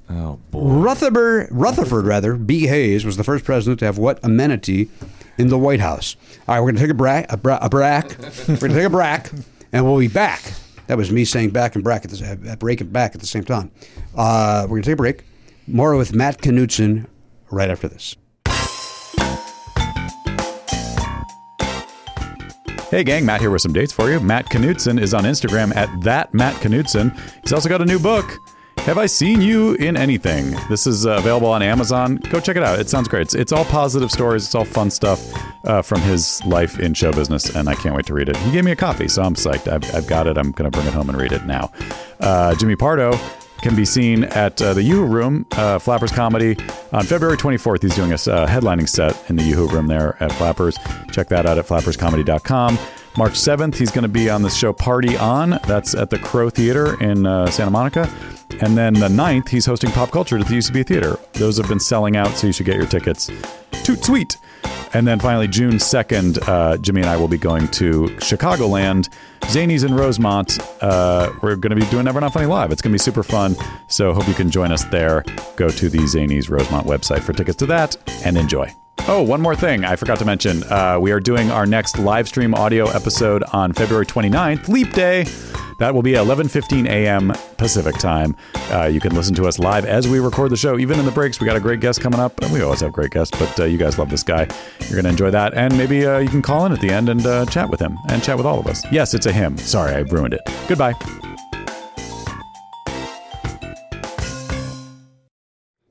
Speaker 3: oh boy.
Speaker 4: Rutherford, Rutherford rather, B. Hayes was the first president to have what amenity in the White House? All right, we're going to take a brack, a, bra, a brack. we're going to take a brack, and we'll be back. That was me saying back and brack at the s- uh, break and back at the same time. Uh, we're going to take a break. More with Matt Knutson right after this.
Speaker 1: Hey gang, Matt here with some dates for you. Matt Knutson is on Instagram at that Matt Knutson. He's also got a new book. Have I seen you in anything? This is uh, available on Amazon. Go check it out. It sounds great. It's, it's all positive stories. It's all fun stuff uh, from his life in show business, and I can't wait to read it. He gave me a copy, so I'm psyched. I've, I've got it. I'm gonna bring it home and read it now. Uh, Jimmy Pardo can be seen at uh, the Yoo-Hoo Room, uh, Flappers Comedy. On February 24th, he's doing a s- uh, headlining set in the Yoo-Hoo Room there at Flappers. Check that out at flapperscomedy.com. March 7th, he's going to be on the show Party On. That's at the Crow Theater in uh, Santa Monica. And then the 9th, he's hosting Pop Culture at the UCB Theater. Those have been selling out, so you should get your tickets. Toot sweet. And then finally, June 2nd, uh, Jimmy and I will be going to Chicagoland, Zanies in Rosemont. Uh, we're going to be doing Never Not Funny Live. It's going to be super fun. So hope you can join us there. Go to the Zanies Rosemont website for tickets to that and enjoy. Oh, one more thing I forgot to mention. Uh, we are doing our next live stream audio episode on February 29th, Leap Day. That will be 11:15 a.m. Pacific time. Uh, you can listen to us live as we record the show, even in the breaks. We got a great guest coming up, and we always have great guests. But uh, you guys love this guy. You're going to enjoy that, and maybe uh, you can call in at the end and uh, chat with him and chat with all of us. Yes, it's a him. Sorry, I ruined it. Goodbye.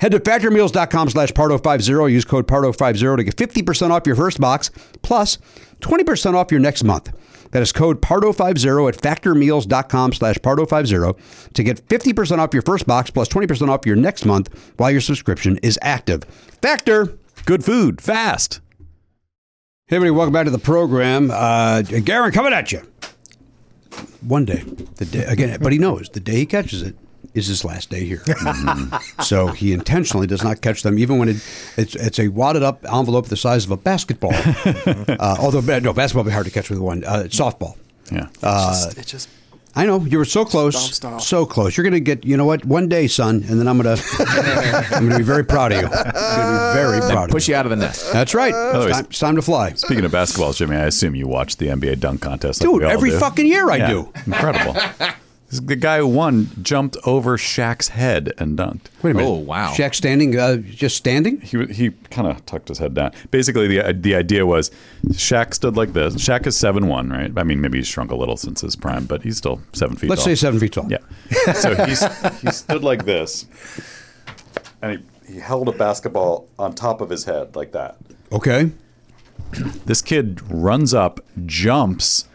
Speaker 4: Head to factormeals.com slash pardo50. Use code pardo50 to get 50% off your first box plus 20% off your next month. That is code pardo50 at factormeals.com slash pardo50 to get 50% off your first box plus 20% off your next month while your subscription is active. Factor.
Speaker 1: Good food, fast.
Speaker 4: Hey, everybody, welcome back to the program. Uh, Garen coming at you. One day, the day again, but he knows the day he catches it is his last day here. Mm-hmm. so he intentionally does not catch them, even when it, it's it's a wadded up envelope the size of a basketball. uh, although ba- no, basketball would be hard to catch with one uh, softball.
Speaker 1: Yeah.
Speaker 5: Just, it just
Speaker 4: I know you were so close,
Speaker 5: stop.
Speaker 4: so close. You're gonna get, you know what? One day, son, and then I'm gonna, I'm gonna be very proud of you. I'm gonna be very proud.
Speaker 3: Push
Speaker 4: of
Speaker 3: you out of the nest.
Speaker 4: That's right.
Speaker 1: way,
Speaker 4: It's time, it's time to fly,
Speaker 1: Speaking of basketball, Jimmy, I assume you watched the NBA dunk contest. like
Speaker 4: dude.
Speaker 1: we all
Speaker 4: Every
Speaker 1: do.
Speaker 4: fucking year I
Speaker 1: Yeah,
Speaker 4: do.
Speaker 1: Incredible. This- the guy who won jumped over Shaq's head and dunked.
Speaker 4: Wait a minute.
Speaker 3: Oh, wow.
Speaker 4: Shaq standing, uh, just standing.
Speaker 1: He, wa- he kind of tucked his head down. Basically, the uh, the idea was Shaq stood like this. Shaq is seven one, right? I mean, maybe he's shrunk a little since his prime, but he's still seven feet.
Speaker 4: Let's
Speaker 1: tall.
Speaker 4: say seven feet tall.
Speaker 1: Yeah. So he's, he stood like this, and he, he held a basketball on top of his head like that.
Speaker 4: Okay.
Speaker 1: This kid runs up, jumps,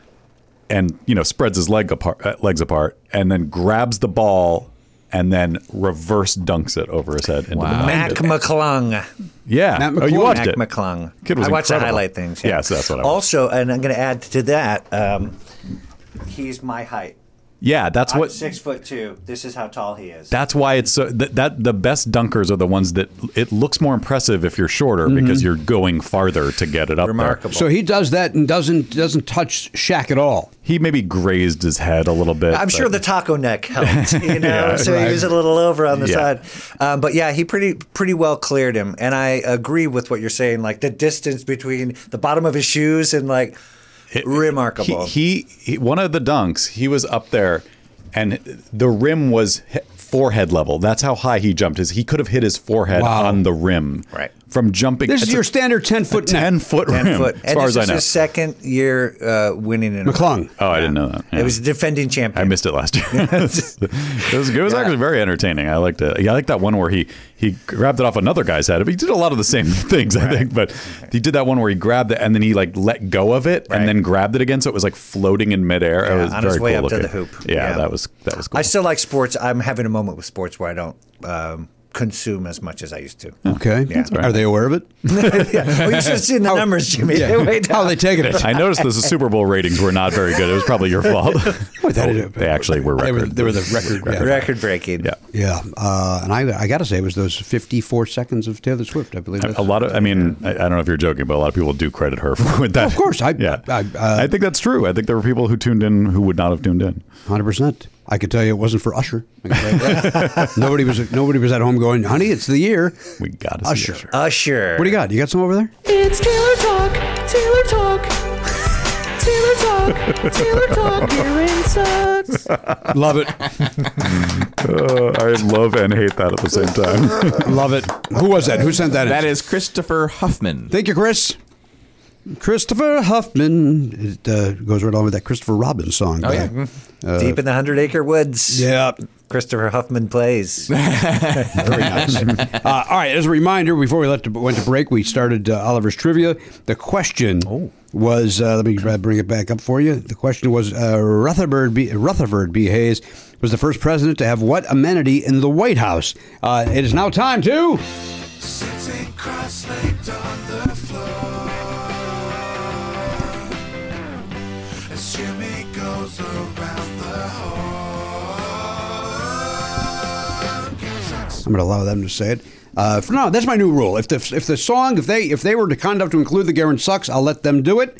Speaker 1: and you know spreads his leg apart, uh, legs apart, and then grabs the ball. And then reverse dunks it over his head. Into the
Speaker 7: Mac
Speaker 1: basket.
Speaker 7: McClung.
Speaker 1: yeah.
Speaker 4: Mac
Speaker 1: oh, you
Speaker 4: McClung.
Speaker 1: watched
Speaker 7: Mac
Speaker 1: it.
Speaker 7: McClung.
Speaker 1: Kid was
Speaker 7: I watched the
Speaker 1: incredible.
Speaker 7: highlight things.
Speaker 1: Yes, that's what I watched.
Speaker 7: Also, and I'm going to add to that, um, he's my height.
Speaker 1: Yeah, that's
Speaker 7: I'm
Speaker 1: what.
Speaker 7: six foot two. This is how tall he is.
Speaker 1: That's why it's so that, that the best dunkers are the ones that it looks more impressive if you're shorter because you're going farther to get it up there.
Speaker 7: Mm-hmm. remarkable.
Speaker 4: So he does that and doesn't doesn't touch Shaq at all.
Speaker 1: He maybe grazed his head a little bit.
Speaker 7: I'm sure
Speaker 1: but-
Speaker 7: the taco neck helped, you know. so he was a little over on the
Speaker 1: Yeah.
Speaker 7: side, um, but yeah, he pretty pretty well cleared him. And I agree with what you're saying, like the distance between the bottom of his shoes and like remarkable.
Speaker 1: He, he, he one of the dunks, he was up there, and the rim was he- forehead level. That's how high he jumped. Is he could have hit his forehead
Speaker 4: Wow.
Speaker 1: on the rim,
Speaker 7: Right.
Speaker 1: From jumping.
Speaker 4: This is
Speaker 1: it's
Speaker 4: your
Speaker 1: a
Speaker 4: standard ten foot net.
Speaker 1: ten foot rim,
Speaker 7: Foot.
Speaker 1: as
Speaker 7: And
Speaker 1: far as
Speaker 7: this
Speaker 1: I
Speaker 7: is
Speaker 1: know.
Speaker 7: his second year uh, winning in a row.
Speaker 4: McClung.
Speaker 1: oh, I didn't know that.
Speaker 7: It
Speaker 1: Yeah.
Speaker 7: was a defending champion.
Speaker 1: I missed it last year. it was, it was
Speaker 7: Yeah.
Speaker 1: actually very entertaining. I liked it. Yeah, I liked that one where he he grabbed it off another guy's head. But he did a lot of the same things, I think. But he did that one where he grabbed it and then he like let go of it
Speaker 7: Right.
Speaker 1: and then grabbed it again, so it was like floating in midair.
Speaker 7: Yeah,
Speaker 1: it was
Speaker 7: on
Speaker 1: very
Speaker 7: his way
Speaker 1: cool
Speaker 7: up to
Speaker 1: looking.
Speaker 7: the hoop.
Speaker 1: Yeah,
Speaker 7: Yeah.
Speaker 1: that was that was cool.
Speaker 7: I still like sports. I'm having a moment with sports where I don't um, consume as much as I used to.
Speaker 1: Oh.
Speaker 4: Okay. Are they aware of it?
Speaker 7: yeah. Oh, you should have seen the numbers, Jimmy. They way
Speaker 4: How
Speaker 7: down.
Speaker 4: are they taking it?
Speaker 1: I noticed the Super Bowl ratings were not very good. It was probably your fault.
Speaker 4: that is-
Speaker 1: they actually were
Speaker 4: They
Speaker 1: record.
Speaker 4: were, they were the record. yeah.
Speaker 7: Record breaking.
Speaker 1: Yeah.
Speaker 4: Yeah, uh, and I, I got to say, it was those 54 seconds of Taylor Swift. I believe that's,
Speaker 1: A lot of, I mean, I, I don't know if you're joking, but a lot of people do credit her with that.
Speaker 4: Of course, I-
Speaker 1: yeah.
Speaker 4: I- uh,
Speaker 1: I think that's true. I think there were people who tuned in who would not have tuned in.
Speaker 4: 100. percent I could tell you it wasn't for Usher. I can tell you that. nobody was nobody was at home going, "Honey, it's the year."
Speaker 1: We got to
Speaker 4: Usher.
Speaker 1: see Usher.
Speaker 7: Usher.
Speaker 4: What do you got? You got some over there?
Speaker 9: It's Taylor Talk, Taylor Talk, Taylor Talk, Taylor Talk, Aaron sucks.
Speaker 4: Love it,
Speaker 1: Uh, I love and hate that at the same time.
Speaker 4: love it. Who was that? Who sent that? in?
Speaker 3: That is Christopher Huffman.
Speaker 4: Thank you, Chris. Christopher Huffman. It uh, goes right along with that Christopher Robin song. by-
Speaker 3: Oh, yeah.
Speaker 7: Deep in the Hundred Acre Woods.
Speaker 4: yeah.
Speaker 7: Christopher Huffman plays.
Speaker 4: Very nice. uh, all right. As a reminder, before we left to, went to break, we started uh, Oliver's trivia. The question was uh, let me uh, bring it back up for you. The question was uh, Rutherford B. Rutherford B. Hayes was the first president to have what amenity in the White House? Uh, it is now time to.
Speaker 8: Sitting cross-legged on the floor. As Jimmy goes around the horn. Sucks.
Speaker 4: I'm going to allow them to say it. Uh, for now, that's my new rule. If the if the song if they if they were to conduct to include the Garen sucks, I'll let them do it.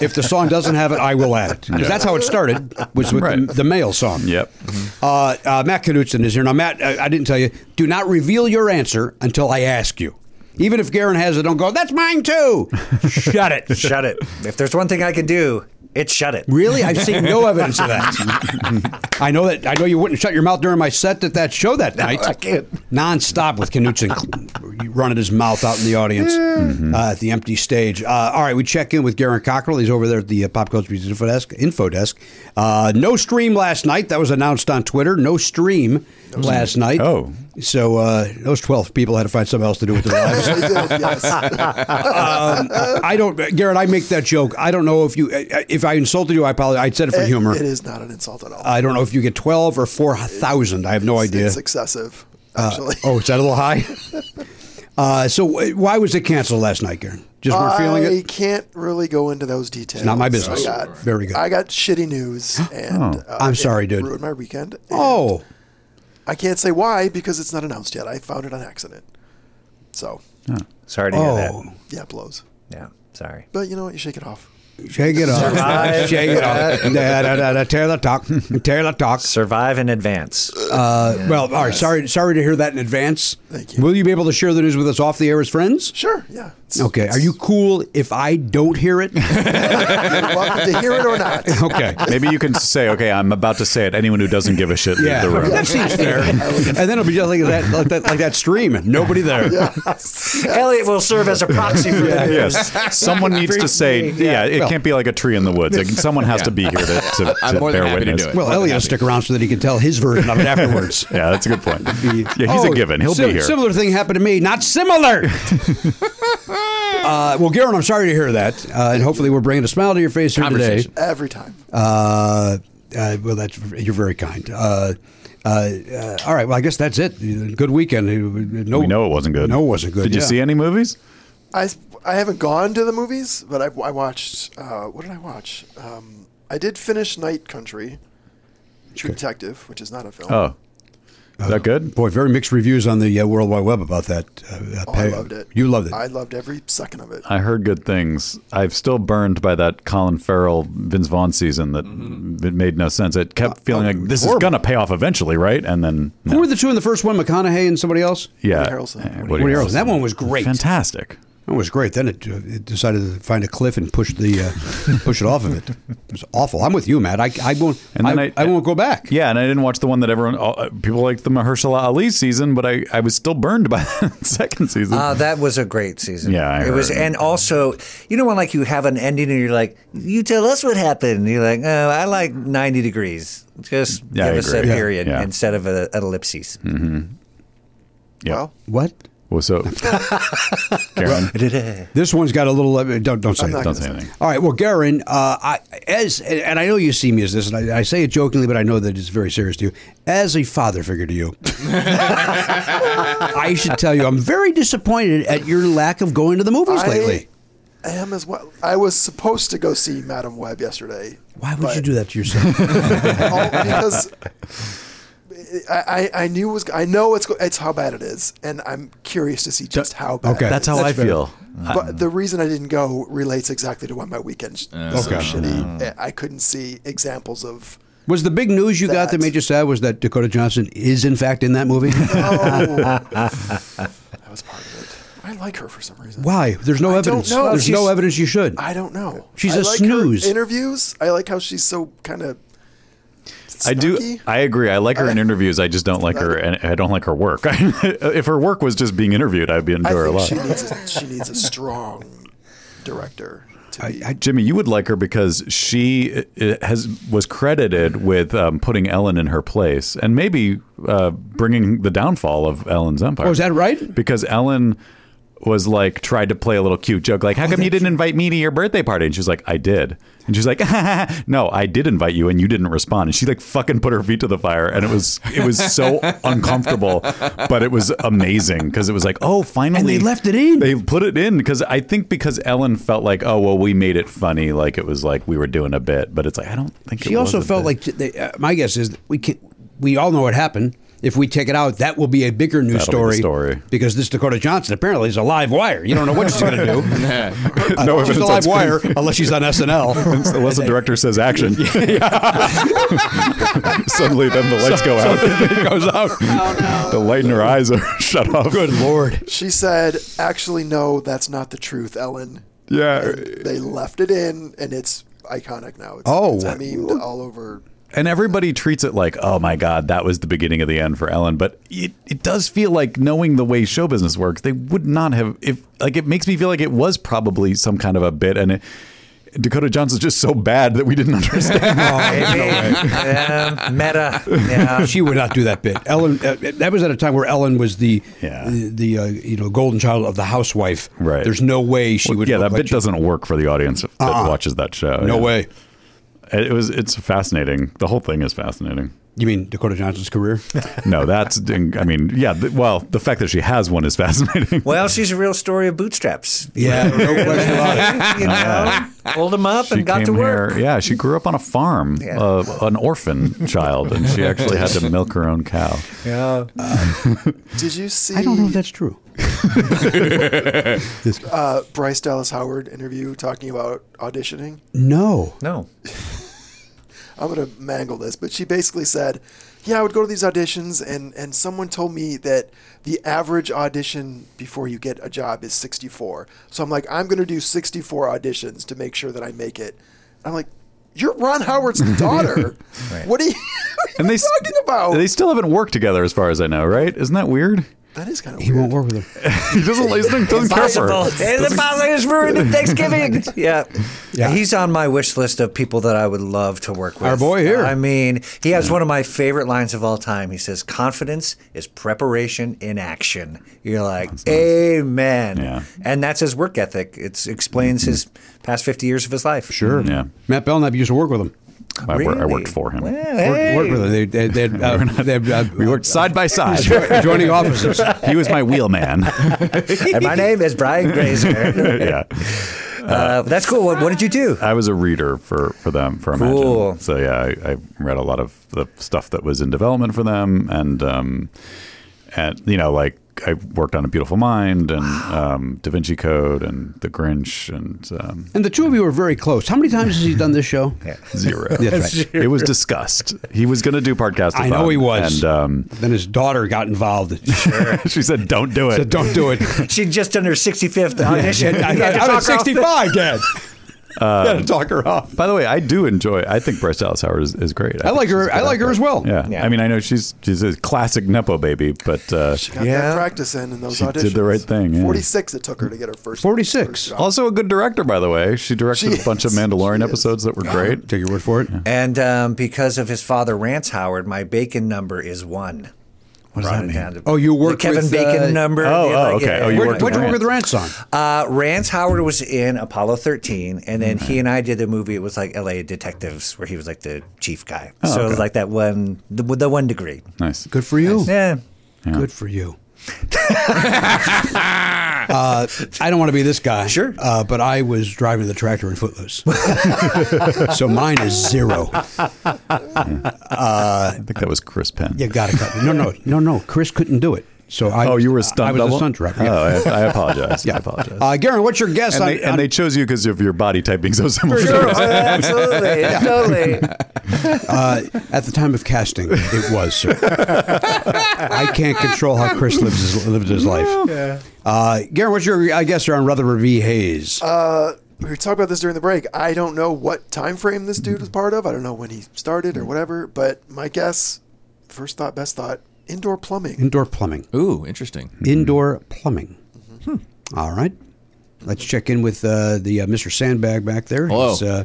Speaker 4: if the song doesn't have it, I will add it because that's how it started was with
Speaker 1: Right.
Speaker 4: the, the male song.
Speaker 1: Yep.
Speaker 4: Uh, uh, Matt Knutson is here now. Matt, I, I didn't tell you. Do not reveal your answer until I ask you. Even if Garen has it, don't go. That's mine too. Shut it.
Speaker 7: shut it. If there's one thing I can do, it's shut it.
Speaker 4: Really, I've seen no evidence of that. I know that I know you wouldn't shut your mouth during my set at that show that night.
Speaker 7: I can't.
Speaker 4: Non-stop with Knutson running his mouth out in the audience uh, at the empty stage. Uh, all right, we check in with Garen Cockrell. He's over there at the uh, Pop Culture Music Info Desk. Info desk. Uh, no stream last night. That was announced on Twitter. No stream last night.
Speaker 1: Oh.
Speaker 4: So uh, those 12 people had to find something else to do with their lives
Speaker 5: They did, yes.
Speaker 4: um, I don't, Garrett. I make that joke. I don't know if you, if I insulted you, I apologize. I said it for humor.
Speaker 5: It is not an insult at all.
Speaker 4: I don't know if you get twelve or four thousand. I have no idea.
Speaker 5: It's excessive, actually.
Speaker 4: Oh, is that a little high? uh, so wh- why was it canceled last night, Garen? Just weren't feeling
Speaker 5: I
Speaker 4: it.
Speaker 5: can't really go into those details.
Speaker 4: not my business.
Speaker 5: I got,
Speaker 4: Very good. Oh,
Speaker 5: I got shitty news, and uh,
Speaker 4: I'm
Speaker 5: it
Speaker 4: sorry, dude.
Speaker 5: Ruined my weekend. and
Speaker 4: Oh,
Speaker 5: I can't say why because it's not announced yet. I found it on accident. So
Speaker 7: Sorry to hear
Speaker 4: oh,
Speaker 7: that.
Speaker 1: Oh.
Speaker 5: yeah, it blows.
Speaker 7: Yeah, sorry.
Speaker 5: But you know what? You shake it off.
Speaker 4: Shake it off.
Speaker 7: Survive.
Speaker 4: Shake it off. Da, da, da, da, Tear the talk. Tear the talk.
Speaker 7: Survive in advance.
Speaker 4: Uh, well, all right. Sorry, sorry to hear that in advance.
Speaker 5: Thank you.
Speaker 4: Will you be able to share the news with us off the air as friends?
Speaker 5: Sure. Yeah. It's-
Speaker 4: Okay. Are you cool if I don't hear it?
Speaker 5: You're welcome to hear it or not.
Speaker 4: Okay.
Speaker 1: Maybe you can say, okay, I'm about to say it. Anyone who doesn't give a shit, leave
Speaker 4: Yeah,
Speaker 1: the room.
Speaker 4: that seems fair. and then it'll be just like that, like that, like that stream. Nobody there.
Speaker 7: Elliot will serve as a proxy for that.
Speaker 1: Yes, someone needs to say. Yeah, it can't be like a tree in the woods. Like, someone has to be here to, to,
Speaker 3: I'm
Speaker 1: to
Speaker 3: more than
Speaker 1: bear
Speaker 3: happy to
Speaker 1: witness.
Speaker 3: do it.
Speaker 4: Well,
Speaker 3: Well,
Speaker 4: Elliot will
Speaker 3: happy.
Speaker 4: stick around so that he can tell his version of it afterwards.
Speaker 1: Yeah, that's a good point. Yeah, he's
Speaker 4: Oh,
Speaker 1: a given. He'll
Speaker 4: sim-
Speaker 1: be here.
Speaker 4: Similar thing happened to me. Not similar. uh, well, Garen, I'm sorry to hear that, uh, and hopefully we're bringing a smile to your face here today.
Speaker 3: Conversation.
Speaker 5: Every time.
Speaker 4: Uh, uh, well, that's you're very kind. Uh, uh, uh, all right. Well, I guess that's it. Good weekend. No,
Speaker 1: we know it wasn't good.
Speaker 4: No, it wasn't good.
Speaker 1: Did you
Speaker 4: yeah.
Speaker 1: see any movies?
Speaker 5: I I haven't gone to the movies, but I, I watched. Uh, what did I watch? Um, I did finish Night Country, True Detective, which is not a film.
Speaker 1: Oh, is that good?
Speaker 4: Boy, very mixed reviews on the uh, World Wide Web about that. Uh, uh,
Speaker 5: Oh, I
Speaker 4: pay-
Speaker 5: loved it.
Speaker 4: You loved it. Uh,
Speaker 5: I loved every second of it.
Speaker 1: I heard good things. I've still burned by that Colin Farrell Vince Vaughn season that it made no sense. It kept feeling like this is
Speaker 4: Uh, horrible.
Speaker 1: gonna pay off eventually, right? And then
Speaker 4: Who were the two in the first one? McConaughey and somebody else.
Speaker 1: yeah,
Speaker 5: Woody Harrelson.
Speaker 1: Eh,
Speaker 4: Woody Harrelson. That one was great.
Speaker 1: Fantastic.
Speaker 4: That was great. Then it, uh, it decided to find a cliff and push the uh, push it off of it. It was awful. I'm with you, Matt. I, I won't.
Speaker 1: And then
Speaker 4: I,
Speaker 1: I-
Speaker 4: I won't go back.
Speaker 1: Yeah, and I didn't watch the one that everyone all, uh, people liked the Mahershala Ali season, but I, I was still burned by that second season.
Speaker 7: Uh, that was a great season.
Speaker 1: Yeah, I
Speaker 7: it was,
Speaker 1: heard.
Speaker 7: and also, you know when like you have an ending and you're like, you tell us what happened. And you're like, oh, I like 90 degrees. Just
Speaker 1: Yeah,
Speaker 7: give
Speaker 1: I
Speaker 7: us a
Speaker 1: agree. Yeah.
Speaker 7: period
Speaker 1: Yeah. Hmm.
Speaker 7: instead of a, an ellipses.
Speaker 1: yeah.
Speaker 5: Well,
Speaker 4: What?
Speaker 1: Well, so Karen,
Speaker 4: This one's got a little. uh, Don't don't say
Speaker 5: not
Speaker 4: that.
Speaker 1: don't say anything.
Speaker 4: All right. Well, Garen, uh, I, as and I know you see me as this, and I, I say it jokingly, but I know that it's very serious to you. As a father figure to you, I should tell you, I'm very disappointed at your lack of going to the movies
Speaker 5: I-
Speaker 4: lately.
Speaker 5: I am as well. I was supposed to go see Madam Web yesterday.
Speaker 4: Why would
Speaker 5: but-
Speaker 4: you do that to yourself?
Speaker 5: Oh, because I, I I knew it was I know it's go- it's how bad it is, and I'm curious to see just how bad.
Speaker 4: Okay.
Speaker 5: it
Speaker 1: That's
Speaker 5: is.
Speaker 1: how I feel.
Speaker 5: But the reason I didn't go relates exactly to why my weekend was so
Speaker 4: Okay.
Speaker 5: shitty. I couldn't see examples of.
Speaker 4: was the big news you got that
Speaker 5: That.
Speaker 4: made you sad was that Dakota Johnson is in fact in that movie?
Speaker 5: Oh, that was part of it. I like her for some reason.
Speaker 4: Why? There's no
Speaker 5: I don't
Speaker 4: evidence.
Speaker 5: know.
Speaker 4: There's no
Speaker 5: She's-
Speaker 4: evidence you should.
Speaker 5: I don't know.
Speaker 4: She's a
Speaker 5: I like her
Speaker 4: snooze.
Speaker 5: interviews. I like how she's so kind of.
Speaker 1: I do. I agree. I like her in interviews. I just don't like her, and I don't like her work. if her work was just being interviewed, I'd be into
Speaker 5: I
Speaker 1: her a
Speaker 5: think
Speaker 1: lot.
Speaker 5: she needs a, she needs a strong director. To be.
Speaker 1: Jimmy, you would like her because she uh, has was credited with um, putting Ellen in her place, and maybe uh, bringing the downfall of Ellen's empire.
Speaker 4: Oh, is that right?
Speaker 1: Because Ellen was like tried to play a little cute joke,
Speaker 4: Oh,
Speaker 1: like, "How come you didn't invite me to your birthday party?" And she's like, "I did," and she's like, "No, I did invite you, and you didn't respond." And she like fucking put her feet to the fire, and it was it was so uncomfortable, but it was amazing because it was like, "Oh, finally!"
Speaker 4: And they left it in.
Speaker 1: They put it in because I think because Ellen felt like, "Oh, well, we made it funny, like it was like we were doing a bit," but it's like I don't think
Speaker 4: She
Speaker 1: it
Speaker 4: also
Speaker 1: was a
Speaker 4: felt
Speaker 1: bit.
Speaker 4: like they, uh, my guess is that we can we all know what happened. If we take it out, that will be a bigger news
Speaker 1: That'll be the
Speaker 4: story,
Speaker 1: story.
Speaker 4: because this Dakota Johnson apparently is a live wire. You don't know what she's going to do. Uh,
Speaker 1: no
Speaker 4: she's
Speaker 1: evidence
Speaker 4: a
Speaker 1: on
Speaker 4: live
Speaker 1: screen.
Speaker 4: wire unless she's on SNL.
Speaker 1: Unless the director says action, suddenly then the lights go out. goes out. The light in her eyes are shut off. Good lord.
Speaker 5: She said, "Actually, no, that's not the truth, Ellen."
Speaker 1: Yeah,
Speaker 5: And they left it in, and it's iconic now. It's,
Speaker 4: Oh.
Speaker 5: it's memed all over.
Speaker 1: and everybody treats it like, oh my god, that was the beginning of the end for Ellen. But it, it does feel like knowing the way show business works, they would not have if like it makes me feel like it was probably some kind of a bit, and it, Dakota Johnson's just so bad that we didn't understand.
Speaker 7: Maybe. Yeah, meta. Yeah.
Speaker 4: uh, she would not do that bit. Ellen, uh, that was at a time where Ellen was the
Speaker 1: Yeah.
Speaker 4: the, the uh, you know golden child of the housewife.
Speaker 1: Right.
Speaker 4: There's no way she would.
Speaker 1: yeah,
Speaker 4: look
Speaker 1: that
Speaker 4: like
Speaker 1: bit
Speaker 4: she- Uh-uh.
Speaker 1: doesn't work for the audience that watches that show.
Speaker 4: No
Speaker 1: Yeah.
Speaker 4: way.
Speaker 1: It was it's fascinating. The whole thing is fascinating.
Speaker 4: You mean Dakota Johnson's career?
Speaker 1: No, that's I mean, yeah, th- well, the fact that she has one is fascinating.
Speaker 7: Well, she's a real story of bootstraps.
Speaker 4: yeah, no question about it.
Speaker 7: You know, pulled them up
Speaker 1: She
Speaker 7: and got to
Speaker 1: came
Speaker 7: work.
Speaker 1: Here, yeah, she grew up on a farm,
Speaker 7: Yeah.
Speaker 1: uh, an orphan child, and she actually had to milk her own cow.
Speaker 5: Did you see?
Speaker 4: I don't know if that's true.
Speaker 5: uh, Bryce Dallas Howard interview talking about auditioning.
Speaker 4: No.
Speaker 7: No.
Speaker 5: I'm gonna mangle this, but she basically said, "Yeah, I would go to these auditions, and and someone told me that the average audition before you get a job is 64. So I'm like, I'm gonna do 64 auditions to make sure that I make it. I'm like, you're Ron Howard's daughter.
Speaker 7: Right.
Speaker 5: What are you,
Speaker 1: And they s-
Speaker 5: talking about?
Speaker 1: They still haven't worked together, as far as I know, right? Isn't that weird?
Speaker 5: that is kind of
Speaker 4: He won't
Speaker 5: weird.
Speaker 4: work with him.
Speaker 1: He doesn't. He doesn't, doesn't care for
Speaker 7: Impossible.
Speaker 1: her.
Speaker 7: It's impossible. It's ruined Thanksgiving. yeah.
Speaker 4: Yeah.
Speaker 7: He's on my wish list of people that I would love to work with.
Speaker 4: Our boy here.
Speaker 7: I mean, he has one of my favorite lines of all time. He says, confidence is preparation in action. You're like, amen.
Speaker 1: Yeah.
Speaker 7: And that's his work ethic. It explains his past 50 years of his life.
Speaker 4: Sure.
Speaker 1: Yeah.
Speaker 4: Matt Belknap used to work with him.
Speaker 1: I, wor- I worked
Speaker 7: Really?
Speaker 1: for him.
Speaker 7: Well,
Speaker 4: Work,
Speaker 7: hey.
Speaker 4: work with him. They, they, they, uh, they, uh,
Speaker 1: We worked side by side.
Speaker 4: joining offices.
Speaker 1: he was my wheelman.
Speaker 7: and my name is Brian Grazer.
Speaker 1: yeah.
Speaker 7: uh, that's cool. What, what did you do?
Speaker 1: I was a reader for, for them for Imagine.
Speaker 7: Cool.
Speaker 1: So yeah, I, I read a lot of the stuff that was in development for them, and um, and you know like I worked on A Beautiful Mind and um, Da Vinci Code and The Grinch and um,
Speaker 4: And the two of you are very close. How many times has he done this show?
Speaker 7: Yeah.
Speaker 1: Zero.
Speaker 4: That's right.
Speaker 1: It was discussed. He was going to do podcast.
Speaker 4: I know he was.
Speaker 1: And um,
Speaker 4: Then his daughter got involved. She
Speaker 1: she said, "Don't do it."
Speaker 4: said, "Don't do it."
Speaker 7: She'd just done her 65th audition.
Speaker 4: I,
Speaker 7: You had to
Speaker 4: am
Speaker 7: talk her
Speaker 4: at
Speaker 7: off the-
Speaker 4: 65, Dad. Gotta talk her off.
Speaker 1: By the way, I do enjoy. I think Bryce Dallas Howard is, is great.
Speaker 4: I
Speaker 1: think
Speaker 4: like
Speaker 1: she's
Speaker 4: her.
Speaker 1: a
Speaker 4: I
Speaker 1: good
Speaker 4: like her
Speaker 1: actor.
Speaker 4: as well.
Speaker 1: Yeah.
Speaker 7: Yeah.
Speaker 1: I mean, I know she's she's a classic nepo baby, but uh,
Speaker 5: She got
Speaker 7: Yeah.
Speaker 5: that practice in in those
Speaker 1: She
Speaker 5: auditions.
Speaker 1: did the right thing, yeah.
Speaker 5: 46 it took her to get her first.
Speaker 4: 46.
Speaker 5: first job.
Speaker 1: also a good director, by the way. She directed
Speaker 5: She
Speaker 1: a bunch of
Speaker 5: is.
Speaker 1: Mandalorian
Speaker 5: She is.
Speaker 1: episodes that were great.
Speaker 4: Take your word for it.
Speaker 7: And um, because of his father, Rance Howard, my bacon number is one. What does that mean?
Speaker 4: Oh, you worked
Speaker 7: the Kevin
Speaker 4: with,
Speaker 7: Bacon
Speaker 4: uh,
Speaker 7: number.
Speaker 1: Oh,
Speaker 7: Yeah,
Speaker 1: oh, okay. Oh, you
Speaker 4: Where,
Speaker 1: worked
Speaker 4: what'd you work
Speaker 1: with
Speaker 4: with Rance on?
Speaker 7: Uh, Rance Howard was in Apollo 13, and then he and I did a movie. It was like L.A. Detectives, where he was like the chief guy. so it was like that one, the, the one degree.
Speaker 1: Nice.
Speaker 4: Good for you.
Speaker 7: Yeah.
Speaker 4: Good for you. uh, I don't want to be this guy.
Speaker 7: Sure.
Speaker 4: Uh, but I was driving the tractor in Footloose. so mine is zero.
Speaker 1: I think that was Chris Penn.
Speaker 4: You got to cut. No, no, no, no. Chris couldn't do it. So I.
Speaker 1: Oh, you were a stunt
Speaker 4: I was
Speaker 1: double?
Speaker 4: a stunt driver. yeah.
Speaker 1: Oh, I, I apologize. I apologize.
Speaker 4: Uh, Garen, what's your guess
Speaker 1: and,
Speaker 4: on,
Speaker 1: they, and
Speaker 4: on-
Speaker 1: they chose you because of your body type being so similar.
Speaker 7: Sure, absolutely, totally.
Speaker 4: uh, at the time of casting? It was. Sir. I can't control how Chris lives his, lived his life. Uh, Garen, what's your I guess on Rutherford v. Hayes?
Speaker 5: we were talking about this during the break. I don't know what time frame this dude was part of. I don't know when he started
Speaker 1: Mm-hmm.
Speaker 5: or whatever. But my guess, first thought, best thought, indoor
Speaker 1: Mm.
Speaker 5: plumbing.
Speaker 4: Indoor plumbing.
Speaker 3: Ooh, interesting.
Speaker 4: indoor plumbing. Hmm. All right. Let's check in with uh, the uh, Mr. Sandbag back there.
Speaker 3: Hello.
Speaker 4: His, uh,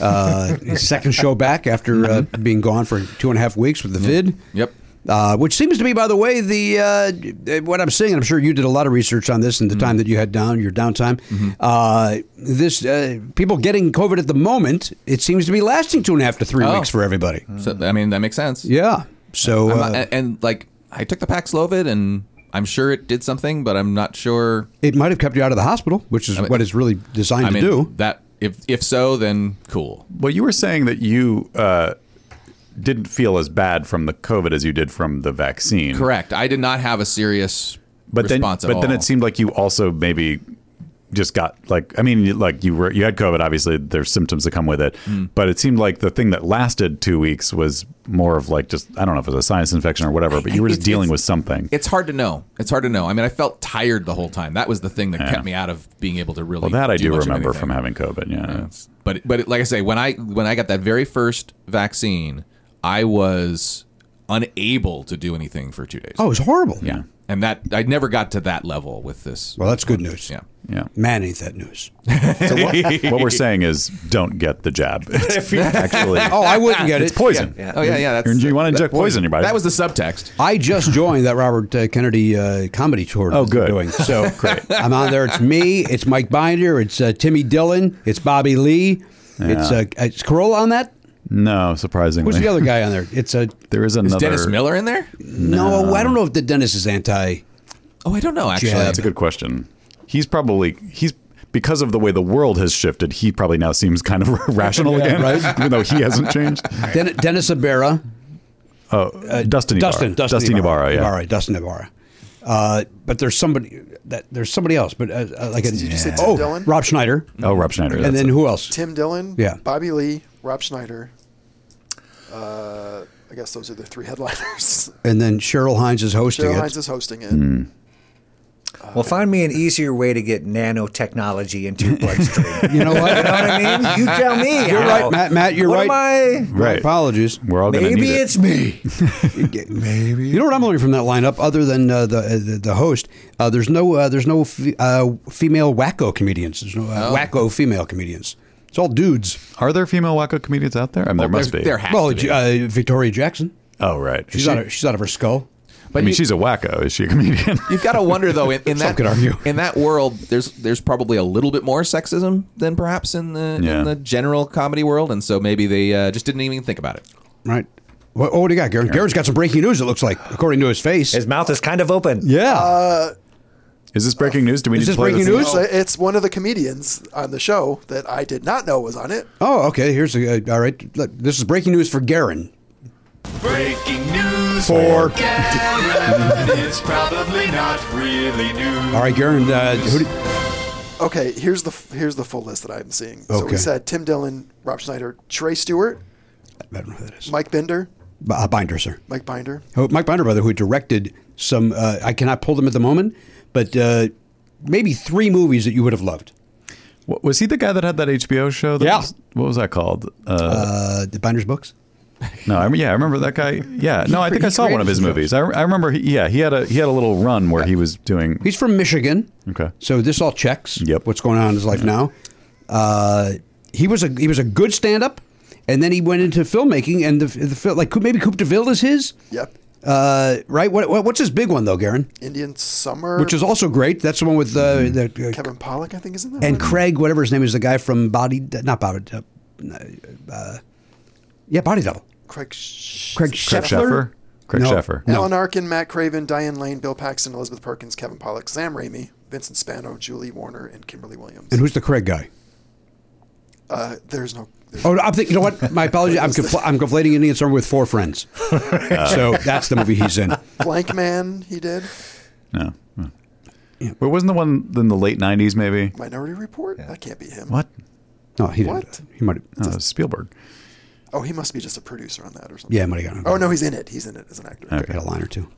Speaker 4: uh, his second show back after uh, being gone for two and a half weeks with the vid.
Speaker 3: Mm-hmm. Yep.
Speaker 4: Uh, which seems to be, by the way, the uh, what I'm seeing. and I'm sure you did a lot of research on this in
Speaker 3: Mm-hmm.
Speaker 4: the time that you had down your downtime. Uh, this uh, people getting COVID at the moment. It seems to be lasting two and a half to three
Speaker 3: Oh.
Speaker 4: weeks for everybody.
Speaker 3: So I mean, that makes sense.
Speaker 4: Yeah. So
Speaker 3: I'm
Speaker 4: uh,
Speaker 3: not- and, and, like, I took the Paxlovid, and I'm sure it did something, but I'm not sure.
Speaker 4: it might have kept you out of the hospital, which is
Speaker 3: I mean-
Speaker 4: what it's really designed
Speaker 3: I
Speaker 4: to
Speaker 3: mean,
Speaker 4: do.
Speaker 3: that if if so, then cool.
Speaker 1: Well, you were saying that you uh, didn't feel as bad from the COVID as you did from the vaccine.
Speaker 3: Correct. I did not have a serious
Speaker 1: But then,
Speaker 3: response
Speaker 1: but
Speaker 3: at all.
Speaker 1: then it seemed like you also maybe just got like I mean, you- like you were you had COVID. Obviously, there's symptoms that come with it.
Speaker 3: Hmm.
Speaker 1: But it seemed like the thing that lasted two weeks was more of like just I don't know if it was a sinus infection or whatever. But you were just
Speaker 3: It's-
Speaker 1: dealing
Speaker 3: it's-
Speaker 1: with something.
Speaker 3: It's hard to know. It's hard to know. I mean, I felt tired the whole time. That was the thing that kept me out of being able to really.
Speaker 1: well, that I do
Speaker 3: much of
Speaker 1: remember
Speaker 3: anything.
Speaker 1: from having COVID. Yeah,
Speaker 3: But but like I say, when I when I got that very first vaccine, I was unable to do anything for two days.
Speaker 4: Oh, it was horrible.
Speaker 1: yeah,
Speaker 3: and that I never got to that level with this.
Speaker 4: Well, that's good news.
Speaker 3: yeah.
Speaker 1: yeah.
Speaker 4: Man, ain't that news.
Speaker 1: what we're saying is, don't get the jab. It's actually,
Speaker 4: Oh, I wouldn't get
Speaker 1: it's
Speaker 4: it.
Speaker 1: poison.
Speaker 3: Oh yeah, yeah. That's,
Speaker 1: You want to inject poison in your body?
Speaker 3: That was the subtext.
Speaker 4: I just joined that Robert uh, Kennedy uh, comedy tour.
Speaker 1: Oh,
Speaker 4: that they're
Speaker 1: good.
Speaker 4: Doing. So great. I'm on there. It's me. It's Mike Binder. It's uh, Timmy Dillon. It's Bobby Lee. It's uh, it's Corolla on that.
Speaker 1: no, surprisingly.
Speaker 4: Who's the other guy on there? It's a
Speaker 1: There is another.
Speaker 3: Is Dennis Miller in there?
Speaker 4: no. I don't know if the Dennis is anti.
Speaker 3: Oh, I don't know. Actually,
Speaker 4: Yeah,
Speaker 1: That's a good question. He's probably he's because of the way the world has shifted. He probably now seems kind of rational again,
Speaker 4: right?
Speaker 1: Even though he hasn't changed.
Speaker 4: Den- Dennis Abera.
Speaker 1: Uh, Dustin, Ibarra.
Speaker 4: Dustin. Dustin.
Speaker 1: Ibarra. Yeah.
Speaker 4: Ibarra. Dustin Ibarra. Uh, but there's somebody that there's somebody else. But uh, uh, like a,
Speaker 5: Did you say Tim
Speaker 4: oh,
Speaker 5: Dillon?
Speaker 4: Rob Schneider,
Speaker 1: Oh, Rob Schneider.
Speaker 4: and
Speaker 1: that's
Speaker 4: then
Speaker 1: it.
Speaker 4: who else?
Speaker 5: Tim Dillon,
Speaker 4: Yeah.
Speaker 5: Bobby Lee, Rob Schneider. Uh, I guess those are the three headliners.
Speaker 4: And then Cheryl Hines is hosting
Speaker 5: Daryl
Speaker 4: it.
Speaker 5: Hines is hosting it.
Speaker 1: Mm.
Speaker 7: Well, find me an easier way to get nanotechnology into your bloodstream. you know
Speaker 4: you know what?
Speaker 7: what I mean? You tell me.
Speaker 4: You're
Speaker 7: how.
Speaker 4: right, Matt. Matt, you're
Speaker 7: What
Speaker 4: right.
Speaker 7: Am
Speaker 4: My
Speaker 1: Right.
Speaker 4: Apologies.
Speaker 1: We're all
Speaker 7: I?
Speaker 1: going to need
Speaker 7: Maybe
Speaker 1: it.
Speaker 7: it's me.
Speaker 4: Maybe. You know what I'm learning from that lineup, other than uh, the, uh, the the host. Uh, there's no uh, there's no f- uh, female wacko comedians. There's no uh, wacko female comedians. It's all dudes.
Speaker 1: Are there female wacko comedians out there? I mean, there must be.
Speaker 3: There has
Speaker 4: well,
Speaker 3: to be.
Speaker 4: uh, Victoria Jackson.
Speaker 1: Oh, right. Is
Speaker 4: She's
Speaker 1: she-
Speaker 4: out of she's out of her skull.
Speaker 1: I
Speaker 3: but
Speaker 1: mean,
Speaker 3: you-
Speaker 1: she's a wacko. Is she a comedian?
Speaker 3: You've got to wonder though in, in
Speaker 4: Some
Speaker 3: that
Speaker 4: could argue.
Speaker 3: in that world there's there's probably a little bit more sexism than perhaps in the
Speaker 1: Yeah.
Speaker 3: in the general comedy world and so maybe they uh, just didn't even think about it.
Speaker 4: Right. What, what do you got, Garrett? Garrett's got some breaking news. It looks like, according to his face.
Speaker 7: His mouth is kind of open.
Speaker 4: yeah.
Speaker 1: Is this breaking news? Do we
Speaker 4: Is
Speaker 1: need
Speaker 4: this
Speaker 1: to play
Speaker 4: breaking
Speaker 1: this?
Speaker 4: news?
Speaker 5: So it's one of the comedians on the show that I did not know was on it.
Speaker 4: oh, okay. Here's the. Uh, all right. Look, this is breaking news for Garen.
Speaker 10: Breaking news
Speaker 4: Four.
Speaker 10: Garen. it's probably not really news.
Speaker 4: All right, Garen. Uh, who did,
Speaker 5: Okay, here's the here's the full list that I'm seeing. So
Speaker 4: Okay.
Speaker 5: we said Tim Dillon, Rob Schneider, Trey Stewart,
Speaker 4: I don't know who that is.
Speaker 5: Mike Bender,
Speaker 4: B- uh, Binder, sir.
Speaker 5: Mike Binder.
Speaker 4: Oh, Mike Binder, brother, who directed some. Uh, I cannot pull them at the moment, but uh, maybe three movies that you would have loved.
Speaker 1: What- Was he the guy that had that HBO show? That
Speaker 4: Yeah.
Speaker 1: was- what was that called? Uh,
Speaker 4: Uh, the Binder's books.
Speaker 1: no, I, yeah, I remember that guy. Yeah, no, I think I
Speaker 4: he
Speaker 1: saw one of
Speaker 4: created
Speaker 1: his
Speaker 4: some shows.
Speaker 1: movies. I, I remember. He, yeah, he had a he had a little run where he was doing.
Speaker 4: He's from Michigan.
Speaker 1: Okay.
Speaker 4: So this all checks.
Speaker 1: Yep.
Speaker 4: What's going on in his life now? Uh, he was a he was a good stand up, and then he went into filmmaking and the, the fil- like maybe Coupe de Ville is his.
Speaker 5: Yep.
Speaker 4: Uh, right. What, what what's his big one though, Garen?
Speaker 5: Indian Summer,
Speaker 4: Which is also great. That's the one with uh, the uh,
Speaker 5: Kevin Pollock, I think, is in that.
Speaker 4: and
Speaker 5: one?
Speaker 4: Craig, whatever his name is, the guy from Body, not Body, uh, uh, yeah, Body Double.
Speaker 5: Craig, Sh-
Speaker 4: Craig
Speaker 1: Craig Sheffer. Craig
Speaker 4: No.
Speaker 1: Sheffer.
Speaker 4: No.
Speaker 5: Alan Arkin, Matt Craven, Diane Lane, Bill Paxton, Elizabeth Perkins, Kevin Pollock, Sam Raimi, Vincent Spano, Julie Warner, and Kimberly Williams.
Speaker 4: And who's the Craig guy?
Speaker 5: uh, there's no. There's
Speaker 4: Oh, no, I'm thinking. You know what? My apologies. I'm confl- I'm conflating Indian Summer with Four Friends. so that's the movie he's in.
Speaker 5: Blank Man, he did.
Speaker 1: No. But wasn't the one in the late '90s? Maybe.
Speaker 5: Minority Report? That can't be him.
Speaker 1: What?
Speaker 4: No, he didn't.
Speaker 5: What?
Speaker 4: He might.
Speaker 1: No, it was Spielberg.
Speaker 5: Oh, he must be just a producer on that or something.
Speaker 4: Yeah, might have
Speaker 5: Oh, no, he's in it. He's in it as an actor.
Speaker 4: got a line or two.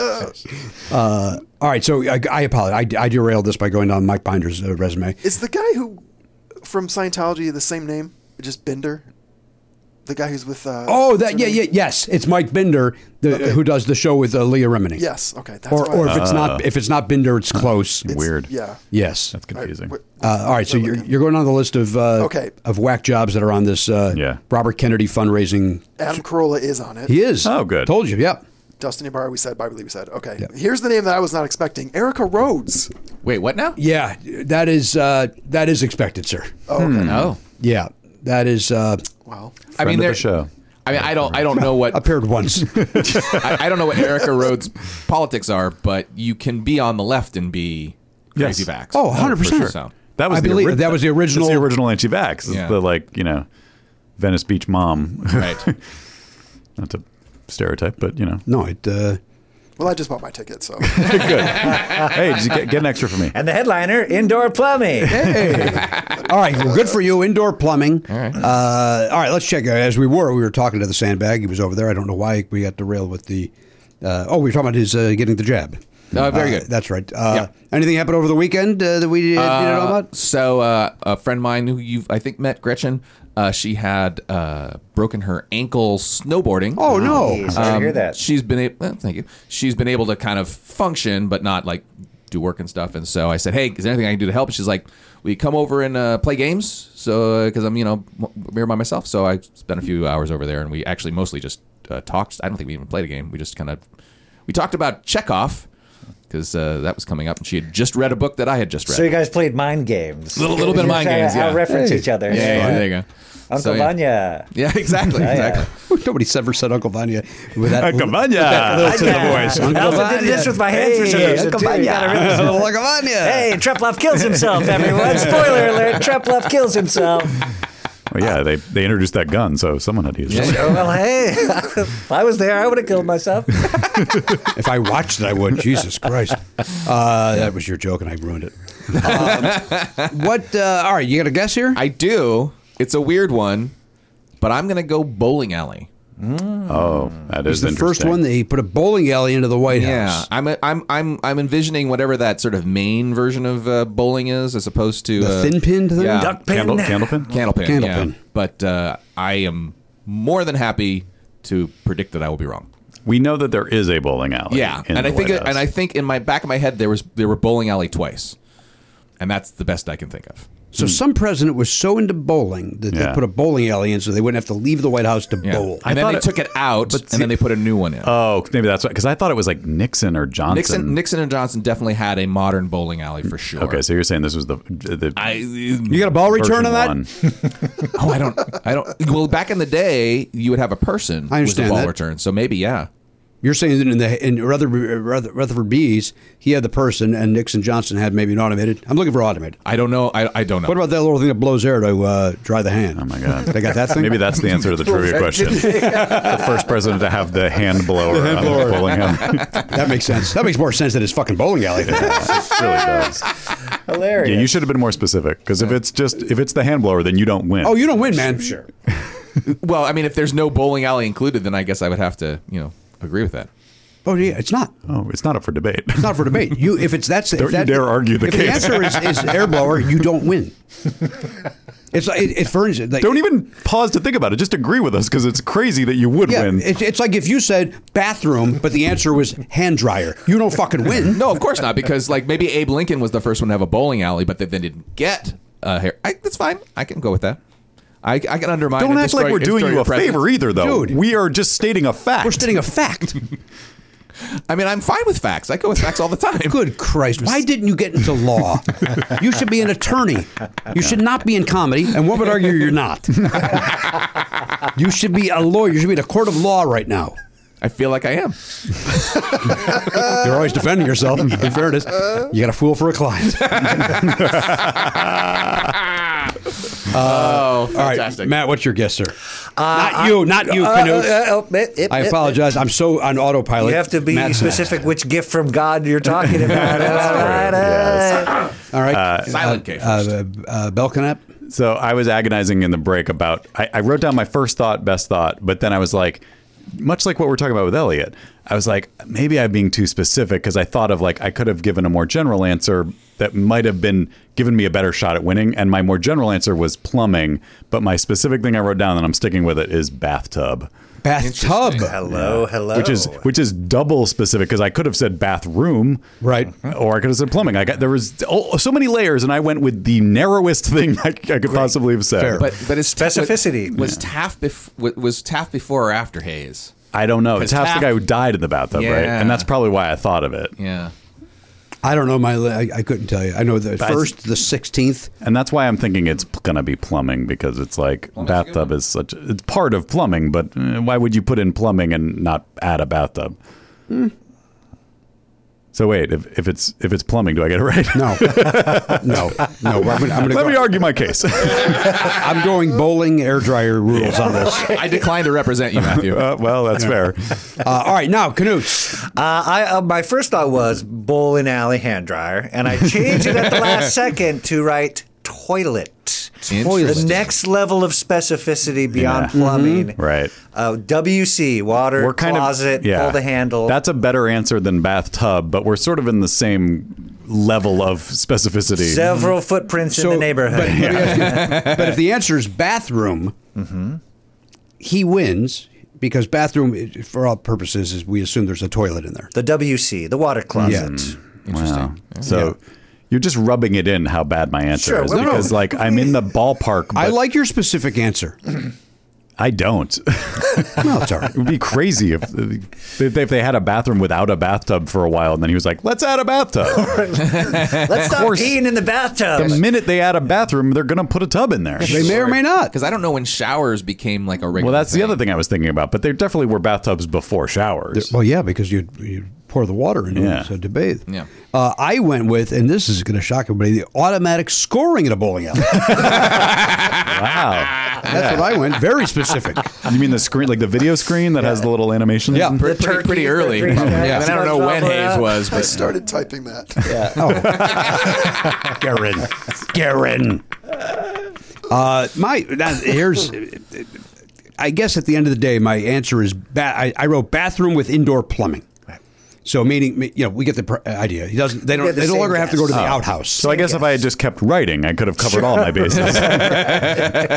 Speaker 4: uh, all right, so I, I apologize. I, I derailed this by going down Mike Binder's uh, resume.
Speaker 5: Is the guy who from Scientology the same name? Just Bender? The guy who's with. Uh,
Speaker 4: Oh,
Speaker 5: what's
Speaker 4: that
Speaker 5: her
Speaker 4: yeah,
Speaker 5: name?
Speaker 4: yeah, yes. It's Mike Binder the, who does the show with uh, Leah Remini.
Speaker 5: Yes, okay. That's
Speaker 4: Or,
Speaker 5: why-
Speaker 4: or if it's not if it's not Binder, it's close.
Speaker 1: Weird.
Speaker 5: Yeah.
Speaker 4: Yes.
Speaker 1: Uh. That's
Speaker 5: I-
Speaker 1: confusing.
Speaker 5: w-
Speaker 4: Uh, all right, so you're, you're going on the list of uh,
Speaker 5: Okay.
Speaker 4: of whack jobs that are on this uh,
Speaker 1: Yeah.
Speaker 4: Robert Kennedy fundraising.
Speaker 5: Adam Carolla is on it.
Speaker 4: He is.
Speaker 1: Oh, good.
Speaker 4: Told you. Yep.
Speaker 5: Dustin Ibarra, we said. Bobby Lee, we said. Okay.
Speaker 4: Yep.
Speaker 5: Here's the name that I was not expecting Erica Rhodes.
Speaker 3: Wait, what now?
Speaker 4: Yeah, that is uh, that is expected, sir.
Speaker 5: Oh, okay.
Speaker 3: No.
Speaker 4: Yeah, that is uh,
Speaker 5: Well,
Speaker 3: I mean,
Speaker 1: of the
Speaker 3: they're-
Speaker 1: show.
Speaker 3: I mean, I don't I don't know what
Speaker 4: appeared once.
Speaker 3: I, I don't know what Erica Rhodes' politics are, but you can be on the left and be
Speaker 1: Yes.
Speaker 3: crazy vax.
Speaker 4: Oh, 100%.
Speaker 3: So-
Speaker 1: That was
Speaker 4: I
Speaker 1: the
Speaker 4: believe-
Speaker 1: ori-
Speaker 4: that was the original-
Speaker 1: That's the original anti-vax.
Speaker 3: Yeah.
Speaker 1: The like you know, Venice Beach mom.
Speaker 3: Right.
Speaker 1: Not to stereotype, but you know.
Speaker 4: no, it. Uh,
Speaker 5: well, I just bought my ticket, so
Speaker 1: hey, did you get, get an extra for me?
Speaker 7: And the headliner, indoor plumbing.
Speaker 4: all right, well, good for you. Indoor plumbing. All right. Uh, all right, let's check. uh, As we were, we were talking to the sandbag. He was over there. I don't know why we got derailed with the. Uh, oh, we were talking about his uh, getting the jab.
Speaker 3: Oh, very
Speaker 4: Uh,
Speaker 3: good.
Speaker 4: That's right. Uh, Anything happened over the weekend uh, that we didn't know
Speaker 3: Uh,
Speaker 4: about?
Speaker 3: so uh, a friend of mine who you've I think met, Gretchen, uh, she had uh, broken her ankle snowboarding.
Speaker 4: Oh no!
Speaker 7: Jeez, sorry to hear that.
Speaker 3: She's been able. Well, thank you. She's been able to kind of function, but not like do work and stuff. And so I said, "Hey, is there anything I can do to help?" And she's like, "We come over and uh, play games." So because I'm you know m- here by myself, so I spent a few hours over there, and we actually mostly just uh, talked. I don't think we even played a game. We just kind of we talked about Chekhov. Because uh, that was coming up, and she had just read a book that I had just read.
Speaker 7: So you guys played mind games.
Speaker 3: Little- little bit of
Speaker 7: You're
Speaker 3: mind
Speaker 7: trying to
Speaker 3: games, yeah.
Speaker 7: outreference each other.
Speaker 3: Yeah, yeah, there you go.
Speaker 7: Uncle
Speaker 3: So, yeah.
Speaker 7: Vanya.
Speaker 3: Yeah, exactly, exactly.
Speaker 4: Nobody's ever said Uncle Vanya with that.
Speaker 1: Uncle Vanya. Uh,
Speaker 4: That's
Speaker 7: Vanya. I also did this with my hands for some
Speaker 4: Hey,
Speaker 7: reason,
Speaker 4: Uncle
Speaker 7: too. You
Speaker 4: Vanya.
Speaker 7: gotta remember-
Speaker 4: Uncle Vanya.
Speaker 7: Hey, Treploff kills himself, everyone. Spoiler alert, Treploff kills himself.
Speaker 1: Well, yeah, they, they introduced that gun, so someone had to use it.
Speaker 7: oh, well, hey, if I was there, I would have killed myself.
Speaker 4: If I watched it, I would. Jesus Christ. Uh, that was your joke, and I ruined it. Um, what? Uh, all right, you got a guess here?
Speaker 3: I do. It's a weird one, but I'm gonna go bowling alley.
Speaker 1: Oh, that
Speaker 4: It's
Speaker 1: is
Speaker 4: the
Speaker 1: interesting.
Speaker 4: first one that he put a bowling alley into the White
Speaker 3: Yeah,
Speaker 4: House.
Speaker 3: I'm a, I'm I'm I'm envisioning whatever that sort of main version of uh, bowling is, as opposed to
Speaker 4: The
Speaker 3: uh,
Speaker 4: thin pinned thing?
Speaker 3: Yeah,
Speaker 7: Duck pin.
Speaker 1: Candle, Candlepin?
Speaker 3: candlepin.
Speaker 4: Candlepin.
Speaker 3: yeah. But uh, I am more than happy to predict that I will be wrong.
Speaker 1: We know that there is a bowling alley.
Speaker 3: Yeah,
Speaker 1: in
Speaker 3: and I
Speaker 1: the
Speaker 3: think
Speaker 1: White
Speaker 3: and I
Speaker 1: House.
Speaker 3: think in my back of my head there was there were bowling alley twice, and that's the best I can think of.
Speaker 4: So some president was so into bowling that
Speaker 1: Yeah.
Speaker 4: they put a bowling alley in so they wouldn't have to leave the White House to
Speaker 3: Yeah.
Speaker 4: bowl.
Speaker 1: I
Speaker 3: And then
Speaker 1: thought
Speaker 3: they
Speaker 1: it-
Speaker 3: took it out,
Speaker 1: but
Speaker 3: and
Speaker 1: see-
Speaker 3: then they put a new one in.
Speaker 1: Oh, maybe that's because I thought it was like Nixon or Johnson.
Speaker 3: Nixon, Nixon and Johnson definitely had a modern bowling alley for sure.
Speaker 1: Okay, so you're saying this was the the
Speaker 3: I,
Speaker 4: You got a ball return on that?
Speaker 3: oh, I don't, I don't. Well, back in the day, you would have a person
Speaker 4: I understand
Speaker 3: with a ball
Speaker 4: that.
Speaker 3: return, so maybe yeah.
Speaker 4: You're saying that in the in Rutherford, Rutherford, Rutherford B's, he had the person, and Nixon Johnson had maybe an automated. I'm looking for automated.
Speaker 3: I don't know. I, I don't know.
Speaker 4: What about that little thing that blows air to uh, dry the hand?
Speaker 1: Oh my god,
Speaker 4: They got that thing.
Speaker 1: Maybe that's the answer to the trivia question. uh, the first president to have the hand blower, on the bowling alley.
Speaker 4: that makes sense. That makes more sense than his fucking bowling alley. Thing.
Speaker 1: It really does.
Speaker 7: Hilarious.
Speaker 1: Yeah, you should have been more specific because if it's just if it's the hand blower, then you don't win.
Speaker 4: Oh, you don't win, man. Sure.
Speaker 3: Well, I mean, if there's no bowling alley included, then I guess I would have to, you know, agree with that.
Speaker 4: Oh yeah, it's not.
Speaker 1: Oh, it's not up for debate.
Speaker 4: It's not for debate. You, if it's that's
Speaker 1: Don't
Speaker 4: if
Speaker 1: you
Speaker 4: that,
Speaker 1: dare argue the
Speaker 4: if
Speaker 1: case.
Speaker 4: the answer is, is air blower, you don't win. It's like it, it for instance, like,
Speaker 1: don't even pause to think about it. Just agree with us because it's crazy that you would
Speaker 4: Yeah,
Speaker 1: win.
Speaker 4: it's, it's like if you said bathroom, but the answer was hand dryer. You don't fucking win.
Speaker 3: No, Oh, of course not, because like maybe Abe Lincoln was the first one to have a bowling alley, but they then didn't get a hair. I, that's fine. I can go with that. I, I can undermine.
Speaker 1: Don't
Speaker 3: and
Speaker 1: act like
Speaker 3: destroy-
Speaker 1: we're doing
Speaker 3: destroy
Speaker 1: you
Speaker 3: your
Speaker 1: a favor
Speaker 3: presidents.
Speaker 1: either, though.
Speaker 4: Dude.
Speaker 1: We are just stating a fact.
Speaker 4: We're stating a fact.
Speaker 3: I mean, I'm fine with facts. I go with facts all the time.
Speaker 4: Good Christ. Why didn't you get into law? You should be an attorney. You should not be in comedy. And one would argue you're not. You should be a lawyer. You should be in a court of law right now.
Speaker 3: I feel like I am.
Speaker 4: You're always defending yourself. In fairness, you got a fool for a client. All
Speaker 3: Oh,
Speaker 4: right, Matt, what's your guess, sir? not you, not you,
Speaker 7: Uh,
Speaker 4: Canute.
Speaker 7: uh, uh, oh, it- it-
Speaker 4: I
Speaker 7: it-
Speaker 4: apologize. I'm so on autopilot.
Speaker 7: You have to be
Speaker 4: Matt's not.
Speaker 7: specific which gift from God you're talking about.
Speaker 1: Yes.
Speaker 4: All right.
Speaker 3: Silent K
Speaker 4: uh, uh, uh, Belknap.
Speaker 1: So I was agonizing in the break about. I, I wrote down my first thought, best thought, but then I was like, much like what we're talking about with Elliot, I was like, maybe I'm being too specific because I thought of like I could have given a more general answer that might have been given me a better shot at winning, and my more general answer was plumbing, but my specific thing I wrote down and I'm sticking with it is bathtub.
Speaker 4: Bathtub.
Speaker 7: hello, hello. Uh,
Speaker 1: Which
Speaker 4: Oh.
Speaker 1: is which is double specific because I could have said bathroom,
Speaker 4: Right.
Speaker 1: Or I could have said plumbing. I got there was oh, so many layers, and I went with the narrowest thing I, I could possibly have said.
Speaker 3: But but it's
Speaker 7: Specificity.
Speaker 3: was Taft bef- was Taft before or after Hayes?
Speaker 1: I don't know. It's half
Speaker 3: Taft-
Speaker 1: the guy who died in the bathtub, right?
Speaker 3: Yeah.
Speaker 1: And that's probably why I thought of it.
Speaker 3: Yeah.
Speaker 4: I don't know my. li- I, I couldn't tell you. I know the
Speaker 1: But I-
Speaker 4: first, the sixteenth.
Speaker 1: And that's why I'm thinking it's going to be plumbing because it's like bathtub is such it's part of plumbing, but eh, why would you put in plumbing and not add a bathtub?
Speaker 4: Hmm.
Speaker 1: So wait, if, if it's if it's plumbing, do I get it right?
Speaker 4: No, no, no. I'm gonna, I'm, gonna
Speaker 1: Let me
Speaker 4: go,
Speaker 1: argue my case. Uh,
Speaker 4: I'm going bowling air dryer rules on this.
Speaker 3: I decline to represent you, Matthew.
Speaker 1: Uh, well, that's fair.
Speaker 4: Uh, all right, now Canute.
Speaker 7: Uh, I, uh, my first thought was bowling alley hand dryer, and I changed it at the last second to write toilet. The
Speaker 3: Interesting.
Speaker 7: next level of specificity beyond plumbing,
Speaker 1: Mm-hmm. Right.
Speaker 7: Uh, WC water
Speaker 1: We're kind
Speaker 7: closet,
Speaker 1: of yeah.
Speaker 7: pull the handle.
Speaker 1: That's a better answer than bathtub, but we're sort of in the same level of specificity.
Speaker 7: several footprints in the neighborhood.
Speaker 4: But, let me ask you- but if the answer is bathroom,
Speaker 7: Mm-hmm.
Speaker 4: he wins because bathroom, i- for all purposes, is we assume there's a toilet in there.
Speaker 7: the WC, the water closet.
Speaker 1: Mm. Wow. So you're just rubbing it in how bad my answer
Speaker 7: Sure,
Speaker 1: is
Speaker 7: well, no, no.
Speaker 1: because like I'm in the ballpark. But
Speaker 4: I
Speaker 1: I like.
Speaker 4: like your specific answer.
Speaker 1: I don't.
Speaker 4: No, it's all right.
Speaker 1: it would be crazy if if they had a bathroom without a bathtub for a while, and then he was like, "Let's add a bathtub."
Speaker 7: Let's stop
Speaker 1: course.
Speaker 7: peeing in the bathtub.
Speaker 1: the minute they add a bathroom, they're gonna put a tub in there.
Speaker 4: They may or may not.
Speaker 3: Because I don't know when showers became like a regular.
Speaker 1: Well, that's the
Speaker 3: thing.
Speaker 1: other thing I was thinking about, but there definitely were bathtubs before showers.
Speaker 4: Well, yeah, because you you pour the water in
Speaker 1: Yeah.
Speaker 4: it so to bathe.
Speaker 3: Yeah.
Speaker 4: Uh, I went with, and this is going to shock everybody, the automatic scoring at a bowling alley.
Speaker 1: Wow.
Speaker 4: That's what I went. Very specific.
Speaker 1: You mean the screen, like the video screen that has the little animation?
Speaker 4: Yeah.
Speaker 3: Pretty, pretty, pretty early.
Speaker 7: pretty-
Speaker 3: probably.
Speaker 7: yeah,
Speaker 3: I, mean, I don't know when
Speaker 7: SpongeBob,
Speaker 3: Hayes
Speaker 7: uh,
Speaker 3: was,
Speaker 5: I
Speaker 3: but
Speaker 5: started typing that.
Speaker 4: Garen. Garen. Uh, my now, here's. I guess at the end of the day, my answer is ba- I, I wrote bathroom with indoor plumbing. So meaning, you know, we get the pr- idea. He doesn't. They don't.
Speaker 7: have the
Speaker 4: they no
Speaker 7: same
Speaker 4: longer have to go to
Speaker 7: guess.
Speaker 4: the outhouse.
Speaker 1: So I guess if I had just kept writing, I could have covered all my bases.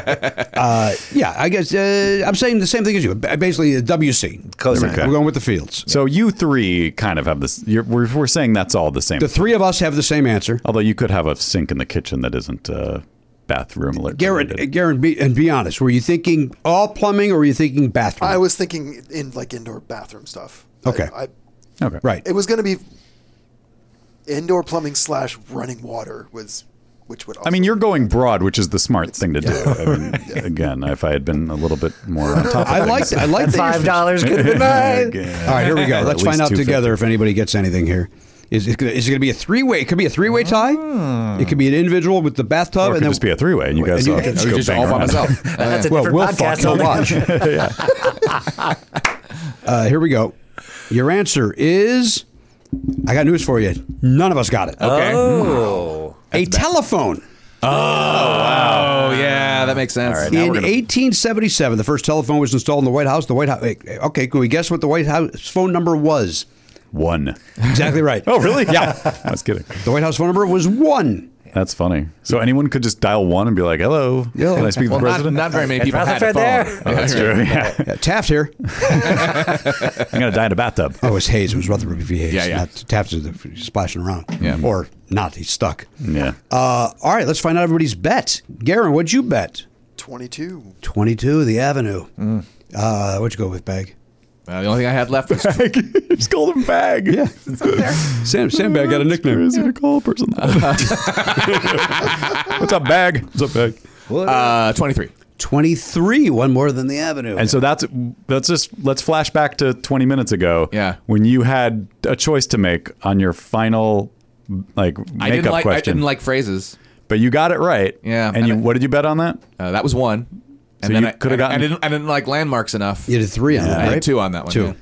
Speaker 4: yeah, I guess uh, I'm saying the same thing as you. Ba- Basically, uh, WC.
Speaker 7: Cosine.
Speaker 4: We're going with the fields.
Speaker 1: so you three kind of have this. You're, we're, we're saying that's all the same.
Speaker 4: The three of us have the same answer.
Speaker 1: Although you could have a sink in the kitchen that isn't uh, bathroom. alert
Speaker 4: Garrett, uh,
Speaker 1: related.
Speaker 4: Garrett, be, and be honest. Were you thinking all plumbing, or were you thinking bathroom?
Speaker 5: I was thinking in like indoor bathroom stuff.
Speaker 4: Okay.
Speaker 5: I, I,
Speaker 1: Okay.
Speaker 4: right.
Speaker 5: it was going to be indoor plumbing slash running water was, which would. Also
Speaker 1: I mean, you're going broad, which is the smart thing to do. I mean, again, if I had been a little bit more on top of
Speaker 4: I liked.
Speaker 1: things.
Speaker 4: I liked that you're-
Speaker 7: Five dollars could have been mine.
Speaker 1: Again.
Speaker 4: All right, here we go.
Speaker 1: Or
Speaker 4: Let's
Speaker 1: at
Speaker 4: find out
Speaker 1: least 250.
Speaker 4: together if anybody gets anything here. Is it, is it going to be a three way? It could be a three way tie. It could be an individual with the bathtub.
Speaker 1: Hmm. Or it
Speaker 4: and
Speaker 1: could
Speaker 4: then,
Speaker 1: just be a three-way, and you
Speaker 4: and
Speaker 1: guys
Speaker 4: you-
Speaker 1: all
Speaker 4: and
Speaker 1: just
Speaker 4: you
Speaker 1: go
Speaker 4: just
Speaker 1: bang
Speaker 4: all
Speaker 3: all by
Speaker 1: around.
Speaker 3: myself.
Speaker 7: That's a
Speaker 4: Well,
Speaker 7: different
Speaker 4: we'll fuck
Speaker 7: podcast.
Speaker 4: so
Speaker 7: altogether.
Speaker 4: much. Uh, here we go. Your answer is I got news for you. None of us got it.
Speaker 3: okay.
Speaker 7: Oh,
Speaker 4: a telephone.
Speaker 3: Oh yeah, that makes sense.
Speaker 4: In 1877, the first telephone was installed in the White House. The White House. Okay, can we guess what the White House phone number was?
Speaker 1: One.
Speaker 4: Exactly right.
Speaker 1: Oh, really? Yeah. I was kidding.
Speaker 4: The White House phone number was one.
Speaker 1: That's funny. So anyone could just dial one and be like, "Hello,
Speaker 4: Yeah.
Speaker 1: can I speak to
Speaker 3: well,
Speaker 1: the
Speaker 3: not,
Speaker 1: president?"
Speaker 3: not very many people
Speaker 7: rather
Speaker 3: had a
Speaker 7: fair
Speaker 3: phone.
Speaker 7: there.
Speaker 1: Oh, that's true. Yeah.
Speaker 4: Yeah, Taft here.
Speaker 1: I'm gonna die in a bathtub.
Speaker 4: Oh, it was Hayes. It was Rutherford B. Hayes.
Speaker 3: Yeah, yeah.
Speaker 4: Not Taft is the- splashing around.
Speaker 3: Yeah.
Speaker 4: Or not. He's stuck.
Speaker 1: Yeah.
Speaker 4: Uh, all right, let's find out everybody's bet. Garen, what'd you bet?
Speaker 5: 22.
Speaker 4: 22, The Avenue.
Speaker 3: Mm.
Speaker 4: Uh, what'd you go with, Bag?
Speaker 3: Uh, the only thing I had left was
Speaker 1: just called him Bag. Yeah.
Speaker 4: Sam, Sam Bag got a nickname.
Speaker 1: Is it a call person? What's up, Bag? What's up, Bag?
Speaker 3: uh, 23.
Speaker 4: 23, one more than The Avenue.
Speaker 1: And so that's that's just let's flash back to 20 minutes ago.
Speaker 3: Yeah.
Speaker 1: When you had a choice to make on your final like makeup
Speaker 3: I didn't like. I
Speaker 1: question,
Speaker 3: didn't like phrases.
Speaker 1: but you got it right.
Speaker 3: Yeah,
Speaker 1: And you
Speaker 3: and I-
Speaker 1: what did you bet on that?
Speaker 3: Uh, that was one. And
Speaker 1: So
Speaker 3: then
Speaker 1: you
Speaker 3: I-
Speaker 1: coulda
Speaker 3: I-
Speaker 1: gotten-
Speaker 3: I didn't. I didn't like landmarks enough.
Speaker 4: you did three on that,
Speaker 3: I
Speaker 4: right?
Speaker 3: had two on that one.
Speaker 4: Two.
Speaker 3: yeah.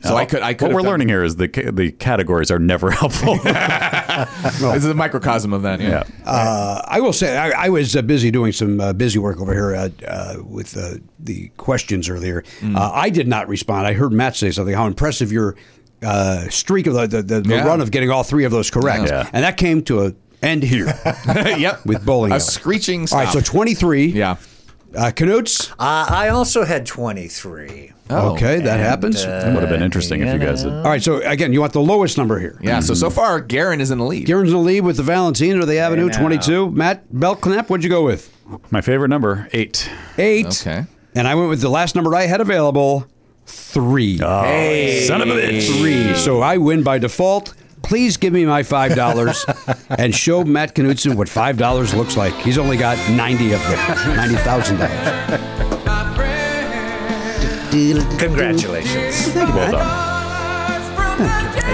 Speaker 3: So I could. I could.
Speaker 1: Uh, What Oh. we're learning here is the ca- the categories are never helpful.
Speaker 3: This is a microcosm of that.
Speaker 1: yeah.
Speaker 3: Yeah.
Speaker 4: Uh, I will say I, I was uh, busy doing some uh, busy work over here uh, uh, with uh, the questions earlier.
Speaker 3: Mm.
Speaker 4: Uh, I did not respond. I heard Matt say something. How impressive your uh, streak of the the, the, the
Speaker 3: Yeah.
Speaker 4: run of getting all three of those correct,
Speaker 1: Yeah.
Speaker 4: and that came to a end here
Speaker 3: yep.
Speaker 4: with bowling.
Speaker 3: a
Speaker 4: alley.
Speaker 3: screeching
Speaker 4: All
Speaker 3: stop.
Speaker 4: right, so twenty three.
Speaker 3: yeah.
Speaker 4: uh, Canute's.
Speaker 7: Uh, I also had twenty three.
Speaker 3: Oh.
Speaker 4: okay, that
Speaker 7: And,
Speaker 4: happens.
Speaker 1: That would have been interesting if you guys had.
Speaker 4: all right, so again, you want the lowest number here.
Speaker 3: Yeah. So so far, Garen is in the lead.
Speaker 4: Garen's in the lead with the Valentine or the Avenue
Speaker 7: now.
Speaker 4: twenty two. Matt Belknap, what'd you go with?
Speaker 1: My favorite number, eight.
Speaker 4: Eight.
Speaker 3: Okay.
Speaker 4: And I went with the last number I had available, three.
Speaker 1: Son of a bitch.
Speaker 4: three. So I win by default. Please give me my five dollars and show Matt Knutson what five dollars looks like. He's only got ninety of them, ninety thousand dollars.
Speaker 7: Congratulations.
Speaker 1: Well done.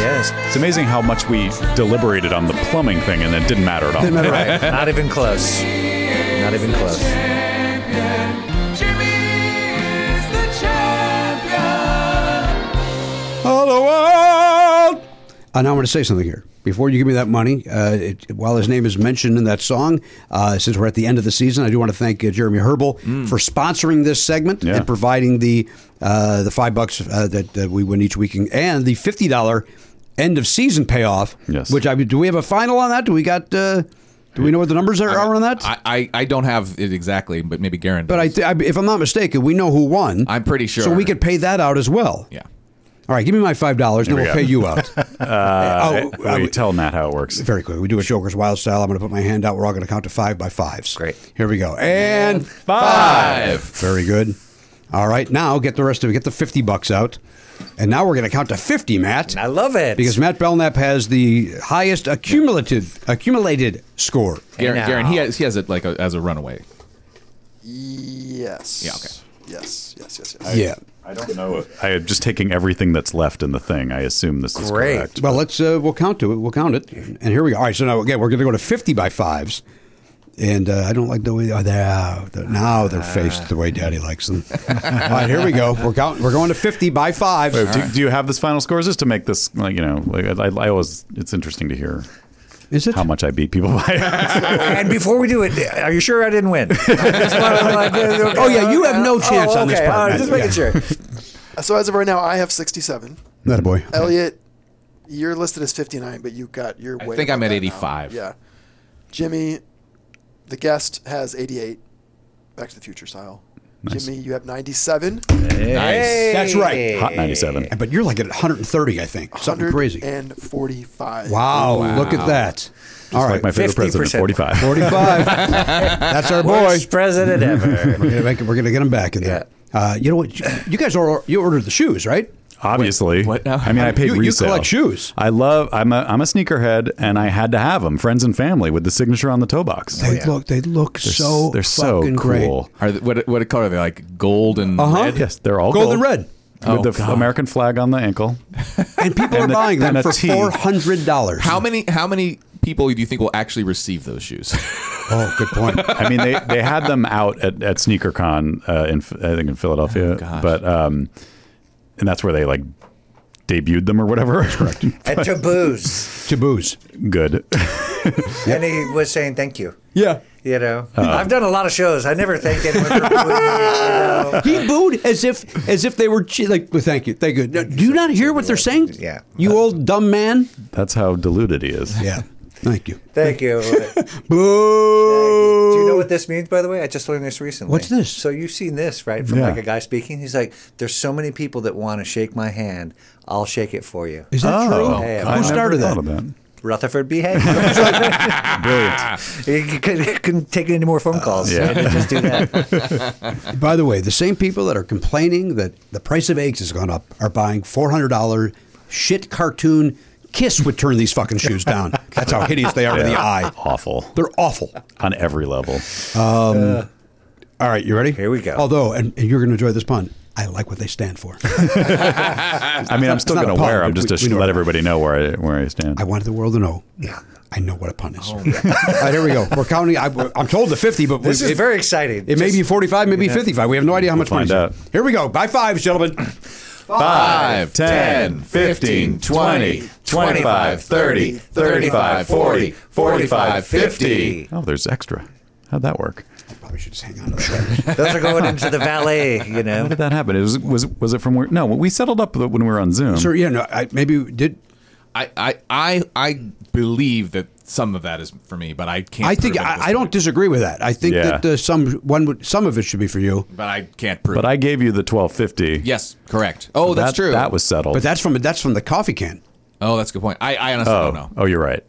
Speaker 7: Yes.
Speaker 1: It's amazing how much we deliberated on the plumbing thing and it didn't matter at all.
Speaker 7: Right. Not even close. Not even close.
Speaker 4: Hello, world. Uh, now I'm going to say something here. Before you give me that money, uh, it, while his name is mentioned in that song, uh, since we're at the end of the season, I do want to thank uh, Jeremy Herbal
Speaker 3: Mm.
Speaker 4: for sponsoring this segment
Speaker 1: Yeah.
Speaker 4: and providing the uh, the five bucks uh, that, that we win each weekend and the fifty dollar end of season payoff.
Speaker 1: Yes.
Speaker 4: Which I do we have a final on that? Do we got? Uh, do we know what the numbers are, are on that?
Speaker 3: I, I I don't have it exactly, but maybe Garen.
Speaker 4: but I,
Speaker 3: does.
Speaker 4: th- I, if I'm not mistaken, we know who won.
Speaker 3: I'm pretty sure.
Speaker 4: So we could pay that out as well.
Speaker 3: Yeah.
Speaker 4: All right, give me my five dollars, and
Speaker 1: Here
Speaker 4: we'll
Speaker 1: we
Speaker 4: pay
Speaker 1: go.
Speaker 4: you out.
Speaker 1: Uh,
Speaker 4: Oh,
Speaker 1: I-
Speaker 4: I
Speaker 1: we
Speaker 4: would-
Speaker 1: tell Matt how it works.
Speaker 4: Very quick. We do a Joker's Wild style. I'm going to put my hand out. We're all going to count to five by fives.
Speaker 7: Great.
Speaker 4: Here we go. And
Speaker 3: Five.
Speaker 4: very good. All right. Now get the rest of it. Get the 50 bucks out. And now we're going to count to 50, Matt.
Speaker 7: I love it.
Speaker 4: Because Matt Belknap has the highest accumulative accumulated score.
Speaker 3: Garen,
Speaker 7: Now.
Speaker 3: Garen, he has he has it like a, as a runaway.
Speaker 5: Yes.
Speaker 3: Yeah, okay.
Speaker 5: Yes, yes, yes, yes.
Speaker 4: Yeah.
Speaker 1: I don't know. If, I am just taking everything that's left in the thing. I assume this is
Speaker 7: Great.
Speaker 1: correct.
Speaker 4: Well, let's uh, we'll count to it. We'll count it. And here we go. All right. So now again, we're going to go to 50 by fives. And uh, I don't like the way oh, they're, they're- now they're faced the way Daddy likes them. All right, here we go. We're going. We're going to fifty by five.
Speaker 1: Wait, do, do you have this final scores just to make this like you know? Like I, I always, it's interesting to hear
Speaker 4: Is it?
Speaker 1: how much I beat people by.
Speaker 7: and before we do it, are you sure I didn't win?
Speaker 4: Oh
Speaker 7: oh
Speaker 4: yeah, you have no chance on this part.
Speaker 7: Just making
Speaker 4: Yeah.
Speaker 7: sure.
Speaker 5: Uh, So as of right now, I have 67.
Speaker 3: Hmm.
Speaker 4: Not a boy.
Speaker 5: Elliot, you're listed as 59, but you got your way.
Speaker 3: I think I'm
Speaker 5: above
Speaker 3: at
Speaker 5: that now.
Speaker 3: 85.
Speaker 5: Yeah. Jimmy, the guest, has 88, Back to the Future style. Jimmy, you have 97.
Speaker 3: Nice.
Speaker 4: That's right.
Speaker 1: Hot ninety-seven.
Speaker 4: But you're like at 130, I think. Something crazy.
Speaker 5: And 45.
Speaker 4: Wow, look at that. All right,
Speaker 1: Like my favorite president,
Speaker 7: 50%.
Speaker 1: forty-five.
Speaker 4: 45. That's our boy.
Speaker 7: Worst president ever.
Speaker 4: We're gonna, make, we're gonna get him back in there. Uh, you know what? You, you guys are you ordered the shoes, right?
Speaker 1: Obviously,
Speaker 3: what now?
Speaker 1: I mean, I paid
Speaker 4: You- you
Speaker 1: resale.
Speaker 4: collect shoes.
Speaker 1: I love. I'm a I'm a sneakerhead, and I had to have them. Friends and family with the signature on the toe box.
Speaker 4: They look they look
Speaker 1: Oh, They're s-
Speaker 4: so
Speaker 1: they're so
Speaker 4: fucking great.
Speaker 1: cool.
Speaker 3: Are they, what what color are they? Like gold and
Speaker 4: Uh-huh.
Speaker 3: red?
Speaker 1: Yes, they're all
Speaker 4: Gold and
Speaker 1: gold.
Speaker 4: red.
Speaker 1: with the
Speaker 4: Oh,
Speaker 1: f- American flag on the ankle.
Speaker 4: And people are
Speaker 1: And a-
Speaker 4: buying
Speaker 1: and
Speaker 4: them
Speaker 1: a
Speaker 4: for
Speaker 1: tee.
Speaker 4: four hundred dollars.
Speaker 3: How many how many people do you think will actually receive those shoes?
Speaker 4: Oh, good point.
Speaker 1: I mean, they, they had them out at, at SneakerCon uh, in Ph- I think in
Speaker 4: Oh,
Speaker 1: Philadelphia, but um, and that's where they like debuted them or whatever. Correct.
Speaker 7: At Taboos.
Speaker 4: Taboos.
Speaker 1: Good.
Speaker 7: And he was saying thank you.
Speaker 4: Yeah.
Speaker 7: You know,
Speaker 4: Uh-huh.
Speaker 7: I've done a lot of shows. I never thank anyone for booing me. You know?
Speaker 4: He booed as if as if they were che- like. Well, thank you, thank you. Now, do you not hear what they're saying?
Speaker 7: Yeah.
Speaker 4: You old dumb man.
Speaker 1: That's how deluded he is.
Speaker 4: Yeah. Thank you.
Speaker 7: Thank you.
Speaker 4: Boo.
Speaker 7: Do you know what this means, by the way? I just learned this recently.
Speaker 4: What's this?
Speaker 7: So you've seen this, right? From
Speaker 1: Yeah.
Speaker 7: like a guy speaking. He's like, "There's so many people that want to shake my hand. I'll shake it for you."
Speaker 4: Is that
Speaker 1: Oh,
Speaker 4: true?
Speaker 7: Hey,
Speaker 1: I
Speaker 4: Who
Speaker 1: never
Speaker 4: started
Speaker 1: thought
Speaker 4: that?
Speaker 1: of that?
Speaker 7: Rutherford B. Hayes.
Speaker 1: Brilliant.
Speaker 7: you couldn't, couldn't take any more phone calls.
Speaker 1: yeah.
Speaker 7: Yeah. just do that.
Speaker 4: By the way, the same people that are complaining that the price of eggs has gone up are buying four hundred dollar shit cartoon. Kiss would turn these fucking shoes down. That's how hideous they are in the eye.
Speaker 1: Awful
Speaker 4: They're awful.
Speaker 1: on every level.
Speaker 4: All right, you ready? Here
Speaker 7: we go.
Speaker 4: Although, and, and you're going to enjoy this pun. I like what they stand for.
Speaker 1: I mean, I'm still
Speaker 4: not a
Speaker 1: going to
Speaker 4: pun,
Speaker 1: wear
Speaker 4: but
Speaker 1: them just
Speaker 4: we-
Speaker 1: to
Speaker 4: we know
Speaker 1: let
Speaker 4: it.
Speaker 1: everybody know where I where I stand.
Speaker 4: I wanted the world to know. Yeah. I know what a pun is. All right, here we go. We're counting. I, I'm told the 50, but
Speaker 7: Oh, This
Speaker 4: we,
Speaker 7: is
Speaker 4: it,
Speaker 7: very exciting.
Speaker 4: It may be 45, maybe 55. We have no idea how much
Speaker 1: We'll
Speaker 4: money.
Speaker 1: find
Speaker 4: it's in. Here we go. By fives, gentlemen.
Speaker 3: Five,
Speaker 1: 10, 15, 20,
Speaker 7: 25,
Speaker 3: 30,
Speaker 7: 35,
Speaker 3: 40, 45,
Speaker 7: 50.
Speaker 1: oh, there's extra. Howd that work?
Speaker 4: Probably should just hang on to that.
Speaker 7: Those are going into the valet. You
Speaker 1: How
Speaker 7: know.
Speaker 1: did that happen? It was was was it from where? No, we settled up when we were on Zoom.
Speaker 4: Sir, yeah, no, I, maybe we did.
Speaker 3: I, I I I believe that some of that is for me, but I can't.
Speaker 4: I think
Speaker 3: prove it at
Speaker 4: I,
Speaker 3: this
Speaker 4: I don't
Speaker 3: point.
Speaker 4: disagree with that. I think
Speaker 1: Yeah.
Speaker 4: that uh, some one would, some of it should be for you,
Speaker 3: But I can't prove.
Speaker 1: But
Speaker 3: it.
Speaker 1: I gave you the 1250.
Speaker 3: yes, correct. Oh, that's
Speaker 1: That-
Speaker 3: true.
Speaker 1: That was settled.
Speaker 4: but that's from that's from the coffee can.
Speaker 3: Oh, that's a good point. I, I honestly
Speaker 1: oh,
Speaker 3: don't know.
Speaker 1: oh, you're right.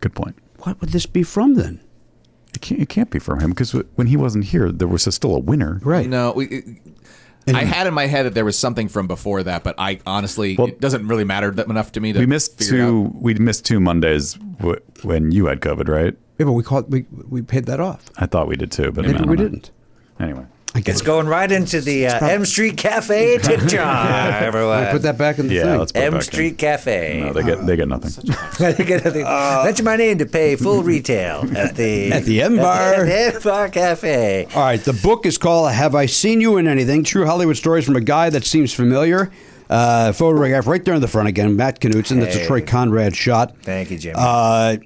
Speaker 1: Good point.
Speaker 4: What would this be from then?
Speaker 1: It can't, it can't be from him because when he wasn't here, there was still a winner.
Speaker 4: Right.
Speaker 3: No, we, it, I had in my head that there was something from before that, but I honestly,
Speaker 1: Well-
Speaker 3: it doesn't really matter that enough to me. To
Speaker 1: We missed
Speaker 3: figure it out.
Speaker 1: two. We missed two Mondays w- when you had COVID, right?
Speaker 4: Yeah, but we called we we paid that off.
Speaker 1: I thought we did too, but I
Speaker 4: Maybe
Speaker 1: don't
Speaker 4: we
Speaker 1: know.
Speaker 4: didn't.
Speaker 1: Anyway,
Speaker 4: I guess
Speaker 7: It's going right into the uh, M Street Cafe tip jar, everyone.
Speaker 4: put that back in the
Speaker 1: yeah,
Speaker 4: thing.
Speaker 1: let's put it
Speaker 7: M
Speaker 1: back
Speaker 7: Street
Speaker 1: in.
Speaker 7: Cafe.
Speaker 1: No, they get they get nothing.
Speaker 7: That's my name to pay full retail at the
Speaker 4: Uh, At the M Bar.
Speaker 7: at the M Bar Cafe.
Speaker 4: All right, the book is called "Have I Seen You in Anything?" True Hollywood Stories from a Guy That Seems Familiar. Uh, photograph right there in the front again, Matt Knutson. That's a
Speaker 7: Hey.
Speaker 4: Troy Conrad shot.
Speaker 7: Thank you, Jimmy.
Speaker 4: Uh,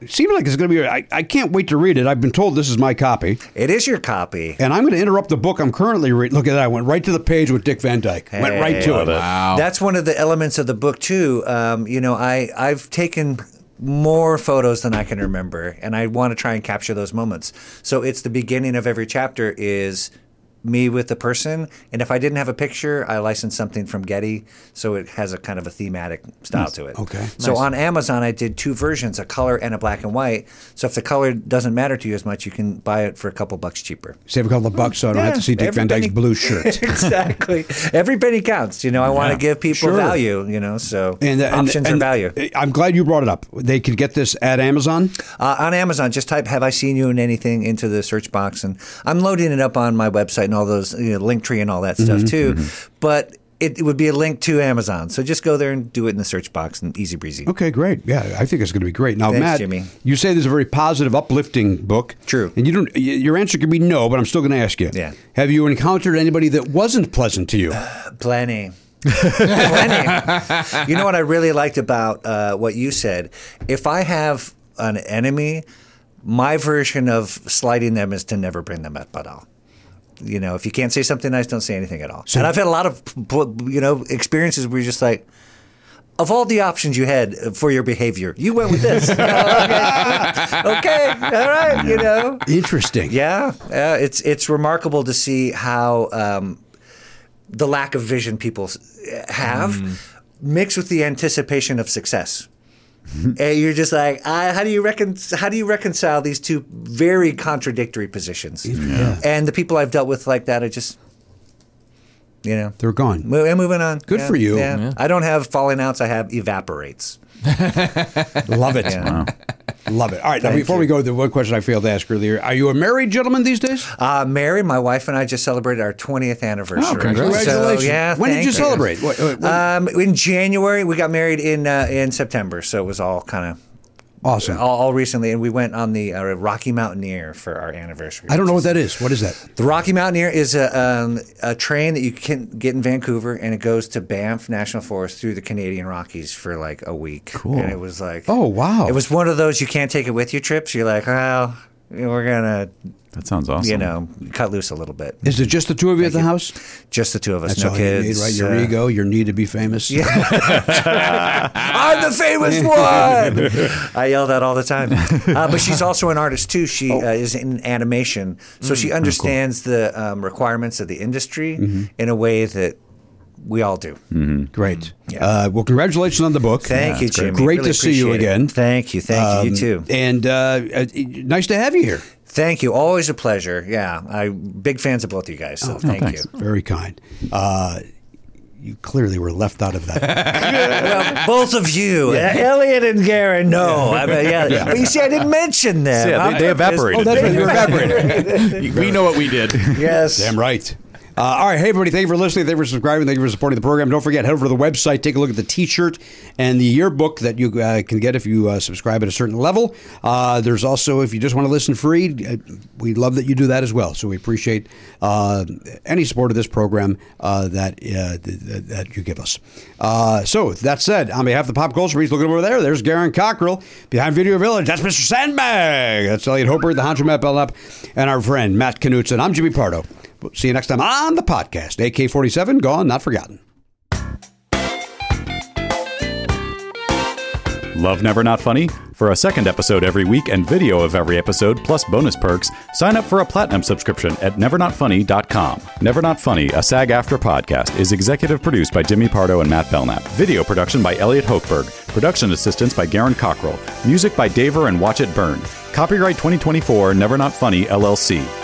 Speaker 4: it seems like it's going to be. I, I can't wait to read it. I've been told this is my copy,
Speaker 7: it is your copy.
Speaker 4: and I'm going to interrupt the book I'm currently reading. Look at that! I went right to the page with Dick Van Dyke. went right to it.
Speaker 3: Wow.
Speaker 7: That's one of the elements of the book too. Um, you know, I I've taken more photos than I can remember, and I want to try and capture those moments. So it's the beginning of every chapter is me with the person, and if I didn't have a picture, I licensed something from Getty, so it has a kind of a thematic style to it.
Speaker 4: Okay.
Speaker 7: So on Amazon, I did two versions, a color and a black and white. So if the color doesn't matter to you as much, you can buy it for a couple bucks cheaper.
Speaker 4: Save a couple of bucks so I don't have to
Speaker 7: Yeah,
Speaker 4: see Dick Van
Speaker 7: everybody-
Speaker 4: Dyke's blue shirt.
Speaker 7: exactly. Every penny counts. You know, I want to give people
Speaker 4: Sure.
Speaker 7: value, you know, so
Speaker 4: And, uh, and-
Speaker 7: options
Speaker 4: and
Speaker 7: are value.
Speaker 4: I'm glad you brought it up. They could get this at Amazon.
Speaker 7: Uh, on Amazon, just type Have I Seen You in Anything into the search
Speaker 4: Mm-hmm,
Speaker 7: box. And I'm loading it up on my website and all those, you know, Linktree and all that stuff too. But it, it would be a link to Amazon. So just go there and do it in the search box and easy breezy.
Speaker 4: Okay, great. Yeah, I think it's going to be great. Now,
Speaker 7: Thanks,
Speaker 4: Matt,
Speaker 7: Jimmy.
Speaker 4: you say there's a very positive, uplifting book.
Speaker 7: True.
Speaker 4: And you don't. y- Your answer could be no, but I'm still going to ask you.
Speaker 7: Yeah.
Speaker 4: Have you encountered anybody that wasn't pleasant to you?
Speaker 7: Plenty. Plenty. You know what I really liked about uh, what you said? If I have an enemy, my version of slighting them is to never bring them up at all. You know, if you can't say something nice, don't say anything at all. and I've had a lot of, you know, experiences where you're just like, of all the options you had for your behavior, you went with this. okay. okay, all right, you know.
Speaker 4: Interesting.
Speaker 7: Yeah, uh, it's it's remarkable to see how um, the lack of vision people s- have mixed with the anticipation of success. and you're just like, I, how do you recon- how do you reconcile these two very contradictory positions? And the people I've dealt with like that are just, you know,
Speaker 4: They're gone.
Speaker 7: mo- and moving on.
Speaker 4: Good
Speaker 7: Yeah,
Speaker 4: for you.
Speaker 7: yeah. I don't have falling outs. I have evaporates.
Speaker 4: Love it. Love it. All right. Now, before we go, the one question I failed to ask earlier: Are you a married gentleman these days?
Speaker 7: Uh, Mary, my wife and I just celebrated our 20th anniversary.
Speaker 4: Oh, Congratulations.
Speaker 7: So, yeah,
Speaker 4: when did
Speaker 7: thank
Speaker 4: you celebrate? What- what- what-
Speaker 7: Um, in January, we got married in uh, in September, so it was all kind
Speaker 4: awesome.
Speaker 7: of all, all recently, and we went on the uh, Rocky Mountaineer for our anniversary.
Speaker 4: I don't know what that is. What is that?
Speaker 7: The Rocky Mountaineer is a um, a train that you can get in Vancouver, and it goes to Banff National Forest through the Canadian Rockies for like a week. Cool. And it was like,
Speaker 4: Oh, wow.
Speaker 7: It was one of those you can't take it with you trips. You're like, well, we're gonna,
Speaker 1: That sounds awesome.
Speaker 7: you know, cut loose a little bit.
Speaker 4: Is it just the two of you at the house?
Speaker 7: Just the two of us,
Speaker 4: That's
Speaker 7: no
Speaker 4: all
Speaker 7: kids.
Speaker 4: you need, right? Your
Speaker 7: uh,
Speaker 4: ego, your need to be famous. Yeah.
Speaker 7: I'm the famous one. I yell that all the time. Uh, but she's also an artist too. She
Speaker 4: Oh.
Speaker 7: uh, is in animation,
Speaker 4: Mm,
Speaker 7: so she understands the um, requirements of the industry
Speaker 4: Mm-hmm.
Speaker 7: in a way that we all do.
Speaker 4: Great. Uh, well, congratulations on the book.
Speaker 7: Mm, Thank you, Jimmy.
Speaker 4: Great
Speaker 7: Really
Speaker 4: to see you
Speaker 7: appreciate it.
Speaker 4: again.
Speaker 7: Thank you. Thank you. You too.
Speaker 4: Um, And uh, uh, nice to have you here.
Speaker 7: Thank you. Always a pleasure. Yeah, I big fans of both you guys.
Speaker 4: Oh,
Speaker 7: So thank you.
Speaker 4: Very kind. Uh, you clearly were left out of that.
Speaker 7: Well, both of you, Uh, Elliot and Garen. No, I mean, yeah. But you see, I didn't mention them.
Speaker 1: Yeah, they-
Speaker 7: I'm
Speaker 1: they
Speaker 7: purpose-
Speaker 1: evaporated. Oh,
Speaker 4: that's right. You evaporated.
Speaker 3: we know what we did.
Speaker 7: Yes.
Speaker 4: Damn right. Uh, all right, hey everybody! Thank you for listening. Thank you for subscribing. Thank you for supporting the program. Don't forget, head over to the website, take a look at the T-shirt and the yearbook that you uh, can get if you uh, subscribe at a certain level. Uh, there's also, if you just want to listen free, uh, we love that you do that as well. So we appreciate uh, any support of this program uh, that uh, th- th- that you give us. Uh, so that said, on behalf of the pop culture, please look over there. There's Garen Cockrell behind Video Village. That's Mr. Sandbag. That's Elliot Hopper, the Honcho Matt Belknap, and our friend Matt Knutson. I'm Jimmy Pardo. We'll see you next time on the podcast. AK 47, gone, not forgotten.
Speaker 1: Love Never Not Funny? For a second episode every week and video of every episode, plus bonus perks, sign up for a platinum subscription at nevernotfunny.com. Never Not Funny, a SAG after podcast, is executive produced by Jimmy Pardo and Matt Belknap. Video production by Elliot Hochberg. Production assistance by Garen Cockrell. Music by Daver and Watch It Burn. Copyright 2024 Never Not Funny, LLC.